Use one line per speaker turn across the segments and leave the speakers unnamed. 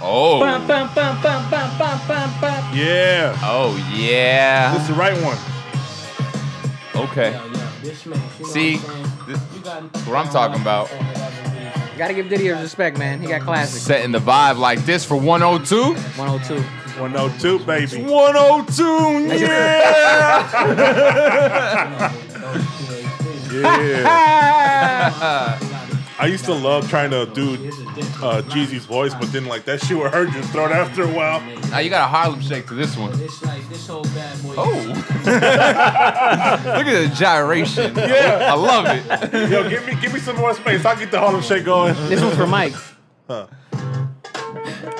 Oh.
Bum, bum, bum, bum, bum, bum, bum, bum.
Yeah.
Oh yeah.
This is the right one.
okay.
Yo, yo, this man, you know
See,
what I'm saying?
this-
You got-
what I'm talking about.
Gotta give Diddy his respect, man. He got oh classics.
Setting the vibe like this for 102.
102.
102, baby.
102. Yeah.
Yeah. I used to love trying to do uh, Jeezy's voice, but then like that shit would hurt your throat after a while.
now you got a Harlem shake to this one.
It's like this whole bad boy.
Oh. Look at the gyration. Yeah. I love it.
Yo, give me give me some more space. I'll get the Harlem Shake going.
This one's for Mike.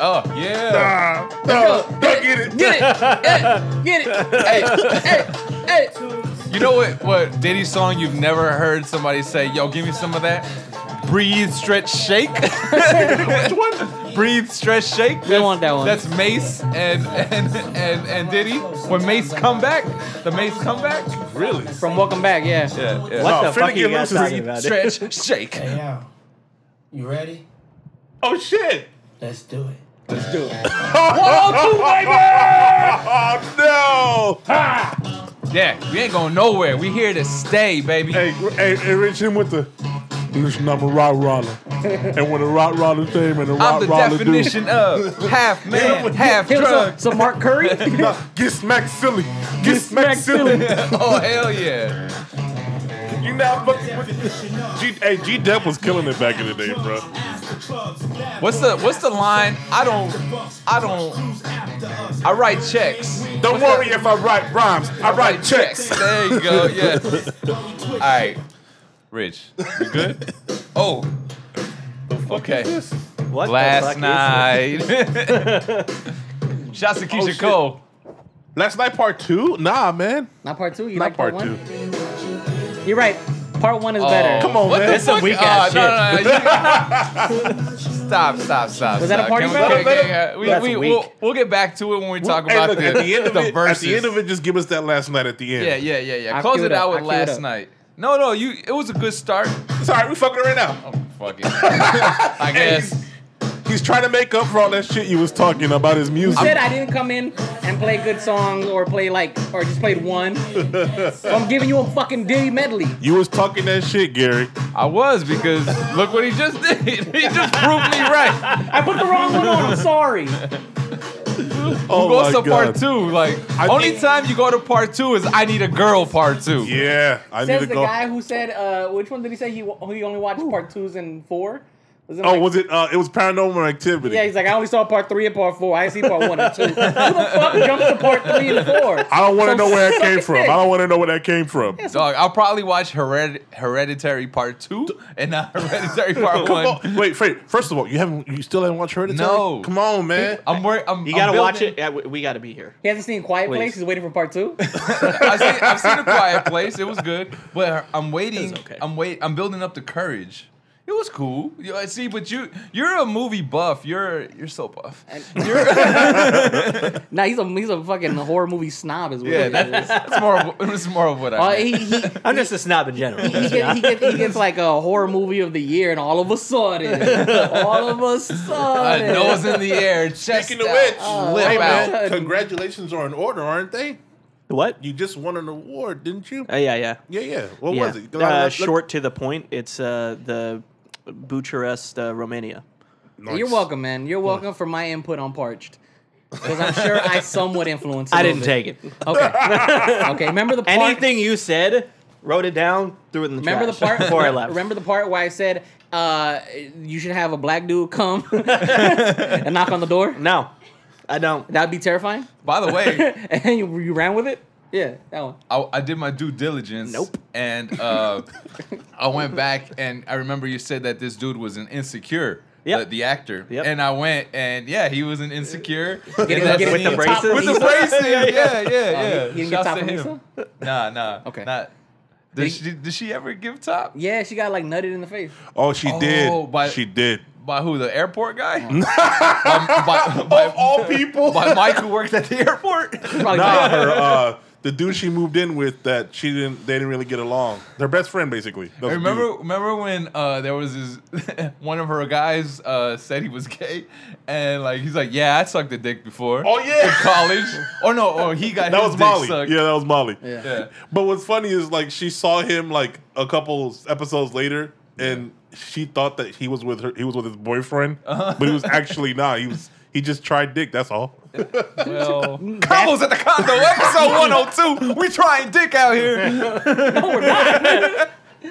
Oh, yeah.
Ah, no, don't get it.
Get it! Get it! Hey! Hey! Hey!
You know what what Diddy song you've never heard somebody say, yo, give me some of that? Breathe, stretch, shake.
Which one?
Breathe, stretch, shake. That's-
want that one.
That's Mace and and and and Diddy. When Mace come back, the Mace come back.
Really?
From Welcome Back, yeah.
Yeah, yeah.
What
Oh,
the fuck
Finnegan
are you guys
Lewis is-
talking about?
Stretch, shake.
Hey, yo. You ready?
Oh shit!
Let's do it.
Let's do it.
Oh no!
Yeah, we ain't going nowhere. We here to stay, baby.
Hey, hey, hey, Rich him with the. This number Rot Roller. And when a Rot Roller came and a
I'm
Rot
the
Roller
definition
dude.
of half man, half
Here's
drug.
some, some Mark Curry.
Nah, Get smacked silly. Get smacked silly.
Oh hell yeah!
You now fucking with G. Hey, G. Dep was killing it back in the day, bro.
What's the what's the line? I don't I don't I write checks.
Don't worry if I write rhymes. I write checks.
There you go. Yeah. All right, Rich, you good? Oh. Okay.
What the fuck
Last
is
night. Shouts to Keisha
Oh, shit.
Cole.
Last night, part two? Nah, man.
Not part two. You
Not
like
part
part, one?
two.
You're right. Part one is
Oh,
better.
Come on,
what
man.
The
That's
some
fuck?
weak-ass
Oh, no, no, no, you- stop, stop, stop.
Was that a
stop.
party
Can we-
battle?
can- can- we-
That's
we-
weak.
We'll, we'll get back to it when we talk
Hey,
about
look,
the,
at the end of
the
it.
verses.
At the end of it, just give us that last night at the end.
Yeah, yeah, yeah, yeah.
I
Close
queued
it
up,
out
I
with
queued
last
up.
night. No, no, you. It was a good start.
It's all right. We fucking it right now.
Oh, fuck it. I guess.
He's trying to make up for all that shit you was talking about his music.
You said I didn't come in and play good songs or play like or just played one. so I'm giving you a fucking Diddy medley.
you was talking that shit, Gary.
I was because look what he just did. He just proved me right.
I put the wrong one on. I'm sorry.
Oh
Who goes
my
to part
God.
two? Like
I
only
think-
time you go to part two is I need a girl part two.
Yeah, I need
Says
to
the
go.
guy who said, uh, which one did he say he, wa- he only watched part twos and four? Was it
oh,
like-
was it? Uh, it was Paranormal Activity.
Yeah, he's like, I only saw part three and part four. I see part one and two. Who the fuck jumped to part three and four?
I don't want to
So
know where it
suck
came
his
from. I
dick.
don't want to know where that came from.
Dog, I'll probably watch Hered- Hereditary Part Two and not Hereditary Part
Come
One.
on. Wait, wait. First of all, you haven't. You still haven't watched Hereditary.
No.
Come on, man.
I'm work. I'm,
You
I'm
gotta watch
building-
it. Yeah, we, we gotta be here.
He hasn't seen Quiet
Please.
Place. He's waiting for part two.
I've seen, I've seen a Quiet Place. It was good, but I'm waiting.
It's okay.
I'm wait. I'm building up the courage. It was cool. You know, I see, but you you're a movie buff. You're you're so buff.
nah, he's a he's a fucking horror movie snob is what
Yeah,
he
that's,
is.
that's more of that's more of what I.
Uh,
meant.
he, he,
I'm just a snob in general.
he, gets, he, gets, he gets like a horror movie of the year, and all of a sudden, all of a
Uh,
sudden,
nose in the air, chest
Speaking of
out,
which,
lip
hey
out.
man, congratulations are in order, aren't they?
what?
You just won an award, didn't you?
Uh, yeah, yeah.
Yeah, yeah. What
yeah.
was it?
Uh,
Let- let- let-
short to the point. It's uh, the Bucharest, uh, Romania.
Nice.
you're welcome, man. You're welcome for my input on Parched. Because I'm sure I somewhat influenced. I
I didn't take it.
Okay. Okay. Remember the part.
Anything you said, wrote it down, threw it in the
Remember the
trash
part
before I left.
Remember the part where I said uh, you should have a black dude come and knock on the door.
No, I don't.
That'd be terrifying.
By the way,
and you, you ran with it. Yeah, that one.
I, I did my due diligence.
Nope.
And uh, I went back and I remember you said that this dude was an insecure.
Yep.
The, the actor.
Yep.
And I went and yeah, he was an insecure.
Get
And
it-
that
get it
With the
scene-
braces?
top
With the
Lisa.
braces. Yeah, yeah, yeah.
Oh, You didn't get
Shouts
top
to
from
him.
Lisa?
Nah, nah.
Okay.
Not, did, she, did she ever give top?
Yeah, she got like nutted in the face.
Oh, she
Oh,
did.
but-
she did.
By who? The airport guy? by, by, by,
All people.
by Mike who worked at the airport?
Probably
Nah, her, uh, the dude she moved in with that she didn't they didn't really get along. Their best friend basically. That was a
Remember,
dude.
remember when uh, there was this one of her guys uh, said he was gay, and like he's like, "Yeah, I sucked a dick before."
Oh, yeah.
in college, or no, or he got
That
his
was
dick
Molly.
sucked.
Yeah, that was Molly.
Yeah.
But what's funny is like she saw him like a couple episodes later, and she thought that he was with her. He was with his boyfriend,
Uh-huh.
but he was actually not. He was. He just tried dick. That's all.
Well, combos at the condo, episode one
oh
hundred two. We trying dick out here.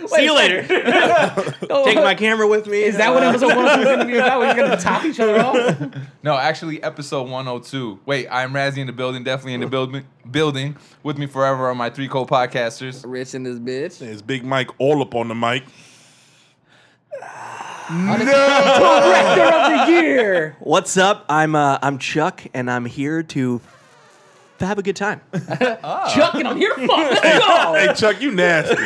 See you later. Take my camera with me. Uh,
Is that what episode one of two is gonna be about? We're just gonna top each other off.
No, actually, episode one hundred two. Wait, I'm Razzie in the building, definitely in the building. Building with me forever are my three co-podcasters.
Rich in this bitch.
It's Big Mike all up on the mic.
Director of the year.
What's up? I'm uh, I'm Chuck, and I'm here to f- have a good time.
Chuck and I'm here. Fuck. Let's go.
Hey Chuck, you nasty.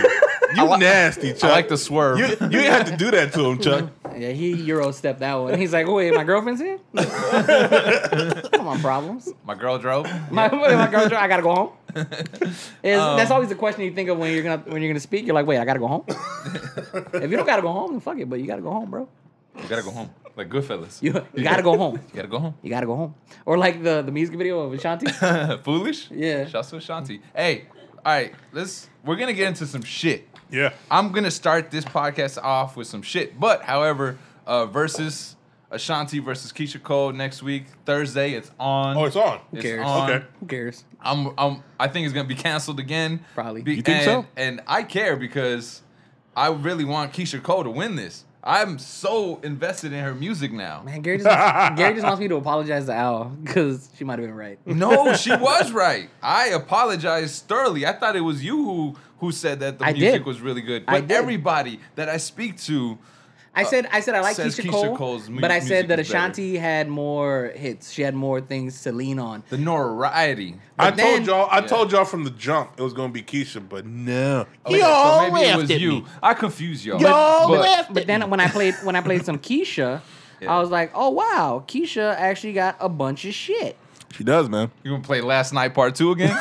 You nasty, Chuck.
I like the swerve.
You, you didn't have to do that to him, Chuck.
Yeah, he Euro stepped that one. He's like, wait, my girlfriend's here? Come on, problems.
My girl drove.
My, my girlfriend, I gotta go home. Is-
Um,
that's always the question you think of when you're gonna when you're gonna speak. You're like, wait, I gotta go home. if you don't gotta go home, then fuck it. But you gotta go home, bro.
You gotta go home, like Goodfellas. You
You you gotta go home.
gotta go home.
You gotta go home. Or like the the music video of Ashanti.
Foolish?
Yeah.
Shouts to Ashanti. Hey, all right, let's we're gonna get into some shit.
Yeah.
I'm gonna start this podcast off with some shit. But however, uh versus Ashanti versus Keisha Cole next week, Thursday, it's on.
Oh, it's on.
It's
cares?
on.
Okay.
Who cares?
I'm, I'm I think it's gonna be canceled again.
Probably.
Be-
You
think
and,
so?
And I care because I really want Keisha Cole to win this. I'm so invested in her music now.
Man, Gary just wants, Gary just wants me to apologize to Al because she might have been right.
No, she was right. I apologize thoroughly. I thought it was you who who said that the
I
music
did.
was really good.
I
But
did.
everybody that I speak to,
I said I said I like
says
Keisha,
Keisha
Cole,
Cole's mu-
but I
music
said that
is better.
Ashanti had more hits. She had more things to lean on.
the notoriety.
I
But then-
told y'all. I told y'all from the jump it was gonna be Keisha, but no.
Oh, yeah,
Y'all
so maybe it
laughed
was
at
you.
me.
I confuse y'all.
Y'all
But-
laughed
But then when I played when I played some Keisha,
Yeah.
I was like, oh wow, Keisha actually got a bunch of shit.
She does, man.
You gonna play Last Night Part Two again?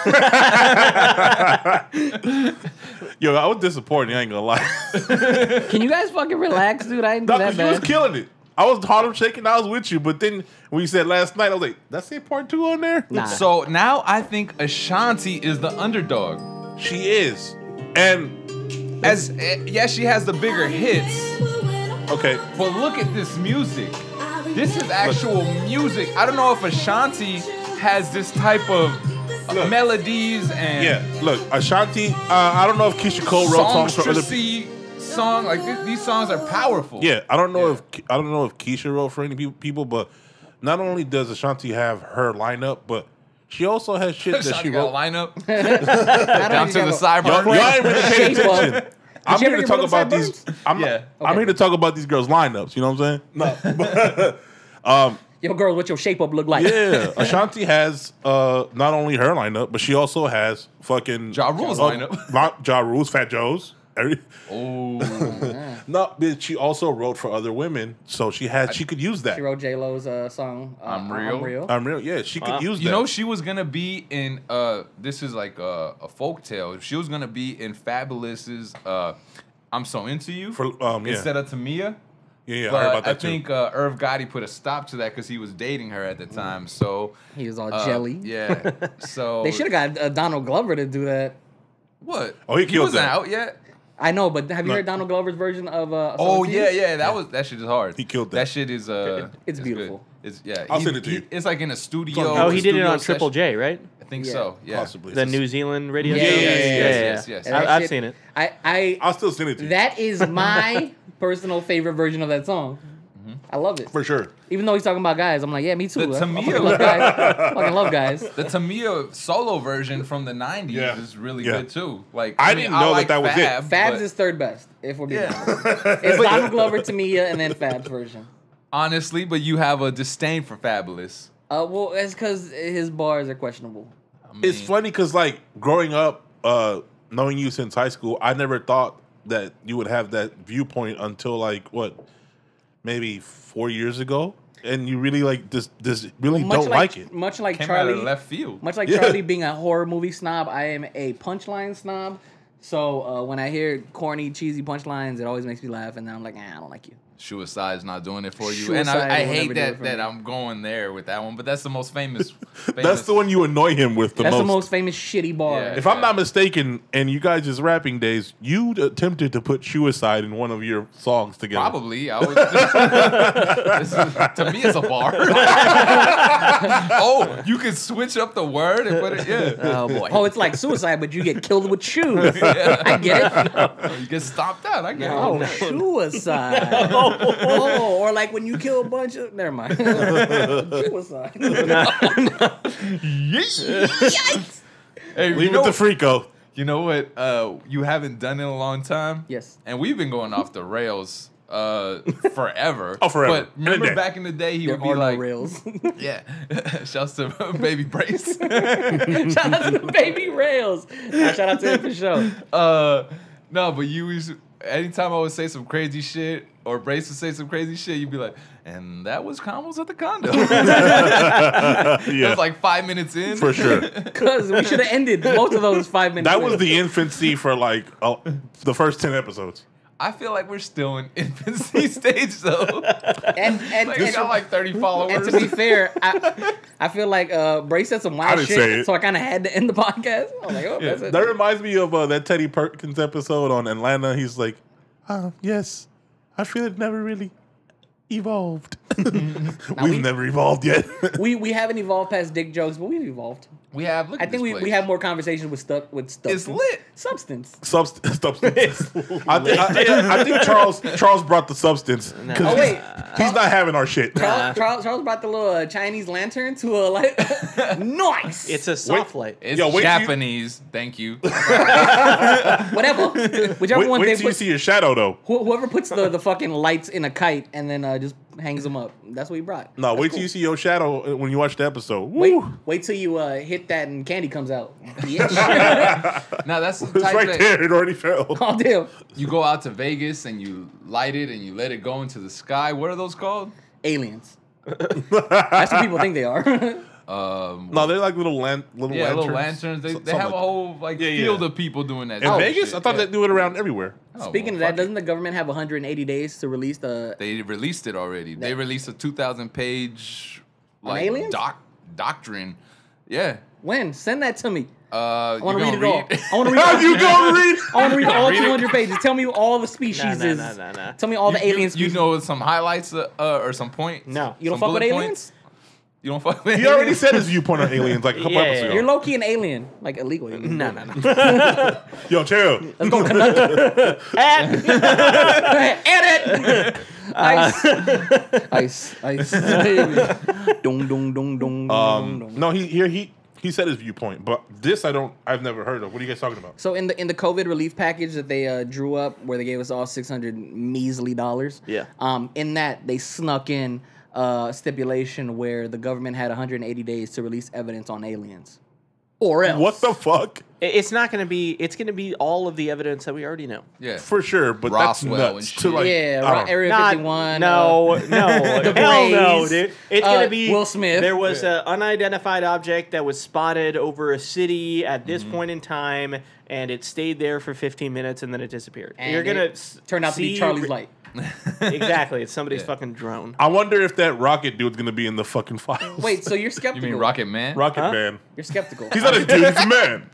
Yo, I was disappointed. I ain't gonna lie.
Can you guys fucking relax, dude? I didn't do
No,
that
because you was
bad.
killing it. I was hard of shaking. I was with you, but then when you said last night, I was like, "That's it, part two on there."
Nah.
so now I think Ashanti is the underdog.
She is, and
As eh, yeah, she has the bigger hits,
okay,
but look at this music. This is actual music. I don't know if Ashanti has this type of uh,
Look.
melodies and
yeah. Look, Ashanti. Uh, I don't know if Keisha Cole wrote songs for other. people.
songstressy song. Like th- these songs are powerful.
Yeah, I don't know
Yeah.
if I don't know if Keisha wrote for any peop- people, but not only does Ashanti have her lineup, but she also has shit that
Shot
she
got a
wrote.
lineup
I don't
down
even
to the
gotta-
sideburn.
Y'all ain't really paying
Shape up.
attention. I'm
you
here
ever
to
get
talk
rid of
about
sideburns?
these. I'm,
Yeah.
I'm here to talk about these girls' lineups. You know what I'm saying? No,
Yo, girl, what your shape up look like?
Yeah, Ashanti has uh, not only her lineup, but she also has fucking
Ja Rule's
Oh,
lineup.
Ma- ja Rule's, Fat Joe's. every-
Oh,
No, bitch, she also wrote for other women, so she had she could use that.
She wrote J Lo's uh, song. Uh,
I'm Real.
I'm real.
I'm real, yeah, she could use
you
that.
know she was gonna be in. Uh, this is like a, a folk tale. She was gonna be in Fabulous's. Uh, I'm so into you
For, um, yeah.
instead of Tamia.
yeah, yeah, I heard about
But I,
that too.
think uh, Irv Gotti put a stop to that because he was dating her at the time. So
he was all
uh,
jelly.
Yeah. So
They should have got uh, Donald Glover to do that.
What?
Oh, he killed
wasn't
that.
out yet.
I know, but have you
No.
heard Donald Glover's version of? Uh,
Oh
Song to
yeah,
You?
yeah. That was that shit is hard.
He killed
That
that.
shit is uh.
It's
good.
beautiful.
It's yeah.
I'll
he-
send it to
he-
you.
It's like in a studio.
Oh,
Oh, he
a
did it
studio
on Triple
session.
J, right?
I think
Yeah.
so. Yeah.
Possibly
The New Zealand radio.
Yeah,
Yes,
show?
yes,
yeah,
yes,
yeah.
yes, yes,
And
I-
that
I've
shit-
seen it.
I, I
I'll still send it to you
That is my personal favorite version of that song. I love it.
for sure.
Even though he's talking about guys, I'm like, yeah, me too.
Mm-hmm. The
I, I
Tamia-
fucking love guys. I fucking love guys.
The Tamia solo version from the '90s
Yeah.
is really
Yeah.
good too. Like
I didn't know that that was it.
Fabs
but
is third best, if we're being
Yeah.
honest. It's Donald Glover, Tamia, and then Fab's version.
honestly, but you have a disdain for Fabulous.
Uh, well, it's because his bars are questionable.
It's funny because like growing up, uh, knowing you since high school, I never thought that you would have that viewpoint until like what, maybe four years ago. and you really like this this really
Much
don't like, it.
Much like
Came out
Charlie.
of left field.
Much like
Yeah.
Charlie being a horror movie snob, I am a punchline snob. So uh, when I hear corny, cheesy punchlines, it always makes me laugh, and then I'm like, nah, I don't like you.
Suicide's not doing it for you, and
Suicide
I, I
will never
hate
do it
that
for
that
me.
I'm going there with that one. But that's the most famous. famous
That's the one you annoy him with the
That's
most.
the most famous shitty bar.
Yeah.
If I'm not mistaken, and you guys just rapping days, you attempted to put suicide in one of your songs together.
Probably, I would. This is- to me, it's a bar. oh, you can switch up the word and put it. Yeah,
Oh boy.
Oh, it's like suicide, but you get killed with shoes. I get it.
Oh, you get stomped out. I get
Oh,
it.
suicide. Oh, or like when you kill a bunch of. Never mind. suicide.
Yikes. Hey,
Leave
you know,
it to Frico.
You know what? Uh, you haven't done in a long time.
Yes.
And we've been going off the rails uh, forever.
Oh, forever.
But
In a
remember
day.
back in the day, he
There
would
are
be
no
like,
rails.
yeah, shouts to Baby Brace.
Shout out to the baby rails. Shout out to him for sure.
uh, no, but you was anytime I would say some crazy shit or Brace would say some crazy shit, you'd be like, and that was Commons at the condo. it
yeah,
was like five minutes in.
for sure.
Because we should have ended most of those five minutes.
That was
later.
the infancy for like uh, the first ten episodes.
I feel like we're still in infancy stage though.
And, and,
Like, I
and,
got like 30 followers.
and to be fair, I, I feel like uh, Bray said some
I
wild
didn't
shit,
say it.
so I kind of had to end the podcast. I was like, oh, that's it.
That reminds me of uh, that Teddy Perkins episode on Atlanta. He's like, uh, "Yes, I feel it never really evolved. We've
Mm-hmm.
we-
never evolved yet."
We we haven't evolved past dick jokes, but we've evolved.
we have. Look
I
at this
think we,
place.
we have more conversations with stuff with stuff.
It's lit.
Substance.
substance. substance. I, thi- I, I- I think Charles Charles brought the substance because
Oh wait,
he's not having our shit.
Charles, Charles, Charles brought the little uh, Chinese lantern to a light. nice.
It's a soft light.
It's
Yo, wait till you-
Japanese. Thank you.
whatever. Whichever
Wait,
one
wait
they
till you
put,
see his shadow though.
wh- whoever puts the, the fucking lights in a kite and then uh, just hangs them up. That's what he brought.
No,
That's
wait
cool.
till you see your shadow uh, when you watch the episode.
Wait,
Woo.
wait till you uh, hit that and candy comes out. Bitch.
now that's the
It's
type
right
that
there. It already fell.
oh damn.
you go out to Vegas and you light it and you let it go into the sky. What are those called?
Aliens. That's what people think they are.
Um,
No, they're like little lan- little
yeah,
lanterns.
little lanterns. They,
So-
they
something
have a
like-
whole like
Yeah, yeah.
field of people doing that.
in
type of
Vegas.
shit.
I thought
Yeah.
they do it around everywhere.
Oh,
Speaking
well,
of that,
fuck it.
doesn't the government have 180 days to release the?
they released it already? They released a two thousand page like
aliens?
doc doctrine. Yeah.
When? Send that to me.
Uh,
I want to read it all. I want to read.
How
all-
you gonna read?
I want to read all 200 pages. Tell me all the species
nah,
is.
nah, nah, nah.
Tell me all the
You-
alien
You,
species.
know some highlights uh, uh, or some points?
No.
You don't
some
fuck with
bullet
aliens?
points? You don't fuck with
He already said his viewpoint on aliens like a couple
Yeah,
episodes ago.
You're low key an alien, like illegal. Alien.
No, no, no.
Yo, chill.
Let's go Canuck. Edit. Ice. ice, ice, Dong, dong, dong, dong, dong,
Um,
dong.
no, he here he he said his viewpoint, but this I don't. I've never heard of. What are you guys talking about?
So in the in the COVID relief package that they uh, drew up, where they gave us all six hundred measly dollars,
Yeah.
Um, in that they snuck in uh, stipulation where the government had one hundred and eighty days to release evidence on aliens, or else
What the fuck?
I- It's not going to be. It's going to be all of the evidence that we already know.
Yeah.
For sure, but
Roswell and
that's nuts.
shit.
To like,
Yeah,
I
Ro-
don't-
Area uh,
Not-
Fifty One.
No, no, hell no,
Grays,
dude. It's
uh,
gonna be
Will Smith.
There was an unidentified object that was spotted over a city at this
Mm-hmm.
point in time, and it stayed there for 15 minutes, and then it disappeared.
And
You're gonna
it
s-
turned out to be
see-
Charlie's Light.
Exactly, it's somebody's
Yeah.
fucking drone.
I wonder if that rocket dude's gonna be in the fucking files.
Wait, so you're
You
skeptical?
mean Rocket Man?
Rocket Man.
You're skeptical.
He's not a dude. He's a man.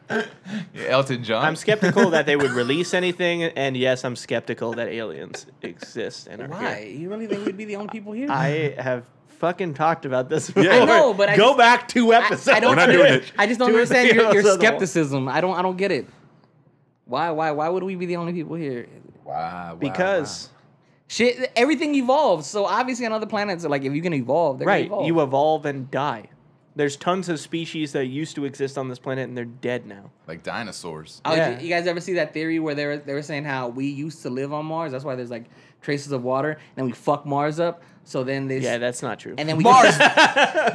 Elton John.
I'm skeptical that they would release anything, and yes, I'm skeptical that aliens exist and are here.
Why? You really think we'd be the only people here?
I have fucking talked about this.
I know,
but I
go
just-
back two episodes.
I, I don't.
We're not doing it.
I just don't
Two
understand your, your
videos of the-
skepticism. I don't. I don't get it. Why? Why? Why would we be the only people here?
wow, wow, wow.
because
Shit, everything evolves. So obviously, on other planets, like if you can evolve, they're
right,
gonna evolve.
you evolve and die. There's tons of species that used to exist on this planet and they're dead now.
like dinosaurs.
Oh,
yeah.
you, you guys ever see that theory where they were they were saying how we used to live on Mars? That's why there's like traces of water, and then we fuck Mars up. So then this,
Yeah, that's not true.
and then we
Mars,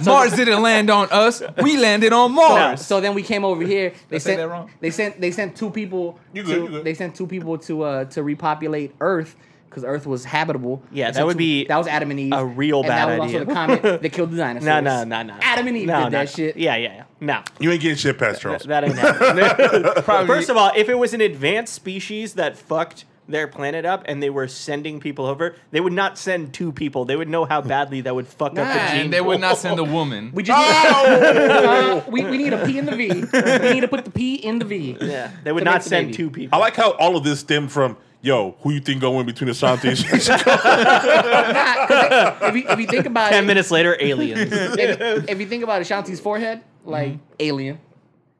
Mars didn't land on us. We landed on
So,
Mars.
so then we came over here. They
I say
sent
that wrong?
they sent they sent two people.
You
to,
good, you good.
They sent two people to uh to repopulate Earth because Earth was habitable.
Yeah,
And
that would
two-
be
that was Adam and Eve.
a real
and
bad
that was
idea.
also the comet that killed the dinosaurs.
No, no, no, no.
Adam and Eve
no,
did
no.
that shit.
Yeah, yeah, yeah. No.
You ain't getting shit past Charles.
That ain't happening.
Probably-
First of all, if it was an advanced species that fucked their planet up and they were sending people over, they would not send two people. They would know how badly that would fuck up the gene.
And they would not send a woman.
We just
Oh!
Uh, we, we need a P in the V. We need to put the P in the V.
Yeah, they would
To
not
make the
send
baby.
two
I
people.
like how all of this stemmed from yo. Who you think going between Ashanti and Chicago?
Nah, 'cause if, you, if you think about
Ten
it,
minutes later, aliens.
if, if you think about Ashanti's forehead, like
Mm-hmm.
alien,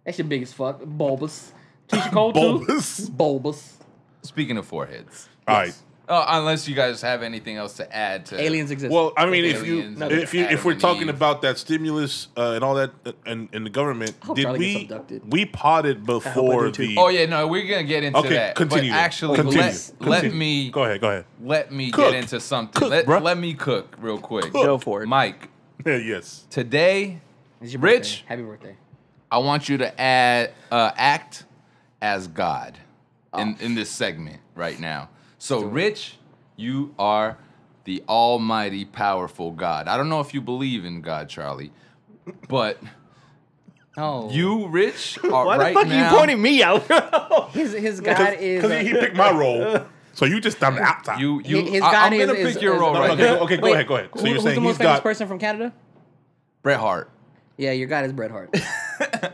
that's your biggest fuck. Bulbous. Keisha Cole
Bulbous.
too. Bulbous.
Speaking of foreheads.
All right.
Oh, unless you guys have anything else to add to
Aliens exist.
Well, I mean, if you
Aliens,
if you if
Adam
we're
and
talking
Eve.
about that stimulus uh, and all that uh, and and the government,
hope
did
Charlie gets
we
abducted.
we potted before
do too.
the?
Oh yeah, no, we're gonna get into
Okay,
that.
continue.
But actually,
Continue.
let let
Continue.
me
Go ahead. Go ahead.
let me
Cook.
get into something.
Cook,
let,
bruh.
let me cook real quick.
Go for it.
Mike.
Yeah, yes.
Today,
It's your
Rich.
birthday. Happy birthday.
I want you to add uh, act as God
Oh.
in in this segment right now. So, Rich, you are the Almighty, powerful God. I don't know if you believe in God, Charlie, but
Oh,
you, Rich, are
Why
right
the fuck
now.
are you pointing me out?
his his God is.
Because he, he picked my role, so you just I'm the outside.
You, you.
His
I,
God
am gonna
is- is-
pick your
is-
role
No,
No,
right
no,
now.
okay, okay, go ahead, go ahead. So
who-
you're
who's the
saying
most
he's
famous
got
person from Canada?
Bret Hart.
Yeah, your God is Bret Hart.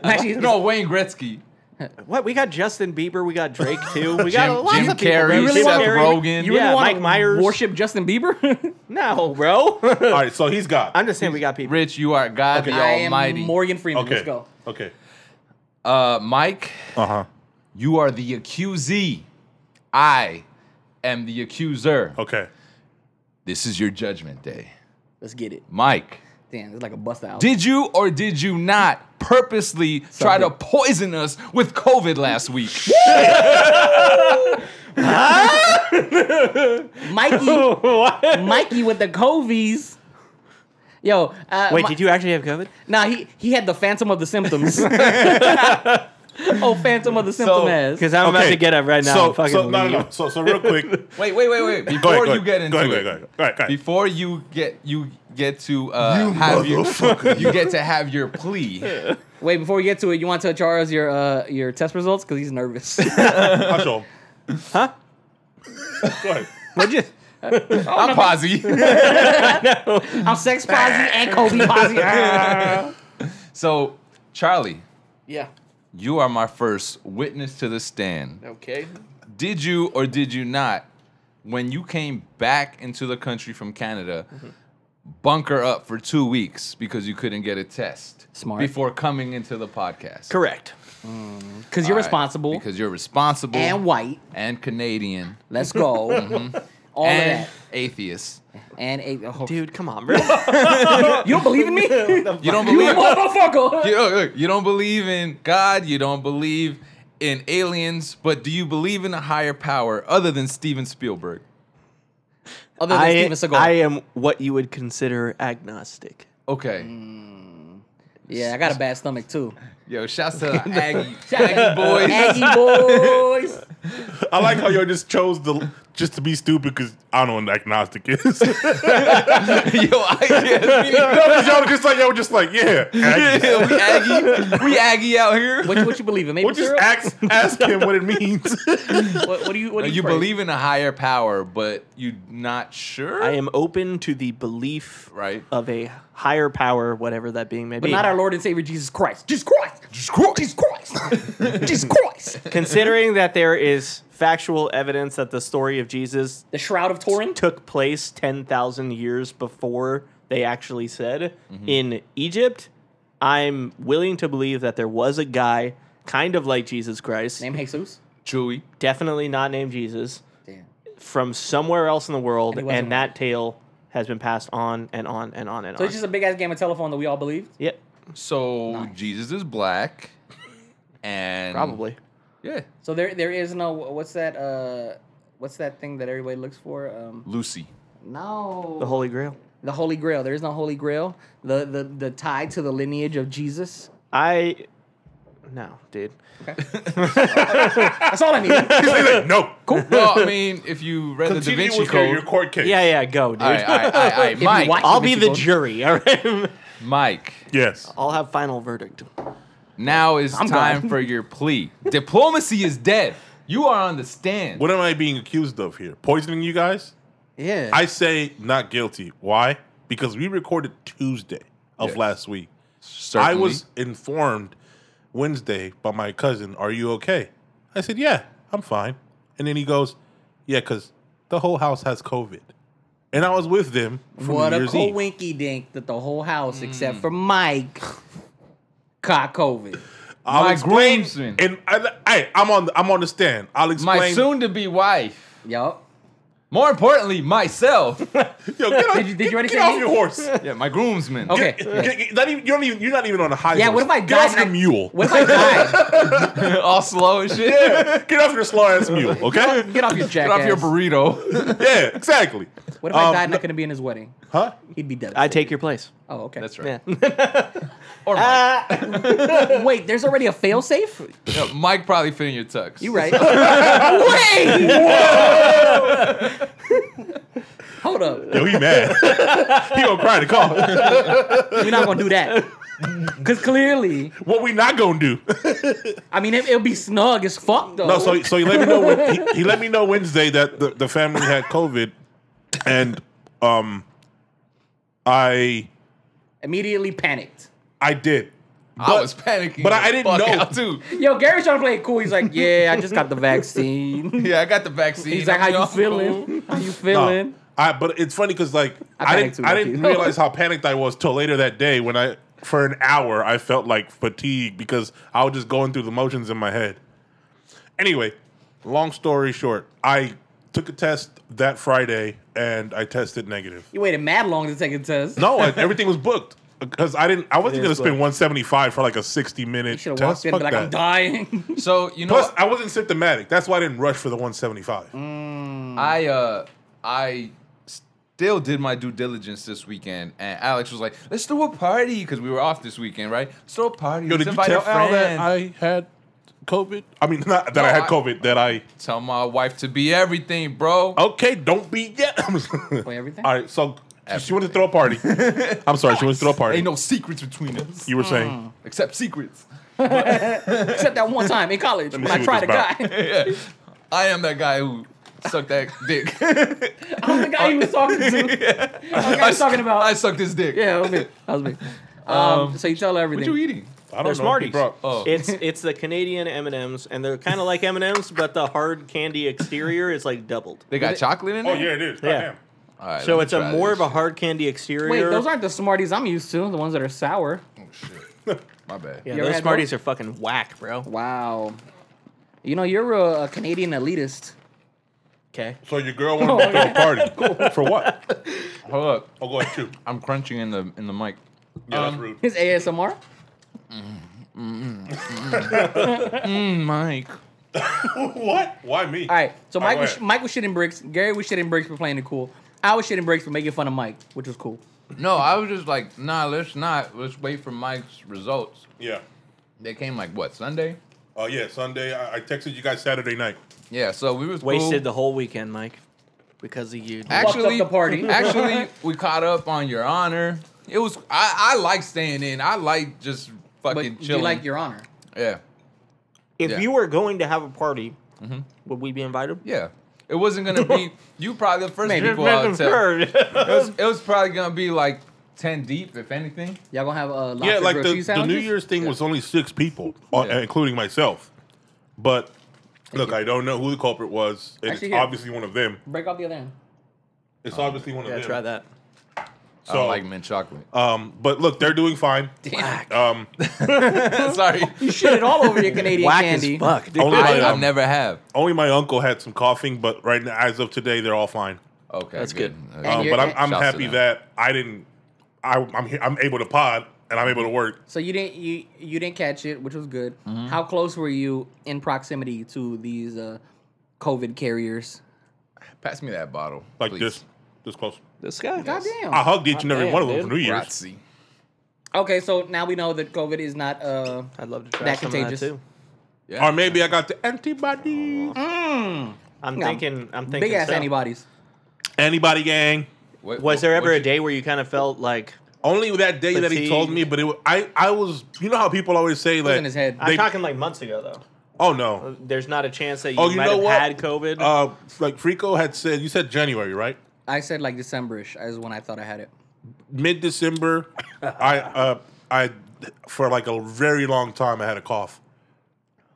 Actually, he's-
No, Wayne Gretzky.
what? We got Justin Bieber. We got Drake too. We got
Jim-
a lot
Jim
of people.
Carrey,
bro.
Seth
Rogen.
you really
yeah,
want
Mike Myers.
worship Justin Bieber?
No, bro.
All right, so he's got.
I'm just saying we got people.
Rich, you are God the
I am
Almighty.
Morgan Freeman.
okay.
Let's go.
Okay.
uh, Mike,
Uh huh.
you are the accusee. I am the accuser.
Okay.
This is your judgment day.
Let's get it.
Mike,
Damn, it's like a bust out.
did you or did you not purposely try to
dick.
poison us with COVID last week?
Mikey, Mikey with the Covies. Yo, uh,
Wait, did you actually have COVID?
Nah, he he had the Phantom of the Symptoms. oh, Phantom of the Symptom has.
Because I'm about
Okay.
to get up right now.
So,
and fucking
so no,
leave.
no, no. So, so real quick.
wait, wait, wait, wait. Before
Go ahead, go
you
ahead.
get into
go
it.
ahead, go ahead, go ahead. All right, go ahead.
Before you get you get to uh, have your you get to have your plea.
Wait, before we get to it, you want to tell Charles your uh, your test results because he's nervous.
I'll show him.
Huh?
Go ahead.
What'd you?
I'm posy.
I'm sex posy and Kobe posy. Ah.
so, Charlie,
yeah.
you are my first witness to the stand.
Okay.
did you or did you not, when you came back into the country from Canada,
Mm-hmm.
bunker up for two weeks because you couldn't get a test
Smart.
before coming into the podcast?
Correct.
Because
All
you're
right,
responsible
Because you're responsible
and white.
and Canadian
Let's go. All
and
of that.
atheist.
And a, oh,
Dude, come on, bro.
you don't believe in me?
You don't
you
believe.
motherfucker.
you- look, look, you don't believe in God. You don't believe in aliens. But do you believe in a higher power other than Steven Spielberg?
Other than
I,
Steven Seagal.
I am what you would consider agnostic.
Okay.
yeah, I got a bad stomach too.
Yo, shouts to the Aggie, Aggie boys.
Aggie boys.
I like how y'all just chose the just to be stupid because I don't know what an agnostic is.
Yo, I, yeah, me neither.
Because y'all just like y'all were just like yeah. Aggies.
Yeah, we Aggie. We Aggie out here.
What, what you believe in? Maple
Well, just
syrup?
ask ask him what it means.
What, what do you? What do
you
you, pray?
believe in a higher power, but you not sure.
I am open to the belief
Right.
of a higher power, whatever that being may
But
be.
not our Lord and Savior Jesus Christ. Jesus Christ. Jesus Christ. Jesus Christ. Jesus Christ.
Considering that there is factual evidence that the story of Jesus
The Shroud of Turin.
took place 10,000 years before they actually said in Egypt, I'm willing to believe that there was a guy kind of like Jesus Christ,
Name Jesus.
Chewy.
definitely not named Jesus,
Damn.
from somewhere else in the world,
And he
and,
wasn't
that tale has been passed on and on and on and
So
on.
it's just a big ass game of telephone that we all believed.
yep,
So Jesus is black, and
probably.
Mm.
yeah,
So there, there is no what's that? Uh, what's that thing that everybody looks for? Um,
Lucy.
no.
The Holy Grail.
the Holy Grail. There is no Holy Grail. The the the tie to the lineage of Jesus.
I No, dude.
That's all I need.
no.
Cool.
Well, I mean, if you read the Da
Continue
Vinci
with your,
Code,
your court case.
Yeah, yeah, go, dude.
all right, all right, all right, all right,
you
Mike,
watch-
I'll be
Vinci
the
Code.
jury. All right.
Mike.
Yes.
I'll have final verdict.
Now is
I'm
time
gone.
for your plea. Diplomacy is dead. You are on the stand.
What am I being accused of here? Poisoning you guys?
Yeah.
I say not guilty. Why? Because we recorded Tuesday of
Yes.
last week.
Certainly.
I was informed Wednesday by my cousin, Are you okay? I said, Yeah, I'm fine. And then he goes, Yeah, because the whole house has COVID. And I was with them for
what
New
a
Year's
cool
Eve.
winky dink that the whole house, except for Mike, caught COVID.
I'll
My
explain,
groomsman.
and I, I, I'm on, I'm on the stand. I'll explain.
my soon-to-be wife.
Yup.
More importantly, myself.
Yo, get, off-
Did you- did you already say
get, get off
me?
your horse.
yeah, my groomsman.
Okay.
Get- get- not even, you don't even, you're not even on a high.
Yeah,
horse.
what if I
get
die
off
and
your
I-
mule?
What if I die?
All slow and shit.
Get off your slow ass mule, okay?
Get off your jacket.
Get off your burrito.
yeah, exactly.
What if I
Um,
died and I couldn't be in his wedding?
Huh?
He'd be dead.
I take your place.
Oh, okay.
That's
Yeah.
right. Or Mike.
Wait, there's already a failsafe?
Yeah, Mike probably fit in your tux.
You right. Wait! Hold up.
Yo, he mad. he gonna cry in the car.
We're not gonna do that. Cause clearly,
What we not gonna do?
I mean, it, it'll be snug as fuck though.
No, so so he let me know. When, he, he let me know Wednesday that the, the family had COVID, and um, I
immediately panicked.
I did.
I was panicking.
but I
the
didn't
fuck
know.
out, too.
Yo, Gary's trying to play it cool. He's like, "Yeah, I just got the vaccine."
Yeah, I got the vaccine.
He's like,
I'm
"How you
young, fool.
feeling? How you feeling?"
I but it's funny because like
I
I,
panicked
didn't
too,
I didn't
Matthew.
realize how panicked I was till later that day when I for an hour I felt like fatigued because I was just going through the motions in my head. Anyway, long story short, I took a test that Friday and I tested negative.
You waited mad long to take a test.
No, I, everything was booked because I didn't. I wasn't
It
going to
is
spend
booked.
175 for like a 60 minute
You should
test.
have walked in and
Fuck
be like, "I'm
that.
dying."
So, you know
Plus,
what?
I wasn't symptomatic. That's why I didn't rush for the 175.
I uh I still did my due diligence this weekend, and Alex was like, "Let's do a party" because we were off this weekend, right? Let's throw a party.
Yo,
Let's
did you
invite
tell
a
Al that
friend.
I had COVID? I mean, not that I
No,
had
I-
COVID. That I
tell my wife to be everything, bro.
okay, don't be yet.
Wait, everything?
All right, so she wanted to throw a party. I'm sorry, she wanted to throw a party.
Ain't no secrets between us
you were saying
except secrets.
Except that one time in college
me
when
see
I
what
tried a
this
guy.
about.
Yeah. I am that guy who sucked that dick.
I was the guy he was talking to. I was the guy he was talking about.
I sucked his dick.
yeah, that was me. That was me. Um, so you tell
What
everything.
you eating?
I
They're
don't know. if he
Smarties.
brought-
Oh,
It's it's the Canadian M and M's, and they're kind of like M and M's, but the hard candy exterior is like doubled.
they got chocolate in
Oh
it.
yeah, it is.
Yeah.
Goddamn.
All right,
So
let me
it's a
try
more
this
of a
shit.
hard candy exterior.
Wait, those aren't the Smarties I'm used to. The ones that are sour.
My bad.
Yeah,
You ever
those
had
Smarties are fucking whack, bro.
Wow. You know you're a, a Canadian elitist.
Okay.
So your girl wanted to throw a party for what?
Hold up.
Oh, go ahead, shoot.
I'm crunching in the in the mic.
Yeah, that's rude.
His ASMR.
Mm, Mike.
what? Why me?
All right. So
All right,
Mike
go
was,
ahead.
Mike was shitting bricks. Gary was shitting bricks for playing it cool. I was shitting bricks for making fun of Mike, which was cool.
No, I was just like, nah, let's not. Let's wait for Mike's results.
Yeah.
They came like what Sunday?
Oh yeah, Sunday. I, I texted you guys Saturday night.
Yeah, so we was
Wasted
cool.
the whole weekend, Mike, because of you. dude.
actually
Fucked up the party.
actually, we caught up on Your Honor. It was I, I like staying in. I like just
But
fucking
do you
chilling.
like your honor?
yeah,
if
yeah. Mm-hmm.
you were going to have a party, would we be invited?
yeah. It wasn't gonna be you. Probably the first
Maybe.
people I would tell. It
Sure.
was, it was probably gonna be like ten deep, if anything.
Y'all gonna have a lobster
yeah, like
grilled
the,
cheese
the New
sandwiches?
Year's thing was only six people, uh,
Yeah.
including myself. But look, I don't know who the culprit was, and
Actually,
it's
here.
obviously one of them.
Break off the other end.
It's
Oh,
obviously one of
yeah,
them.
try that.
I don't
So,
like mint chocolate.
um, but look, they're doing fine. Um,
Sorry,
Shit it all over your Canadian
Whack
candy.
as fuck, dude.
only,
I,
my,
I
um,
never have.
only my uncle had some coughing, but right now, as of today, they're all fine.
Okay,
That's good.
Okay.
And
Um,
you're-
but I'm, I'm
eh, Shouts to
happy
them.
that I didn't. I, I'm he- I'm able to pod and I'm able to work.
So you didn't you you didn't catch it, which was good. How close were you in proximity to these uh, COVID carriers?
Pass me that bottle,
Like
please. Oh.
this, this close.
This guy.
Goddamn.
I hugged each and every
Goddamn,
one of them
dude.
for New Year's.
Grazie.
Okay, so now we know that COVID is not. Uh,
I'd love to try
That
some
contagious.
of that too.
Yeah.
Or maybe I got the antibody.
I'm
Yeah.
thinking. I'm thinking.
big ass
so.
antibodies.
Antibody gang.
What-
Was
what-
there ever
what
a
you-
day where you kind of felt like
Only that day that he
Fatigue.
told me, but it wa- I I was you know how people always say like
in his head.
I'm
they-
talking like months ago though?
oh no
There's not a chance that you,
oh you
might
know
have
what
had COVID.
Uh, like Frico had said you said January right
I said like Decemberish is when I thought I had it.
mid December I uh I for like a very long time I had a cough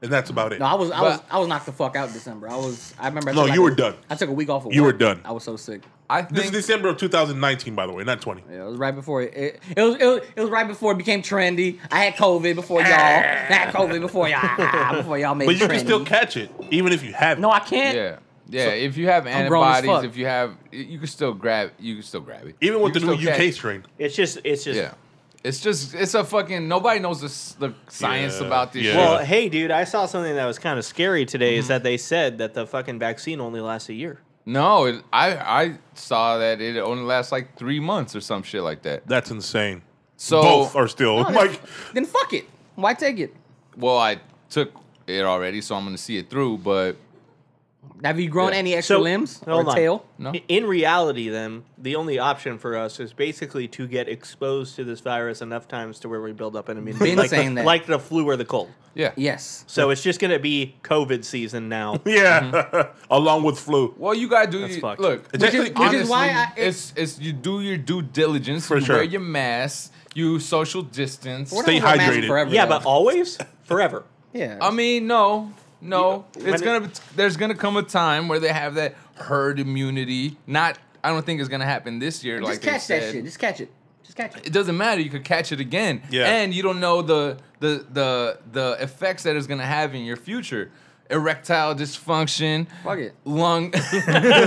and that's about it.
No, I was I
But-
was I was knocked the fuck out in December. I was I remember. I
No,
took, like,
you were
a-
done.
I took a week off. Of
You were
work.
done.
I was so sick.
I
This is
think
December of 2019 by the way, not 20.
Yeah, it was right before it. It, it, was, it was it was right before it became trendy. I had COVID before y'all. I had COVID before y'all. Before y'all made
But
it
you
trendy.
can still catch it even if you have
no, I can't.
Yeah. Yeah, if you have
I'm grown as
antibodies,
fuck.
if you have, you can still grab, you can still grab it.
even with
You
the
can
new
still
UK
catch-
strain.
it's just. It's just.
Yeah, it's just, it's a fucking nobody knows the, s- the science
Yeah.
about this.
Yeah.
shit.
Well, hey, dude, I saw something that was kind of scary today.
Mm-hmm.
Is that they said that the fucking vaccine only lasts a year.
No, it, I I saw that it only lasts like three months or some shit like that.
That's insane.
So
Both are still like
Then fuck it. Why take it?
well, I took it already, so I'm gonna see it through. But
Have you grown
Yeah.
any extra
So-
limbs or
hold on.
tail?
No.
I- In reality, then the only option for us is basically to get exposed to this virus enough times to where we build up an immunity,
Been
like, the-
saying that.
like the flu or the cold.
yeah,
Yes.
So it's just gonna be COVID season now.
yeah, along with flu.
Well, you gotta do.
That's
your-
fucked.
Look,
It's actually-
honestly,
which is why I-
it's it's you do your due diligence.
For
you
sure.
Wear your mask. You social distance.
We're not
Stay
gonna wear masks
hydrated.
Forever,
yeah,
though.
but always, forever.
yeah.
I mean, no, no.
You- when
It's
it-
gonna. be- There's gonna come a time where they have that herd immunity. Not. I don't think it's gonna happen this year.
just
like
catch
they
that
said.
shit. Just catch it. Just catch it.
it doesn't matter. You could catch it again.
Yeah.
And you don't know the the the the effects that it's gonna have in your future. Erectile dysfunction.
Fuck it.
Lung. He's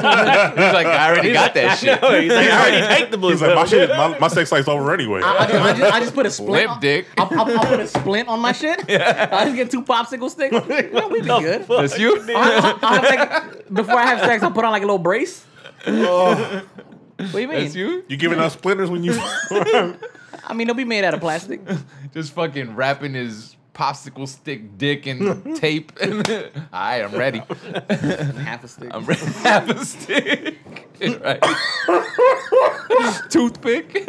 like, I already got that shit.
No, he's like, I already take the blue
He's like, my,
pill."
shit, my, my sex life's over anyway.
I just, I just, I just put a splint.
Lip
on-
dick.
I, I, I put a splint on my shit. I just get two popsicle sticks. You know, we'd be
The
good.
fuck?
That's you.
I, I, I'll take- before I have sex, I put on like a little brace. What do you mean?
That's you.
you giving out splinters when you?
I mean, they'll be made out of plastic.
Just fucking wrapping his popsicle stick dick in tape. All right, I'm ready.
Half a stick.
I'm ready. Half a stick. right. Toothpick.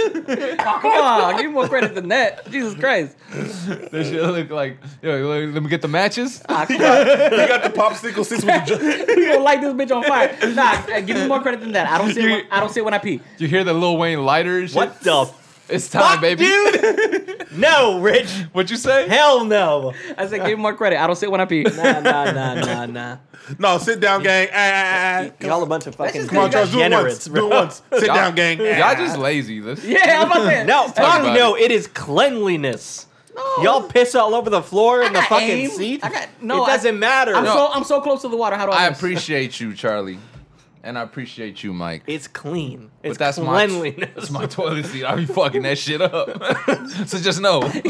Come on, give me more credit than that. Jesus Christ.
That shit look like. Yo, let let me get the matches.
Ah, come on.
you got the popsicle sticks with the ju-
People gonna light this bitch on fire. Nah, give me more credit than that. I don't see. It when, I don't see it when I pee.
You hear the Lil Wayne lighter and shit?
What the f-
It's time, baby.
dude? no, Rich.
What you say?
Hell no.
I said, give me more credit. I don't see it when I pee.
Nah, nah, nah, nah, nah.
No, sit down, gang. Ah, ah, ah.
Y'all a bunch of fucking
just
Come on, Charles, do it once.
degenerates,
Do it
bro.
once. Sit
Y'all-
down, gang. Ah.
Y'all just lazy. Let's,
Yeah, I'm about to say.
No, fuck
about
no. It is cleanliness.
No.
Y'all piss all over the floor and the
got
fucking
aim.
seat.
I got- no,
it doesn't
I-
matter.
I'm so I'm so close to the water. How do I?
I
miss?
appreciate you, Charlie. And I appreciate you, Mike.
It's clean.
But
It's
that's my,
cleanliness.
that's my toilet seat. I be fucking that shit up. so just know.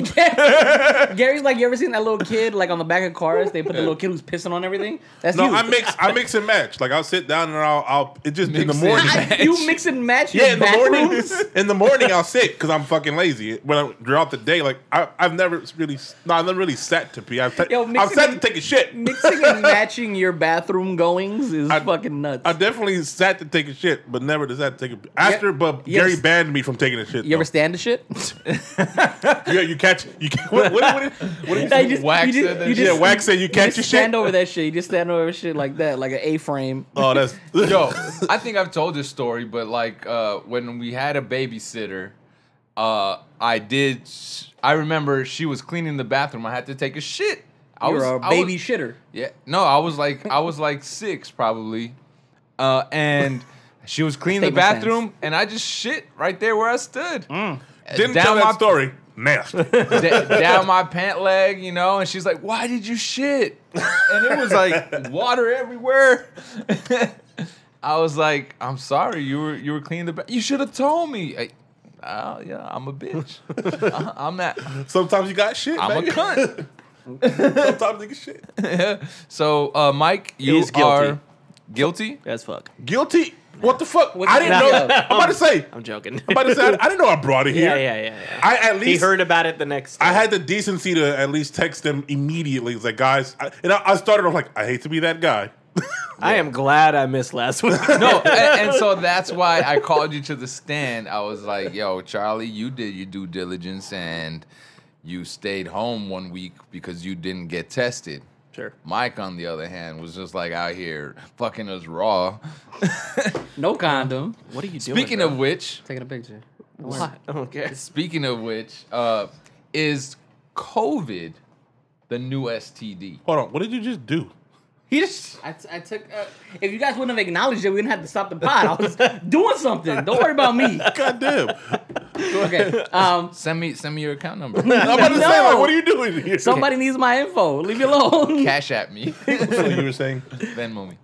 Gary's like, you ever seen that little kid like on the back of cars? They put the little kid who's pissing on everything. That's
No,
you.
I mix. I mix and match. Like I'll sit down and I'll. I'll it just in the
Mix
morning.
and
I- you mix and match your
yeah, in the
back
morning.
rooms?
In the morning, I'll sit because I'm fucking lazy. When I throughout the day, like I, I've never really. No, I've never really sat to pee. I've, t-
Yo,
I've
mixing
sat to
and-
take a shit.
Mixing and matching your bathroom goings is
I-
fucking nuts.
I definitely sat to take a shit, but never just sat to take a. After, but
yes.
Gary banned me from taking a shit.
you ever
though.
stand to shit?
Yeah, you catch. You ca- what, what, what, what,
No, you just-
Wax
you just-
it and
you
shit.
just-
yeah, Wax said you
you
catch
just
your shit.
stand over that shit. You just stand over shit like that, like an A-frame.
Oh, that's
Yo, I think I've told this story, but like uh, when we had a babysitter, uh, I did. I remember she was cleaning the bathroom. I had to take a shit. I
You're
was
a
I
baby
was-
shitter.
Yeah. No, I was like I was like six probably. Uh and she was cleaning the
Statement
bathroom and I just shit right there where I stood.
Mm.
Uh,
Didn't tell that
my
story. Nasty.
da- down my pant leg, you know, and she's like, "Why did you shit?" And it was like water everywhere. I was like, "I'm sorry. You were you were cleaning the ba- You should have told me." I, Oh yeah, I'm a bitch. I- I'm not.
Sometimes you got shit.
I'm
baby.
a cunt.
Sometimes you get shit.
So, uh, Mike, you
He's guilty.
are guilty.
As fuck.
Guilty. What the fuck?
What
I
the
didn't know.
fuck?
I'm about to say.
I'm joking.
I'm about to say. I, I didn't know I brought it here.
yeah, yeah, yeah, yeah.
I at
he
least
heard about it the next. Day.
I had the decency to at least text them immediately. It's like, guys, I, and I, I started off like, I hate to be that guy.
I am glad I missed last week.
No, and, and so that's why I called you to the stand. I was like, "Yo, Charlie, you did your due diligence and you stayed home one week because you didn't get tested."
sure.
Mike, on the other hand, was just like out here fucking us raw.
No condom.
What are you doing?
Speaking of which,
Taking a picture.
what? Okay.
speaking of which, uh, is COVID the new STD?
Hold on, what did you just do?
He just
I, t- I took. Uh, if you guys wouldn't have acknowledged it, we didn't have to stop the pod. I was doing something. Don't worry about me.
God damn!
Okay. Um.
send me send me your account number.
I'm about to say, like,
No.
what are you doing here?
Somebody needs my info. Leave me alone.
Cash at me,
So you were saying,
Venmo me.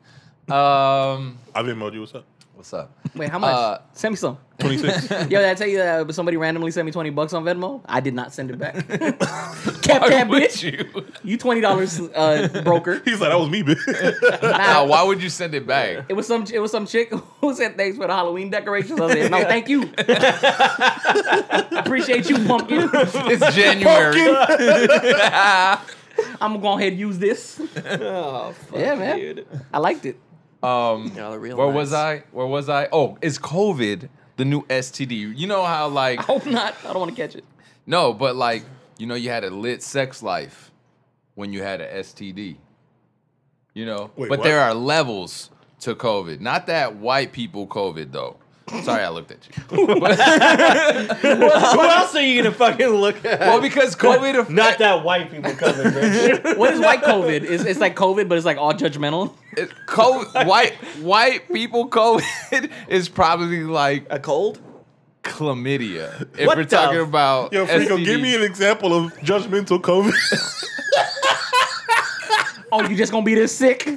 Um,
I've emoji. What's up?
what's up?
Wait, how much?
Uh,
send me some.
Twenty six.
Yo, did I tell you that somebody randomly sent me twenty bucks on Venmo? I did not send it back. Cap that
Would
bitch.
you?
You twenty dollars uh, broker.
He's like, that was me, bitch.
Now,
Nah,
why would you send it back?
It was some it was some chick who said thanks for the Halloween decorations. I said, no, thank you. Appreciate you, pumpkin.
It's January.
I'm gonna go ahead and use this.
Oh, fuck,
Yeah, man.
Dude.
I liked it.
Um,
Y'all are real
where
nice.
was I? Where was I? Oh, is COVID the new STD? You know how like
Oh.
Hope not. I don't want to catch it.
no, but like you know you had a lit sex life when you had a STD. You know,
Wait,
but
what?
there are levels to COVID. Not that white people COVID though. Sorry, I looked at you.
What else are you gonna fucking look at?
well, because COVID. affect-
Not that white people coming, bitch.
What is white COVID? It's, it's like COVID, but it's like all judgmental.
it- COVID, white white people COVID is probably like
A cold?
chlamydia. If
What
we're
the
talking
f-
about
Yo, Frico, give
STDs.
me an example of judgmental COVID.
Oh, you just gonna be this sick?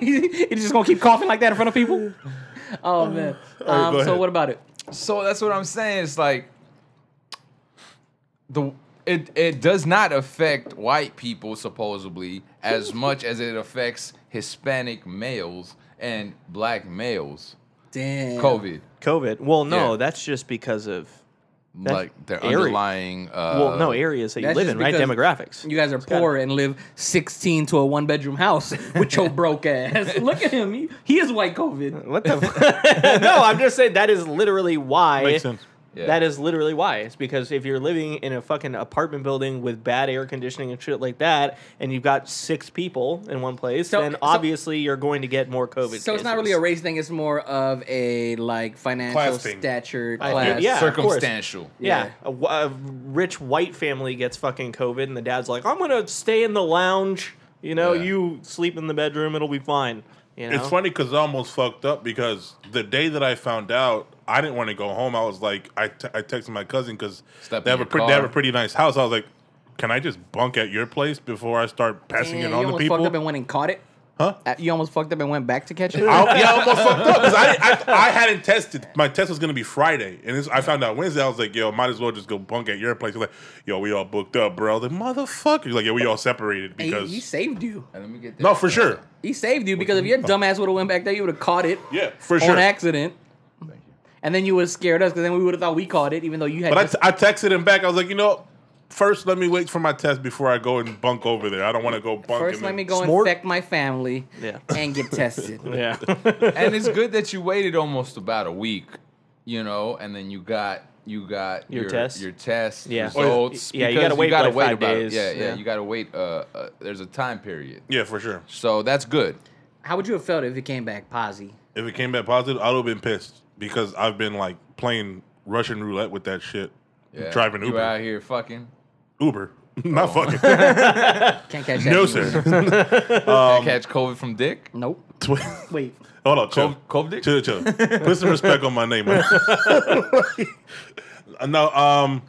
you just gonna keep coughing like that in front of people? Oh man. Um, so
ahead.
what about it?
So that's what I'm saying. It's like the it it does not affect white people supposedly as much as it affects Hispanic males and black males.
Damn.
COVID,
COVID. Well, no,
Yeah.
that's just because of
like their
area.
underlying. Uh,
well, no areas that you
that's
live
just
in, right?
because
Demographics.
You guys are poor and live 16 to a one bedroom house with your broke ass. Look at him. He, he is white COVID.
What the? f- no, I'm just saying that is literally why.
Makes sense.
Yeah.
That is literally why. It's because if you're living in a fucking apartment building with bad air conditioning and shit like that, and you've got six people in one place,
So-
then
so-
obviously you're going to get more COVID.
So it's not really a
cases.
race thing. It's more of a like financial
Class thing.
stature
I-
class.
yeah. of course.
circumstantial.
Yeah,
Yeah.
A, wh- a rich white family gets fucking COVID, and the dad's like, "I'm gonna stay in the lounge. You know,
Yeah.
you sleep in the bedroom. It'll be fine." You know,
It's funny because I almost fucked up because the day that I found out, I didn't want to go home. I was like, I, t- I texted my cousin because
Step
they
in
have a
your
pretty they have a
car.
pretty nice house. I was like, can I just bunk at your place before I start
Damn,
passing
you
it on to
almost fucked up
people?
and went and caught it.
Huh?
Uh, You almost fucked up and went back to catch it.
I, yeah, I almost fucked up because I, I I hadn't tested. My test was gonna be Friday, and it's, I found out Wednesday. I was like, yo, might as well just go bunk at your place. He's like, yo, we all booked up, bro. The motherfucker. He's like, yeah, we all separated
And he,
because
he saved you.
And let me get that.
no, for sure.
He saved you because if your dumbass would have went back there, you would have caught it
Yeah, for
on
sure.
accident. And then you would have scared us because then we would have thought we caught it, even though you had.
But I
just-
I texted him back. I was like, you know, first let me wait for my test before I go and bunk over there. I don't want to go bunk.
First,
and
let
then-
me go
Smart.
infect my family
Yeah.
and get tested.
yeah.
and it's good that you waited almost about a week, you know, and then you got you got
Your test?
your test
Yeah.
results.
Or- yeah, you
because
gotta wait like five
about-
days,
Yeah, yeah,
yeah.
you got to wait. Uh, uh, there's a time period,
Yeah, for sure.
so that's good.
How would you have felt if it came back posy?
If it came back positive, I'd have been pissed because I've been like playing Russian roulette with that shit.
Yeah.
Driving
you out
Uber,
here Oh. fucking.
Uber, not fucking.
Can't catch that.
no,
anymore.
sir. Um,
Can't catch COVID from dick.
Nope.
Tw-
Wait.
Hold on, chill.
Cove- Covedick?
Chill, chill. Put some respect on my name. man. no, um,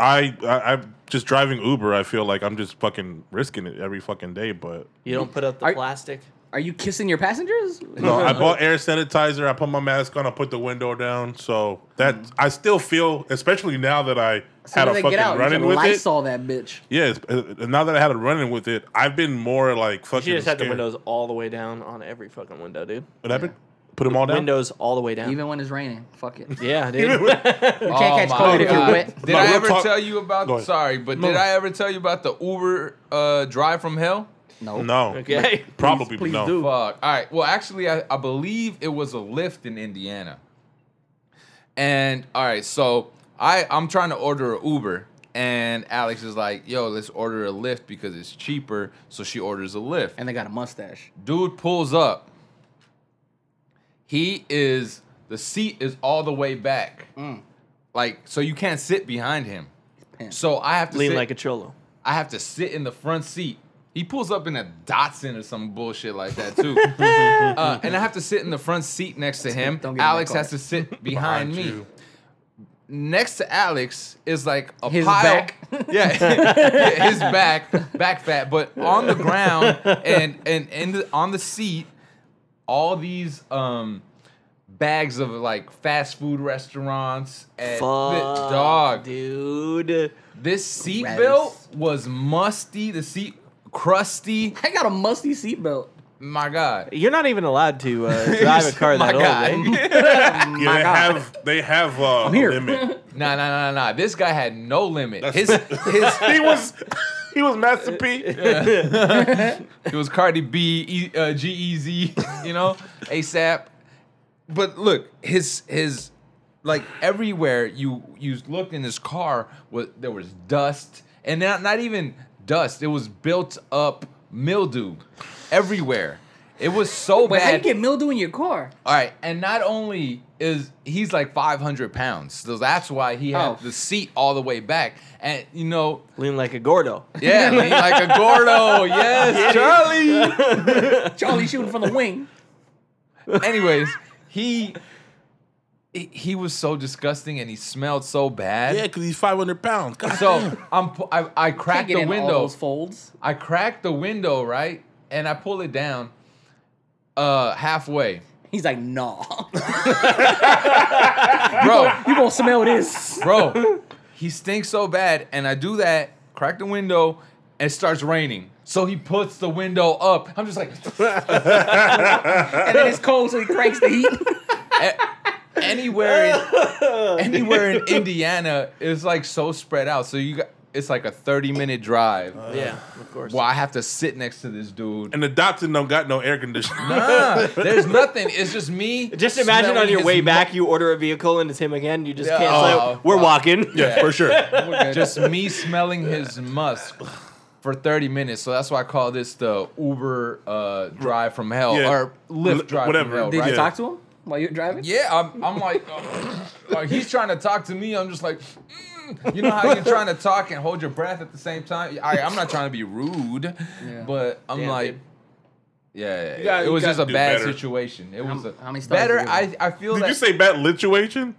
I, I, I'm just driving Uber. I feel like I'm just fucking risking it every fucking day. But
You don't put up the
Are-
plastic.
Are you kissing your passengers?
no, I bought air sanitizer. I put my mask on. I put the window down. So that I still feel, especially now that I had
How
a
do they
fucking
get out? You
run-in
can
with it.
Lysol that bitch.
Yeah, it's- uh, now that I had a run-in with it, I've been more like fucking.
She just had the
scared.
windows all the way down on every fucking window, dude.
What happened? Put them all down.
windows all the way down.
Even when it's raining, fuck it. You
yeah, dude.
can't catch
Oh my
cold if you're
God.
wet.
Did
No,
I
real
ever
talk-
tell you
Go
about?
ahead.
Sorry, but did I ever tell you about the Uber uh, drive from hell?
No.
No.
Okay.
Probably
Please- please
no.
do.
Fuck. All right. Well, actually, I, I believe it was a lift in Indiana. And all right, so I I'm trying to order an Uber, and Alex is like, "Yo, let's order a lift because it's cheaper." So she orders a lift.
And they got a mustache.
Dude pulls up. He is the seat is all the way back, like so you can't sit behind him.
pants.
So I have to
Lean
sit,
like a cholo.
I have to sit in the front seat. He pulls up in a Datsun or some bullshit like that too, uh, and I have to sit in the front seat next to him.
Don't get in my
Alex
car.
has to sit behind, me.
you.
Next to Alex is like a
His
pile.
back.
Yeah, yeah, his back, back fat, but on the ground and and in the, on the seat, all these um bags of like fast food restaurants and the-
Fuck,
dog.
dude.
This seat
Gross.
belt was musty. The seat crusty.
I got a musty seatbelt.
My God.
You're not even allowed to uh, drive a car
My
that old. eh?
God.
Right?
Yeah, they have they have uh, a
here.
limit.
Nah, nah, nah, nah, nah. This guy had no limit. His his
He was he was Master P.
it was Cardi B, e, uh, G Easy, you know, ASAP. But look, his his like everywhere you you looked in his car was there was dust, and not not even dust. It was built up mildew everywhere. It was so
Wait,
bad.
how you get mildew in your car?
All right, and not only is he's like 500 pounds, so that's why he had
Oh.
the seat all the way back, and you know,
Lean like a gordo.
yeah, lean like a Gordo, yes, Charlie.
Charlie shooting from the wing.
Anyways, he he- he was so disgusting, and he smelled so bad.
Yeah, because he's 500 pounds. God
So I'm pu- I, I
Can't
cracked
get
the
in all
window.
those folds.
I cracked the window right, and I pull it down uh halfway,
He's like, nah.
bro.
you gonna smell this?
bro. He stinks so bad, and I do that, crack the window, and it starts raining. So he puts the window up. I'm just like,
And then it's cold, so he cranks the heat.
anywhere, in, anywhere in Indiana is like so spread out. So you got, it's like a 30 minute drive.
Yeah, of course.
Well, I have to sit next to this dude.
And the Datsun don't got no air conditioning.
Nah, there's nothing. It's just me.
Just imagine on
smelling
your
his
way
mo-
back, you order a vehicle and it's him again. You just
Yeah.
can't
Oh,
say, we're
fuck.
walking.
Yeah, for sure.
just me smelling his musk for 30 minutes. So that's why I call this the Uber uh, drive from hell
Yeah.
or Lyft
L-
drive
whatever.
from hell.
Did
right?
you talk to him while you were driving?
Yeah, I'm, I'm like, uh, like, he's trying to talk to me. I'm just like, mm. you know how you're trying to talk and hold your breath at the same time. I, I'm not trying to be rude, but I'm
Damn,
like,
dude.
yeah, yeah, yeah.
gotta-
it
you
was just
gotta
a
do
bad
better.
situation. It was
How-
a,
how many stars
better.
did you
I,
give
I feel
Did
that
you say bad lituation?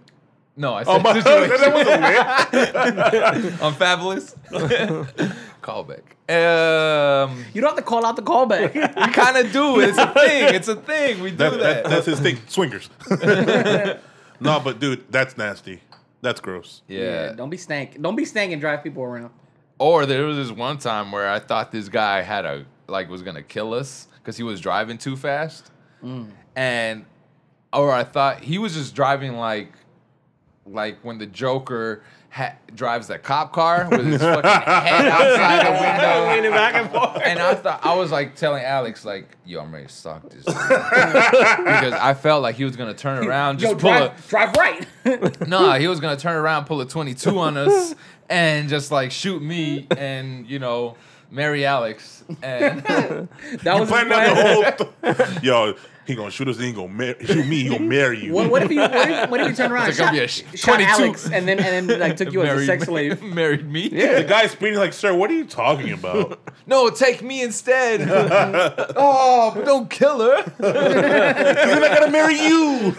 no. I said
Oh my
situation.
that was a lit.
I'm fabulous. Callback. Um,
You don't have to call out the callback.
we kind of do. It's a thing. It's a thing. We do
That,
that.
that- that's his thing. Swingers. no, but dude, that's nasty. That's gross.
yeah.
Don't be stank. Don't be stank and drive people around.
Or there was this one time where I thought this guy had a like was gonna kill us because he was driving too fast, and or I thought he was just driving like like when the Joker ha- drives that cop car with his fucking head outside the window.
Leaning back and forth.
And I thought I was like telling Alex like, "Yo, I'm ready to sock this," dude." because I felt like he was gonna turn around, just
Yo,
pull
drive, drive right.
a nah. He was gonna turn around, pull a 22 on us, and just like shoot me and you know marry Alex. And
That was his
Planned out
plan.
the whole. th- Yo, he gonna shoot us. He gonna mar- shoot me. He gonna marry you.
What, what if you what if, what if you turn around and
It's like
shot,
gonna be a sh-
shot
22.
Alex and then and then like took you as a sex slave?
married me.
The guy's speeding like, sir. What are you talking about?
No, take me instead. oh, but don't kill her.
then I gotta marry you.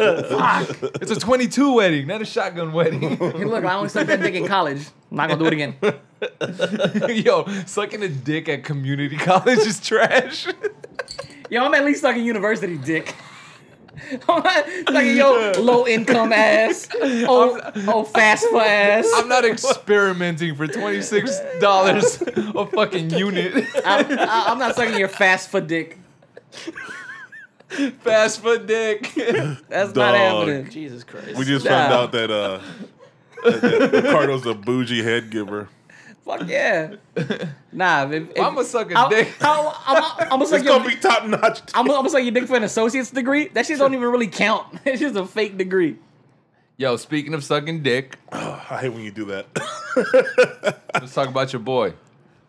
It's a 22 wedding, not a shotgun wedding.
Hey, Look, I only sucked that dick in college. I'm not gonna do it again.
Yo, sucking a dick at community college is trash.
Yo, I'm at least sucking university dick. I'm not sucking yo low income ass, oh oh fast for ass.
I'm not experimenting for $26 a fucking unit.
I'm, I- I'm not sucking your fast for dick.
Fast foot dick.
That's not
Dog.
happening.
Jesus Christ.
We just
Nah.
found out that uh, that- that Ricardo's a bougie head giver.
Fuck yeah. Nah, if, if,
I'm gonna suck a
I'll-
dick.
I'll- I'm gonna suck
It's
your
gonna be top notch.
I'm gonna say your dick for an associate's degree. That shit don't even really count. It's just a fake degree.
Yo, speaking of sucking dick,
I hate when you do that.
let's talk about your boy.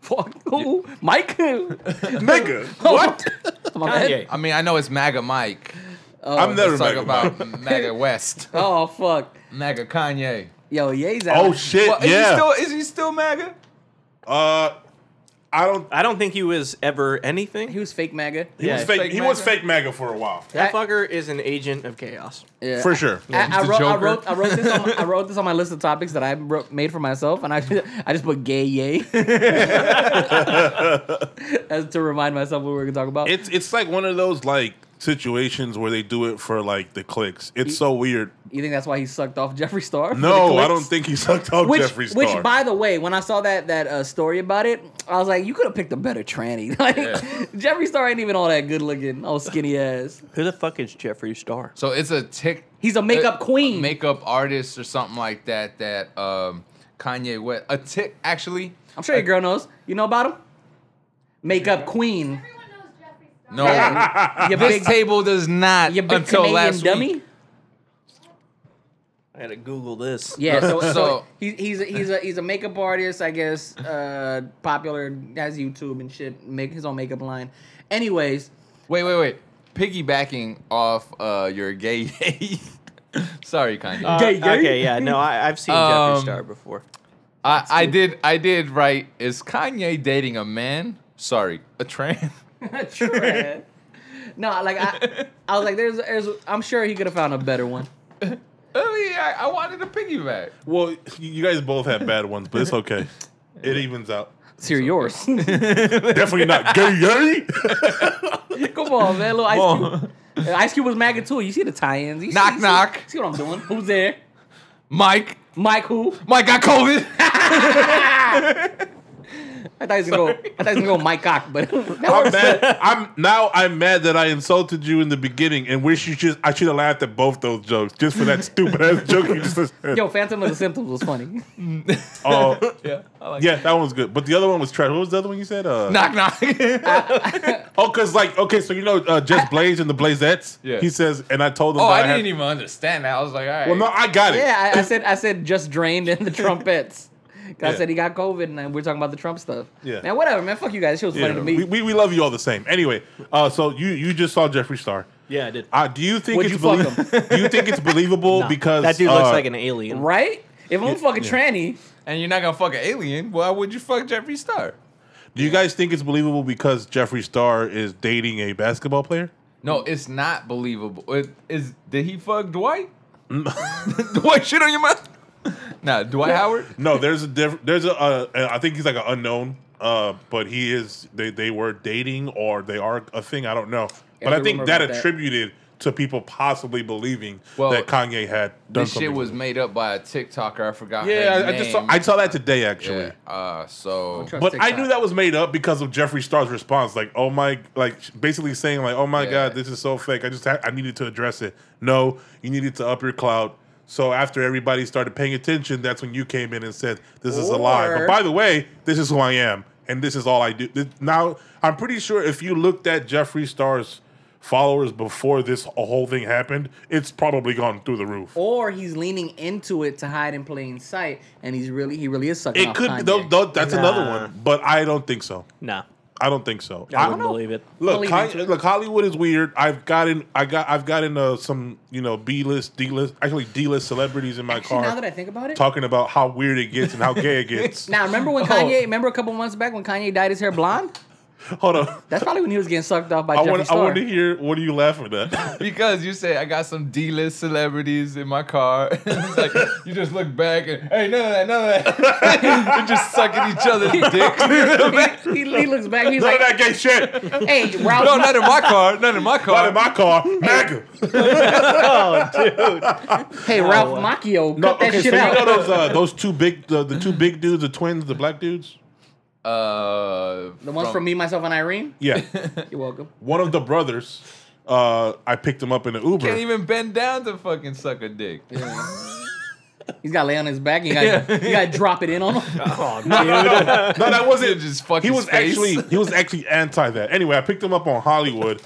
Fuck who? Mike?
Nigga,
What?
Kanye.
I mean, I know it's MAGA Mike.
I'm never
Let's talk
making about.
about MAGA West,
Oh fuck.
MAGA Kanye.
Yo, Ye's out.
Oh shit!
Well, is
yeah.
he still is he still MAGA?
uh, I don't.
I don't think he was ever anything.
He was fake MAGA.
He was
Yeah,
fake.
fake
he was
MAGA.
fake MAGA for a while,
I-
that fucker is an agent of chaos.
Yeah.
for sure.
I, I,
the
wrote, I
Joker.
wrote I wrote this on my, I wrote this on my list of topics that I wrote, made for myself, and I I just put gay yay as to remind myself what we were gonna talk about.
It's it's like one of those like situations where they do it for like the clicks. It's so weird.
you think that's why he sucked off Jeffree Star? for the
No, I
clicks?
don't think he sucked off
Which,
Jeffree Star.
which, by the way, when I saw that that uh, story about it, I was like, you could have picked a better tranny. Like, Jeffree Star ain't even all that good looking, all skinny ass.
Who the fuck is Jeffree Star?
So it's a tick.
He's a makeup
a-
queen.
a makeup artist, or something like that. That um, Kanye West, a tick actually.
I'm sure your girl knows. You know about him? Makeup queen.
Everyone knows Jeffree Star.
No,
Yeah. You big,
this table does not
you big
until
Canadian
last
dummy.
week.
I gotta Google this.
Yeah, so, so
So-
he, he's a, he's a he's a makeup artist, I guess. Uh, popular has YouTube and shit. Make his own makeup line. Anyways,
Wait, wait, wait. Piggybacking off uh, your gay. Sorry, Kanye.
Uh,
Gay, gay.
Okay, yeah, no, I, I've seen Jeffree
Um,
Star before.
I, I did I did right. Is Kanye dating a man? Sorry, a trans.
Trad. no, like I, I was like, there's there's. I'm sure he could have found a better one.
Oh yeah, I, I wanted a piggyback.
well, you guys both have bad ones, but it's okay. It evens out.
It's here, yours.
Definitely not gay. gay.
Come on, man. Little Ice Cube. Ice Cube was MAGA too. You see the tie-ins. You see-
Knock,
you see,
knock.
See what I'm doing? Who's there?
Mike,
Mike who?
Mike got COVID.
I thought he was gonna go. I thought he was gonna go Mike Cock, but that
I'm
works.
mad. I'm now. I'm mad that I insulted you in the beginning, and wish you just. I should have laughed at both those jokes just for that stupid ass joke you just. Said.
Yo, Phantom of the Symptoms was funny.
Oh,
yeah, I like
yeah, that one was good. But the other one was trash. What was the other one you said? Uh,
Knock knock.
Oh, cause like okay, so you know, uh, Just Blaze and the Blazettes.
Yeah.
He says, and I told him.
oh,
that
I
had-
didn't even understand that. I was like, all right.
Well, no, I got it.
Yeah, I, I said I said just drained in the trumpets. 'Cause I
Yeah.
said he got COVID, and then we're talking about the Trump stuff.
Yeah.
man, whatever, man. Fuck you guys. She was
Yeah,
funny to me.
we, we, we love you all the same. Anyway, uh, so you you just saw Jeffree Star.
Yeah, I did.
Uh, do you think
Would
it's
you fuck
belie- do you think it's believable because
that dude looks
uh,
like an alien.
right? If I'm fucking tranny,
and you're not gonna fuck an alien. Why would you fuck Jeffree Star?
Do you guys think it's believable because Jeffree Star is dating a basketball player?
No, it's not believable. It, is did he fuck Dwight? Dwight shit on your mouth? Nah, Dwight Howard.
No, there's a diff- there's a uh, I think he's like an unknown, uh, but he is they they were dating or they are a thing. I don't know, but I
the rumor
think that
about that.
attributed to people possibly believing
Well,
that Kanye had done
This shit
something
was
with
made up by a TikToker. I forgot.
it. yeah.
her
I, I just saw,
name.
I saw that today actually.
Yeah, uh, so
trust
But I
TikTok.
knew that was made up because of Jeffree Star's response, like "Oh my," like basically saying like "Oh my
Yeah.
god, this is so fake." I just ha- I needed to address it. No, you needed to up your clout. So after everybody started paying attention, that's when you came in and said, "This is a lie."
Or-
But by the way, this is who I am, and this is all I do. This- now I'm pretty sure if you looked at Jeffree Star's followers before this whole thing happened, it's probably gone through the roof.
or he's leaning into it to hide in plain sight, and he's really he really is sucking.
It
off
could be
Kanye.
tho- tho- that's another
Nah.
one, but I don't think so.
Nah,
I don't think so.
I,
I-
wouldn't believe it.
Look,
Believe
Kanye-
into it.
look, Hollywood is weird. I've gotten, I got, I've gotten uh, some, you know, B list, D list, actually D list celebrities in my
Actually,
car
now that I think about it,
talking Oh. about how weird it gets and how gay it gets.
now remember when Kanye? Remember a couple months back when Kanye dyed his hair blonde?
Hold on,
That's probably when he was getting sucked off by
I
Jeffree
want, I
Star.
want to hear what are you laughing at?
Because you say I got some D-list celebrities in my car. it's like you just look back and hey, none of that, none of that. You're just sucking each other's dick.
he, he looks back. He's
None of
like,
that gay shit.
"Hey, Ralph."
no, not in my car. Not in my
Not
car.
in my car, MAGA.
hey, Ralph Macchio,
No,
cut that
okay, so
shit
you
out.
know those uh, those two big, the, the two big dudes, the twins, the black dudes.
uh,
the ones from, Me, Myself, and Irene.
Yeah,
You're welcome.
one of the brothers uh, I picked him up in an Uber.
Can't even bend down to fucking suck a dick.
He's got to lay on his back. And you got to drop it in on him.
no, that wasn't
Just fuck
He
his
was
face.
actually he was actually anti that. Anyway, I picked him up on Hollywood,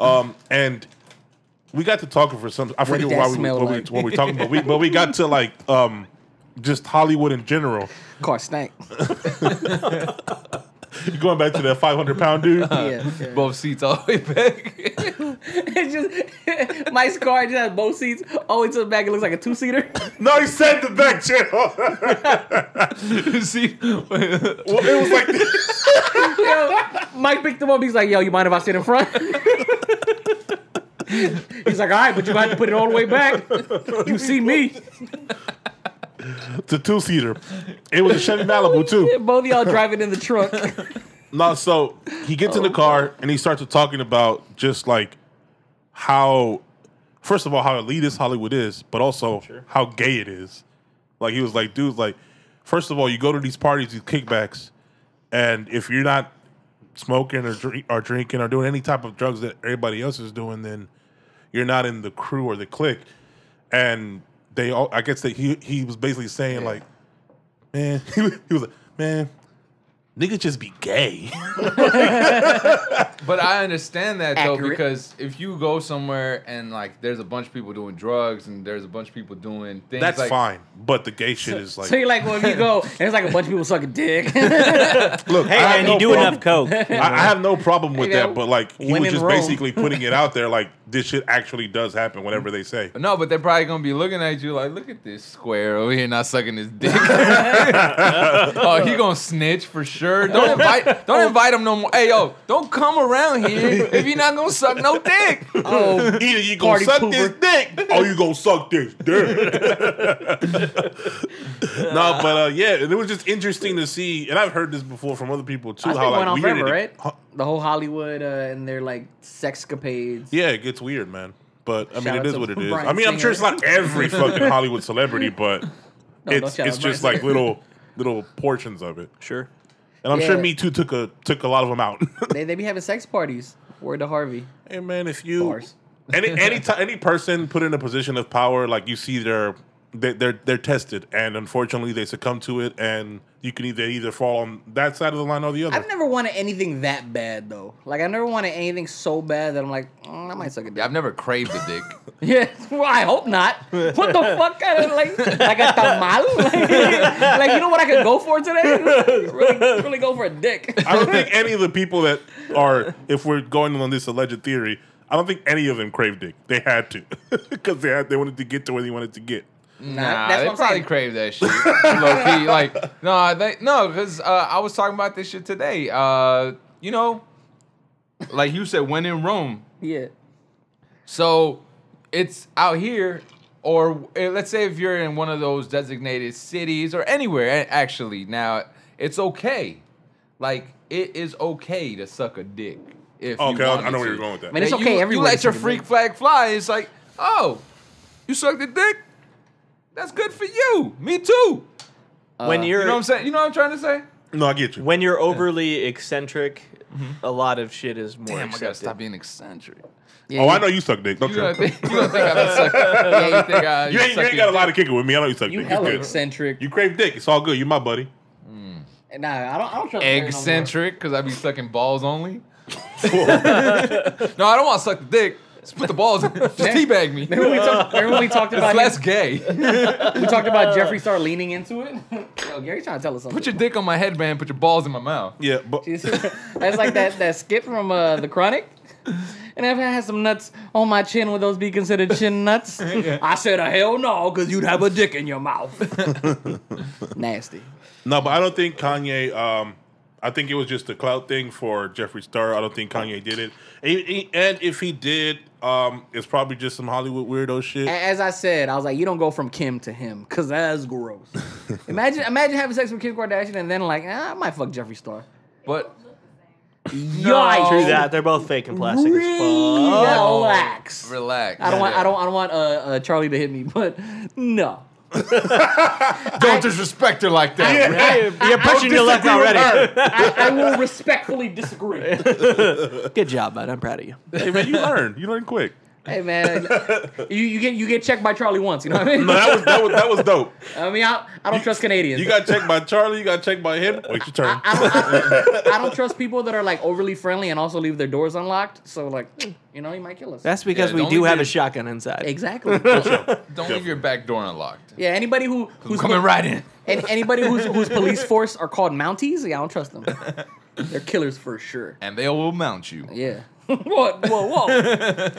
um, and we got to talking for some. I forget
did that
why we
smell
what, we
like?
what we talking about. We, but we got to like um, just Hollywood in general.
Car stank.
Going back to that five hundred pound dude.
Yeah. yeah.
Both seats all the way back.
it's just my car just has both seats. Oh, it's the back. It looks like a two seater.
No, he said the back channel.
See,
well, it was like
Mike picked him up. He's like, "Yo, you mind if I sit in front?" He's like, "All right, but you have to put it all the way back. You see me?
the two seater. It was a Chevy Malibu too.
Both of y'all driving in the truck."
No, so he gets in the car and he starts talking about just like how, first of all, how elitist Hollywood is, but also how gay it is. Like he was like, dude, like, first of all, you go to these parties, these kickbacks, and if you're not smoking or drink, or drinking or doing any type of drugs that everybody else is doing, then you're not in the crew or the clique. And they all, I guess that he he was basically saying like, man, he was, he was like, man, niggas just be gay.
but I understand that though
Accurate.
because if you go somewhere and like there's a bunch of people doing drugs and there's a bunch of people doing things.
That's
like,
fine, but the gay shit is like.
So you're like, "Well, if you go, and it's like a bunch of people sucking dick."
look,
Hey,
I have
man, you
no
do
problem-
enough coke.
I, I have no problem with
You know,
that, but like he was
women
just
roll.
basically putting it out there, like this shit actually does happen. Whenever they say,
No, but they're probably gonna be looking at you like, look at this square over here not sucking his dick. oh, he gonna snitch for sure. Don't invite, don't invite him no more. Hey, yo, don't come around here if you're not gonna suck no dick.
oh,
either you gonna
Party
suck
pooper.
this dick, or you gonna suck this dick. no, but uh, yeah, and it was just interesting to see, and I've heard this before from other people too.
that's been
how like
going on
weird
forever,
it,
right?
huh?
The whole Hollywood uh, and their like sexcapades.
Yeah, it gets weird, man. But I mean,
Shout
it
out
is
to
what it is.
Bryan
I mean, I'm sure it's
Singer.
not every fucking Hollywood celebrity, but it's
shout out
it's just
Bryan
like little little portions of it.
Sure.
And I'm sure
Yeah.
Me Too took a took a lot of them out.
They they be having sex parties. Word to Harvey.
hey man, if you
Bars.
any any ti- any person put in a position of power, like you see they're they, they're they're tested, and unfortunately they succumb to it, and you can either either fall on that side of the line or the other.
I've never wanted anything that bad though. Like I never wanted anything so bad that I'm like, mm, I might suck a dick.
I've never craved a dick.
Yeah, well, I hope not. What the fuck? I don't like, like a tamal? Like, like, you know what I could go for today? Really, really go for a dick.
I don't think any of the people that are, if we're going on this alleged theory, I don't think any of them craved dick. They had to because they had they wanted to get to where they wanted to get.
Nah,
that's
they
what I'm
probably
saying.
crave that shit. Low key, like no, they no, because uh, I was talking about this shit today. Uh, you know, like you said, when in Rome.
Yeah.
So it's out here, or eh, let's say if you're in one of those designated cities or anywhere. eh, Actually, now it's okay. Like it is okay to suck a dick. If you
Okay, I- I
wanted
know where
to.
you're going with that.
Man, it's
Yeah,
okay
You, you
everywhere to
let your
suck a
freak
dick.
flag fly. It's like, oh, you sucked a dick. That's good for you. Me too.
when you're
You know what I'm saying? You know what I'm trying to
Oh
say?
No, I get you.
when you're overly eccentric, a lot of shit is more
Mm-hmm. Damn, I gotta
accepted.
stop being eccentric.
yeah
oh,
you,
I know you suck dick. Don't
You
you?
don't think, you don't think I done sucked? Yeah, you think I
You ain't, you
sucked
ain't got
your
a lot of kicking with me. I know you suck
You
dick. It's
hella
good.
eccentric.
You crave dick. It's all good. You my buddy.
nah, I don't. I don't trust Mary no more.
eccentric because I be sucking balls only.
Whoa.
No, I don't want to suck the dick. Just put the balls in. Just teabag me.
Remember we, talked, remember when we talked
It's
about
less
him,
gay.
we talked about Jeffree Star leaning into it? Yo, Gary's trying to tell us something.
Put your dick on my headband. Put your balls in my mouth.
yeah, but
You see- That's like that that skip from uh, the Chronic. And if I had some nuts on my chin, would those be considered chin nuts? I said, a hell no, because you'd have a dick in your mouth. Nasty.
no, but I don't think Kanye. Um, I think it was just a clout thing for Jeffree Star. I don't think Kanye did it. And, he- and if he did, um, it's probably just some Hollywood weirdo shit.
A- As I said, I was like, you don't go from Kim to him, because that's gross. imagine imagine having sex with Kim Kardashian and then like, ah, I might fuck Jeffree Star.
But
Yikes.
True that. They're both fake and plastic as fuck. Oh.
Relax.
relax.
I don't want.
Yeah.
I don't. I don't want uh, uh, Charlie to hit me, but no.
Don't disrespect her like that.
Yeah.
Rick.
Hey, you're pushing your luck
disagree with
already.
I, I will respectfully disagree.
Good job, bud. I'm proud of you.
Hey man, you learn. You learn quick.
hey man, you, you get you get checked by Charlie once. You know what I mean?
No, that was that was that was dope.
I mean, I, I don't trust Canadians.
You got checked by Charlie. You got checked by him. Wait your turn.
I don't, I, I don't trust people that are like overly friendly and also leave their doors unlocked. So like, you know, he might kill us.
That's because
Yeah,
we
don't
do
leave
have
it-
a shotgun inside.
exactly.
Don't leave your back door unlocked.
yeah, anybody who who's
Coming right in.
and anybody who's who's police force are called Mounties. Yeah, I don't trust them. They're killers for sure.
And they will mount you.
Yeah. what? Whoa, whoa.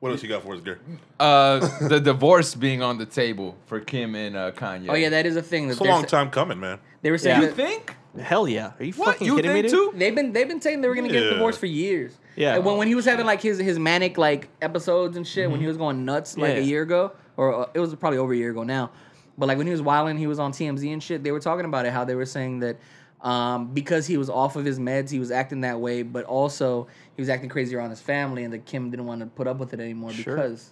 What else you got for us, Gary?
Uh, the divorce being on the table for Kim and uh, Kanye.
Oh yeah, that is a thing. That
It's a
they're
long
sa-
time coming, man.
They were saying
Yeah.
You
that-
think?
Hell yeah. Are you
What?
fucking
You
kidding me,
think
dude?
too?
They've been they've been saying they were gonna get
Yeah.
divorced for years.
Yeah.
And when, when he was having like his his manic like episodes and shit, when he was going nuts like
Mm-hmm. Yeah.
a year ago, or uh, it was probably over a year ago now, but like when he was wilding, he was on TMZ and shit. They were talking about it, how they were saying that um, because he was off of his meds, he was acting that way, but also he was acting crazy around his family, and that Kim didn't want to put up with it anymore
Sure.
because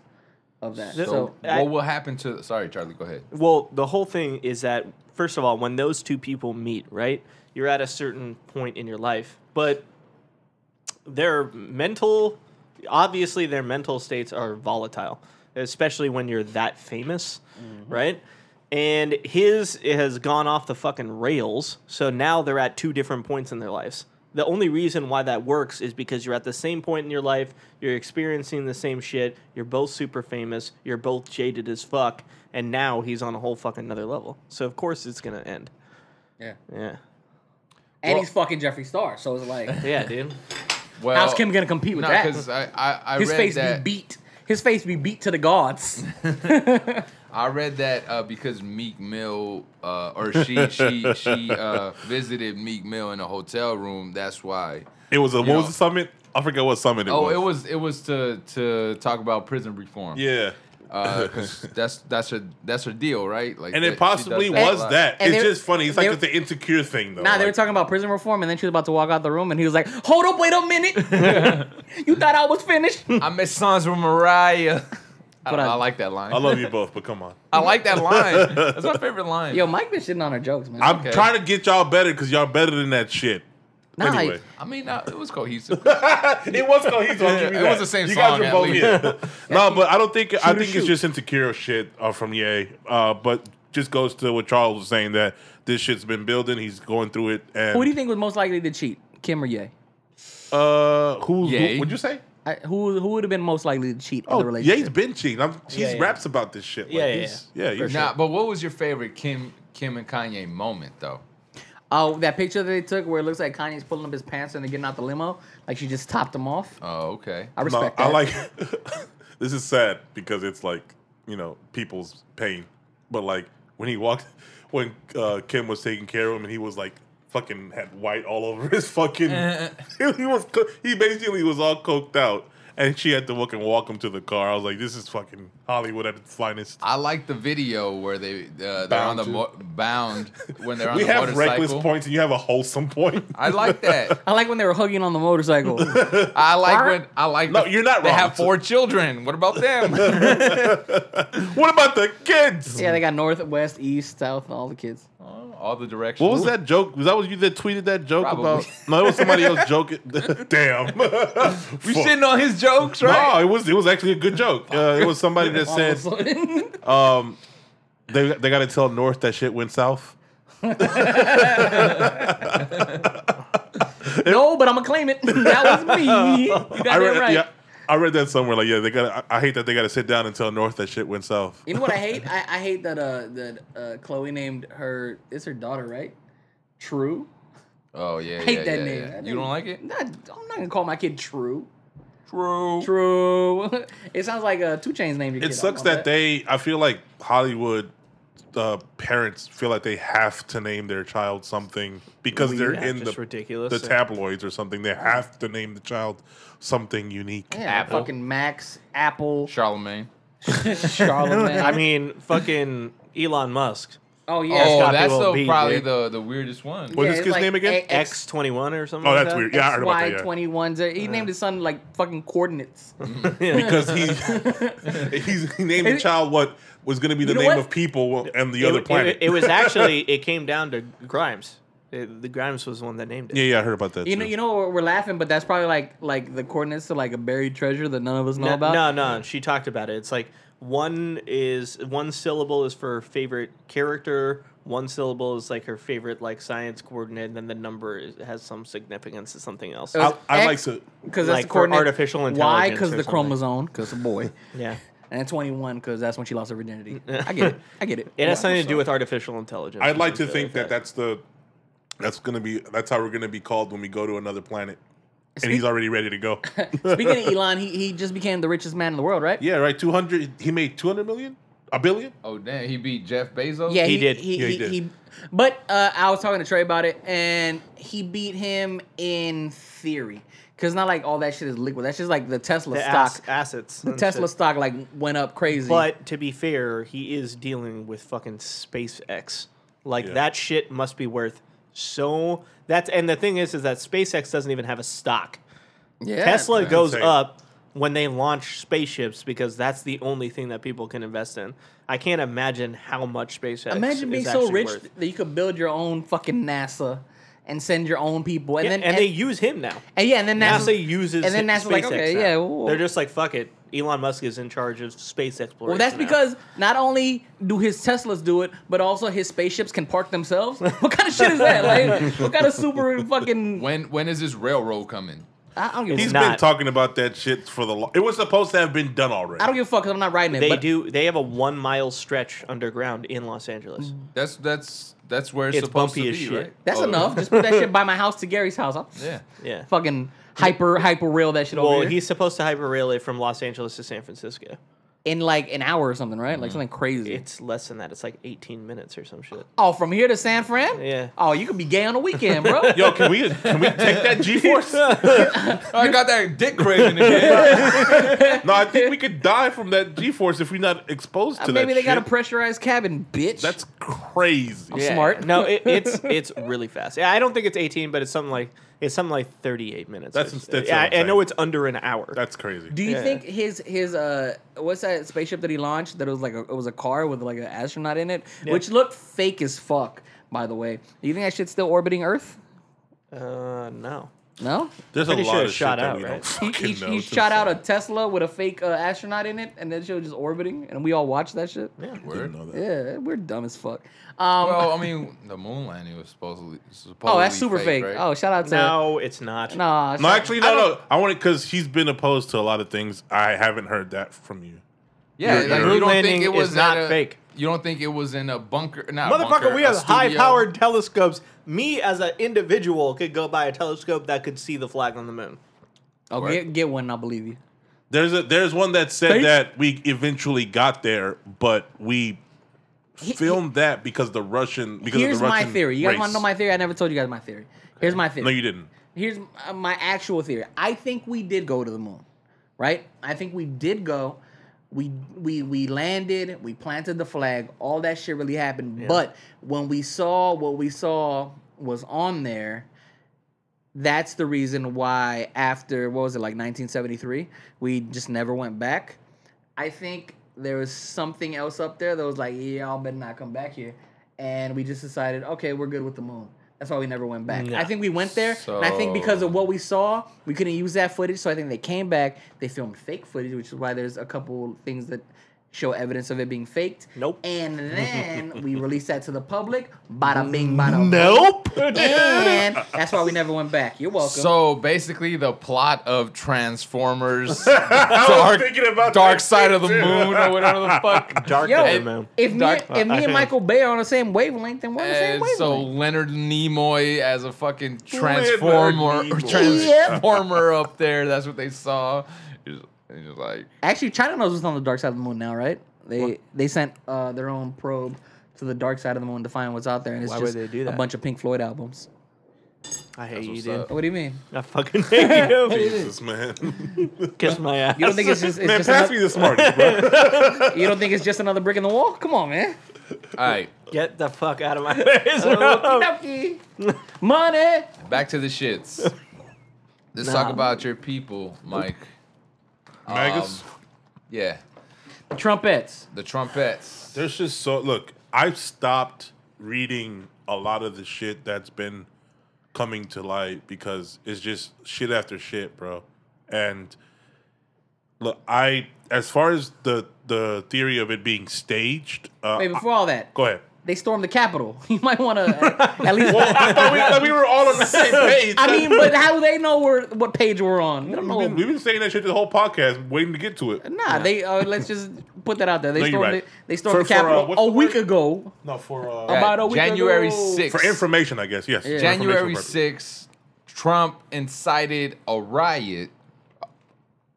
of that.
So-
So.
What
I-
will happen to? Sorry, Charlie. Go ahead.
Well, the whole thing is that first of all, when those two people meet, right? You're at a certain point in your life, but their mental obviously their mental states are volatile, especially when you're that famous,
Mm-hmm.
right? And his it has gone off the fucking rails, so now they're at two different points in their lives. The only reason why that works is because you're at the same point in your life, you're experiencing the same shit, you're both super famous, you're both jaded as fuck, and now he's on a whole fucking another level. So of course it's gonna end.
Yeah.
Yeah.
And
Well-
he's fucking Jeffree Star, so it's like,
Yeah, dude.
Well,
how's Kim gonna compete with
No, because
that?
I, I, I
His
read
face
that.
be beat. His face be beat to the gods.
I read that uh, because Meek Mill uh, or she she she uh, visited Meek Mill in a hotel room. That's why.
It was a what
know-
was the summit? I forget what summit it
Oh,
was.
it was it was to to talk about prison reform.
Yeah.
because that's that's her that's her deal, right? Like,
And
that-
it
she
possibly
does a
was
lot.
that.
and
it's
they-
just funny. It's like
they-
it's the insecure thing, though.
Nah, they were
Like,
talking about prison reform, and then she was about to walk out the room, and he was like, "Hold up, wait a minute! you thought I was finished?"
I miss songs with Mariah. I,
But
don't know,
I-
I like that line.
I love you both, but come on.
I like that line. That's my favorite line.
Yo, Mike been shitting on her jokes, man.
I'm
Okay.
trying to get y'all better because y'all better than that shit.
Nah,
anyway.
I mean, uh, it was cohesive.
It was cohesive. I'll give you
It
that.
was the same
you
song,
Guys
at
were both,
least.
yeah. no, but I don't think I
Shoot or
think it's
shoot.
just insecure shit uh, from Ye. Uh, but just goes to what Charles was saying that this shit's been building. He's going through it. And
who do you think was most likely to cheat, Kim or Ye?
Uh, who's
Ye.
who, would you say?
I, who who would have been most likely to cheat in the
Oh, Ye's
relationship?
been cheating. I'm, she's
Yeah, yeah.
raps about this shit. Like,
Yeah, yeah,
he's- yeah. he's-
nah, but what was your favorite Kim Kim and Kanye moment though?
Oh, that picture that they took where it looks like Kanye's pulling up his pants and they're getting out the limo, like she just topped him off.
Oh, okay.
I
No,
respect
I
that.
like. this is sad because it's like you know people's pain, but like when he walked, when uh, Kim was taking care of him, and he was like fucking had white all over his fucking.
Eh.
he was co- he basically was all coked out, and she had to fucking walk him to the car. I was like, this is fucking Hollywood at its finest.
I like the video where they uh, they're on
Bound
the
to-
mo- bound when they're on
we
the
have reckless
motorcycle.
points, and you have a wholesome point.
I like that.
I like when they were hugging on the motorcycle.
I like when I like.
No, you're not
They
wrong.
have four children. What about them?
what about the kids?
yeah, they got north, west, east, south, and all the kids.
Oh, All the directions.
What was that joke? Was that was you that tweeted that joke
Probably.
about? No, it was somebody else joking. Damn.
We shitting on his jokes,
No,
right?
it was it was actually a good joke. Uh, it was somebody that
All of
said Oh,
a sudden.
they they got to tell North that shit went south.
no, but I'm gonna claim it. that was me. You got
read
it right.
yeah, I read that somewhere. Like, yeah, they got. I, I hate that they got to sit down and tell North that shit went south.
You know what I hate? I, I hate that uh that uh Chloe named her it's her daughter, right? True.
Oh yeah, yeah,
hate that
yeah,
name.
yeah.
That
You don't
name-
like it?
Not, I'm not gonna call my kid True.
True.
True. it sounds like uh, Two Chains named your kid.
It sucks that they. I feel like Hollywood uh, parents feel like they have to name their child something because they're
Yeah,
in the
just ridiculous.
the tabloids or something. They have to name the child something unique.
Yeah, fucking Max Apple
Charlemagne.
Charlemagne.
I mean, fucking Elon Musk.
Oh yeah.
It's
oh,
gotta be
that's
a little
the,
beat,
probably
dude.
the, the weirdest one.
Yeah,
What's this
it's
kid's
like
name again?
A-
X twenty one or something.
Oh,
like
that's
that?
weird. Yeah, I heard about that. Yeah.
twenty ones. He named his son like fucking coordinates.
because he he's, he named the
It-
child what was going to be the
You know
name
what?
of people and the
It-
other
it-
planet.
It, was actually it came down to Grimes. It- the Grimes was the one that named it.
yeah, yeah, I heard about that.
You know, you know, we're, we're laughing, but that's probably like like the coordinates to like a buried treasure that none of us know
no,
about.
No, no, she talked about it. It's like one is one syllable is for favorite character, one syllable is like her favorite like science coordinate, and then the number is, has some significance to something else.
It was
I, I like
X-
to.
because
Like
that's the
for
coordinate.
artificial
Why?
intelligence
Because
or
the
something.
chromosome. Because a boy.
yeah.
And twenty one. Because that's when she lost her virginity. I get it. I get it.
It has something to do with artificial intelligence.
I'd like to
Something
think that that's the that's going to be that's how we're going to be called when we go to another planet, and he's already ready to go.
Speaking of Elon, he, he just became the richest man in the world, right?
yeah, right. Two hundred. He made two hundred million, a billion.
Oh damn, he beat Jeff Bezos.
Yeah,
He
he,
did.
He,
Yeah, he
he-
did.
he- but uh, I was talking to Trey about it, and he beat him in theory because not like all that shit is liquid. That's just like the Tesla
The
stock.
ass- assets.
the
and
Tesla
shit.
stock like went up crazy.
But to be fair, he is dealing with fucking SpaceX. Like
Yeah.
that shit must be worth so that's and the thing is is that SpaceX doesn't even have a stock.
yeah,
Tesla goes
Insane.
up when they launch spaceships because that's the only thing that people can invest in. I can't imagine how much SpaceX.
Imagine being
is
so
actually
rich
worth.
that you could build your own fucking NASA and send your own people, and
Yeah,
then
and,
and,
they use him now.
and yeah, and then
NASA,
NASA's-
uses
and then
hi-
NASA's
SpaceX
like, okay,
now.
yeah, well-
they're just like fuck it. Elon Musk is in charge of space
Well,
exploration.
that's
now.
because not only do his Teslas do it, but also his spaceships can park themselves. What kind of shit is that? Like, what kind of super fucking?
When when is this railroad coming?
I don't give. a
He's
fuck.
been
not.
talking about that shit for the. Lo- it was supposed to have been done already.
I don't give a fuck 'cause I'm not riding it.
they
but
do. They have a one mile stretch underground in Los Angeles.
That's that's that's where it's,
It's
supposed
bumpy
to
as
be,
shit.
right?
That's
Oh,
enough. Just put that shit by my house to Gary's house. I'll
Yeah.
Yeah.
fucking hyper hyper rail that shit
Well,
over here
he's supposed to hyper rail it from Los Angeles to San Francisco.
in like an hour or something, right?
Mm-hmm.
Like something crazy.
It's less than that. It's like 18 minutes or some shit.
oh, from here to San Fran?
Yeah.
Oh, you could be gay on the weekend, bro. Uh,
Yo, can we can we take that G force? no,
Oh, I got that dick craving again.
I think we could die from that G force if we're not exposed to that.
Uh, Maybe they got a
shit.
pressurized cabin, bitch.
That's crazy.
Yeah. Smart.
No, it, it's it's really fast. Yeah, I don't think it's 18, but it's something like it's something like 38 minutes.
That's-
It's-
that's
yeah,
what I'm
I, I know
saying.
it's under an hour.
That's crazy.
Do you
Yeah.
think his his uh what's that spaceship that he launched that was like a, it was a car with like an astronaut in it, which looked fake as fuck, by the way. Do you think that shit's still orbiting Earth?
uh, no.
No.
There's a
Pretty
lot
sure
of
it's
shit
shot
that
out,
we
right?
don't
He,
fucking
he,
know.
he
It's
shot out a
insane.
Tesla with a fake uh, astronaut in it, and that shit was just orbiting, and we all watched that shit. Yeah,
Word.
Didn't know that.
yeah we're dumb as fuck. Um,
Well, I mean, the moon landing was supposedly supposedly
oh, that's super fake.
right?
Oh, shout out to
No, it's not.
Nah,
No,
shout-
actually,
I
no,
don't-
no. I want it because he's been opposed to a lot of things. I haven't heard that from you.
yeah.
The
Like,
moon
you don't
landing
think it was
is not
at a-
fake.
You don't think it was in a bunker? Not a
Motherfucker,
bunker,
we
a
have
studio?
high powered telescopes. Me as an individual could go buy a telescope that could see the flag on the moon.
Oh, get, get one, I believe you.
There's a there's one that said
Thanks.
that we eventually got there, but we
He-
filmed that because the Russian because
Here's
of the
my
Russian
theory. You guys
race.
want to know my theory? I never told you guys my theory. Here's my theory.
No, you didn't.
Here's uh, my actual theory. I think we did go to the moon, right? I think we did go. We we we landed. We planted the flag. All that shit really happened. But when we saw what we saw was on there, that's the reason why after what was it like 1973, we just never went back. I think there was something else up there that was like, yeah, y'all better not come back here. And we just decided, okay, we're good with the moon. That's why we never went back. I think we went there, and I think because of what we saw, we couldn't use that footage. So I think they came back. They filmed fake footage, which is why there's a couple things that show evidence of it being faked.
Nope.
And then we released that to the public.
Mm,
Bada bing, bada boom. And that's why we never went back. You're welcome.
So basically, the plot of Transformers, Dark,
thinking about
Dark
that
Side of the
shit, too.
Moon, or whatever the fuck.
Dark
Yo,
of the moon.
if me,
Dark-
if me and Michael Bay are on the same wavelength, then we're on the same
And
wavelength.
so Leonard Nimoy as a fucking
Leonard
transformer,
Nimoy.
transformer up there. That's what they saw. He's he's like,
Actually, China knows what's on the dark side of the moon now, right? They they sent uh, their own probe to the dark side of the moon to find what's out there, and it's
Why would
just
they do that?
a bunch of Pink Floyd albums.
I hate you,
what's
dude.
up.
What do you mean?
I fucking hate you.
Jesus, man.
Kiss my ass.
You don't think it's just, it's
Man,
just
pass me
another,
the Smarties, bro.
you don't think it's just another brick in the wall? Come on, man.
All right,
Get the fuck out of my face,
Oh.
bro.
Okey-dokey. Money.
back to the shits. Let's
Nah.
talk about your people, Mike.
Magus.
Yeah,
Trumpets.
the trumpets.
There's just so look. I've stopped reading a lot of the shit that's been coming to light because it's just shit after shit, bro. And look, I as far as the the theory of it being staged. Uh,
Wait, before all that,
go ahead.
they stormed the Capitol. You might want to at least.
Well, I thought we, that we were all on the same page.
I mean, but how do they know where what page we're on? They don't
we've
know.
been, we've been saying that shit the whole podcast, waiting to get to it.
Nah, they uh, let's just put that out there. They
No, you're
stormed
right.
it. They stormed the
For- for, uh,
Capitol
what's
a
the
week
word?
ago.
No, for
Oh,
uh,
About a week
January
ago.
6th.
for information, I guess. Yes, for
January
information purposes.
6th, Trump incited a riot.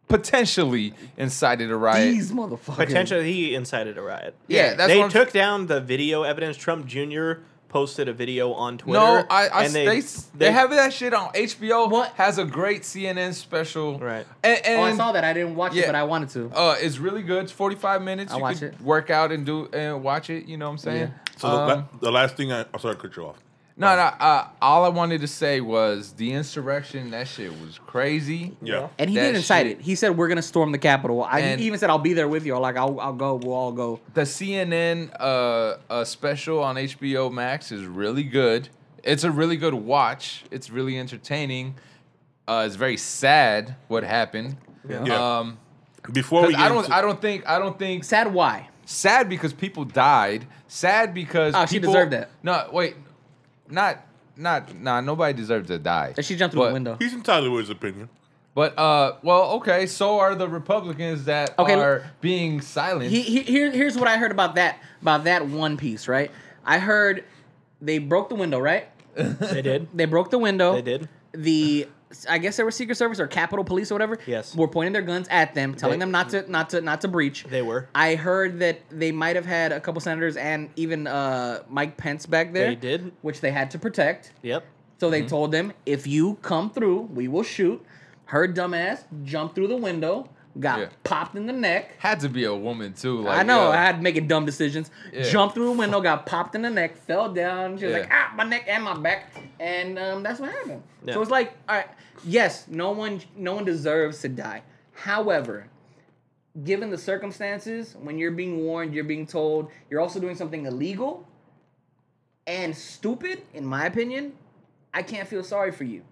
Potentially incited a riot.
These motherfuckers.
Potentially, he incited a riot.
Yeah, that's
they
what I'm-
took down the video evidence. Trump Jr. posted a video on Twitter.
No, I, I
and
they, they, have that shit on HBO.
What?
has a great CNN special?
Right.
And, and
Oh, I saw that. I didn't watch it,
Yeah.
but I wanted to.
Oh,
Uh, it's really good. It's forty five minutes.
I'll
you
watch
could
it.
work out and do and watch it. You know what I'm saying?
So
Um,
the, la- the last thing I, I'm sorry, to cut you off.
no, no. Uh, all I wanted to say was the insurrection. That shit was crazy.
Yeah.
And he
That
did incite
shit.
it. He said we're gonna storm the Capitol. I,
And-
he even said I'll be there with you. Like I'll, I'll go. We'll all go.
The CNN uh, uh special on HBO Max is really good. It's a really good watch. It's really entertaining. Uh, it's very sad what happened.
Yeah.
Um,
Before we
'cause
get
I don't.
into-
I don't think. I don't think
Sad why?
sad because people died. Sad because
Oh, she
people-
deserved that.
No, wait, not not nah. Nobody deserves to die.
That she jumped through
but,
the window.
he's entitled to his opinion.
But uh, well, okay. So are the Republicans that
Okay, l-
are being silent.
He, he here, here's what I heard about that about that one piece. Right? I heard they broke the window. Right?
They did.
They broke the window.
They did.
the I guess there was Secret Service or Capitol Police or whatever.
Yes.
were pointing their guns at them, telling
They-
them not to not to not to breach.
They were.
I heard that they might have had a couple senators and even uh, Mike Pence back there.
They did. Mm-hmm.
which they had to protect.
Yep.
So they told them, if you come through, we will shoot. Her dumbass jumped through the window, got
Yeah.
popped in the neck.
Had to be a woman too. Like
I know
yo.
I had making dumb decisions.
Yeah.
Jumped through the window, got popped in the neck, fell down. She was
Yeah.
like, ah, my neck and my back, and um, that's what happened.
Yeah.
So it's like, all right, yes, no one, no one deserves to die. However, given the circumstances, when you're being warned, you're being told, you're also doing something illegal and stupid, in my opinion. I can't feel sorry for you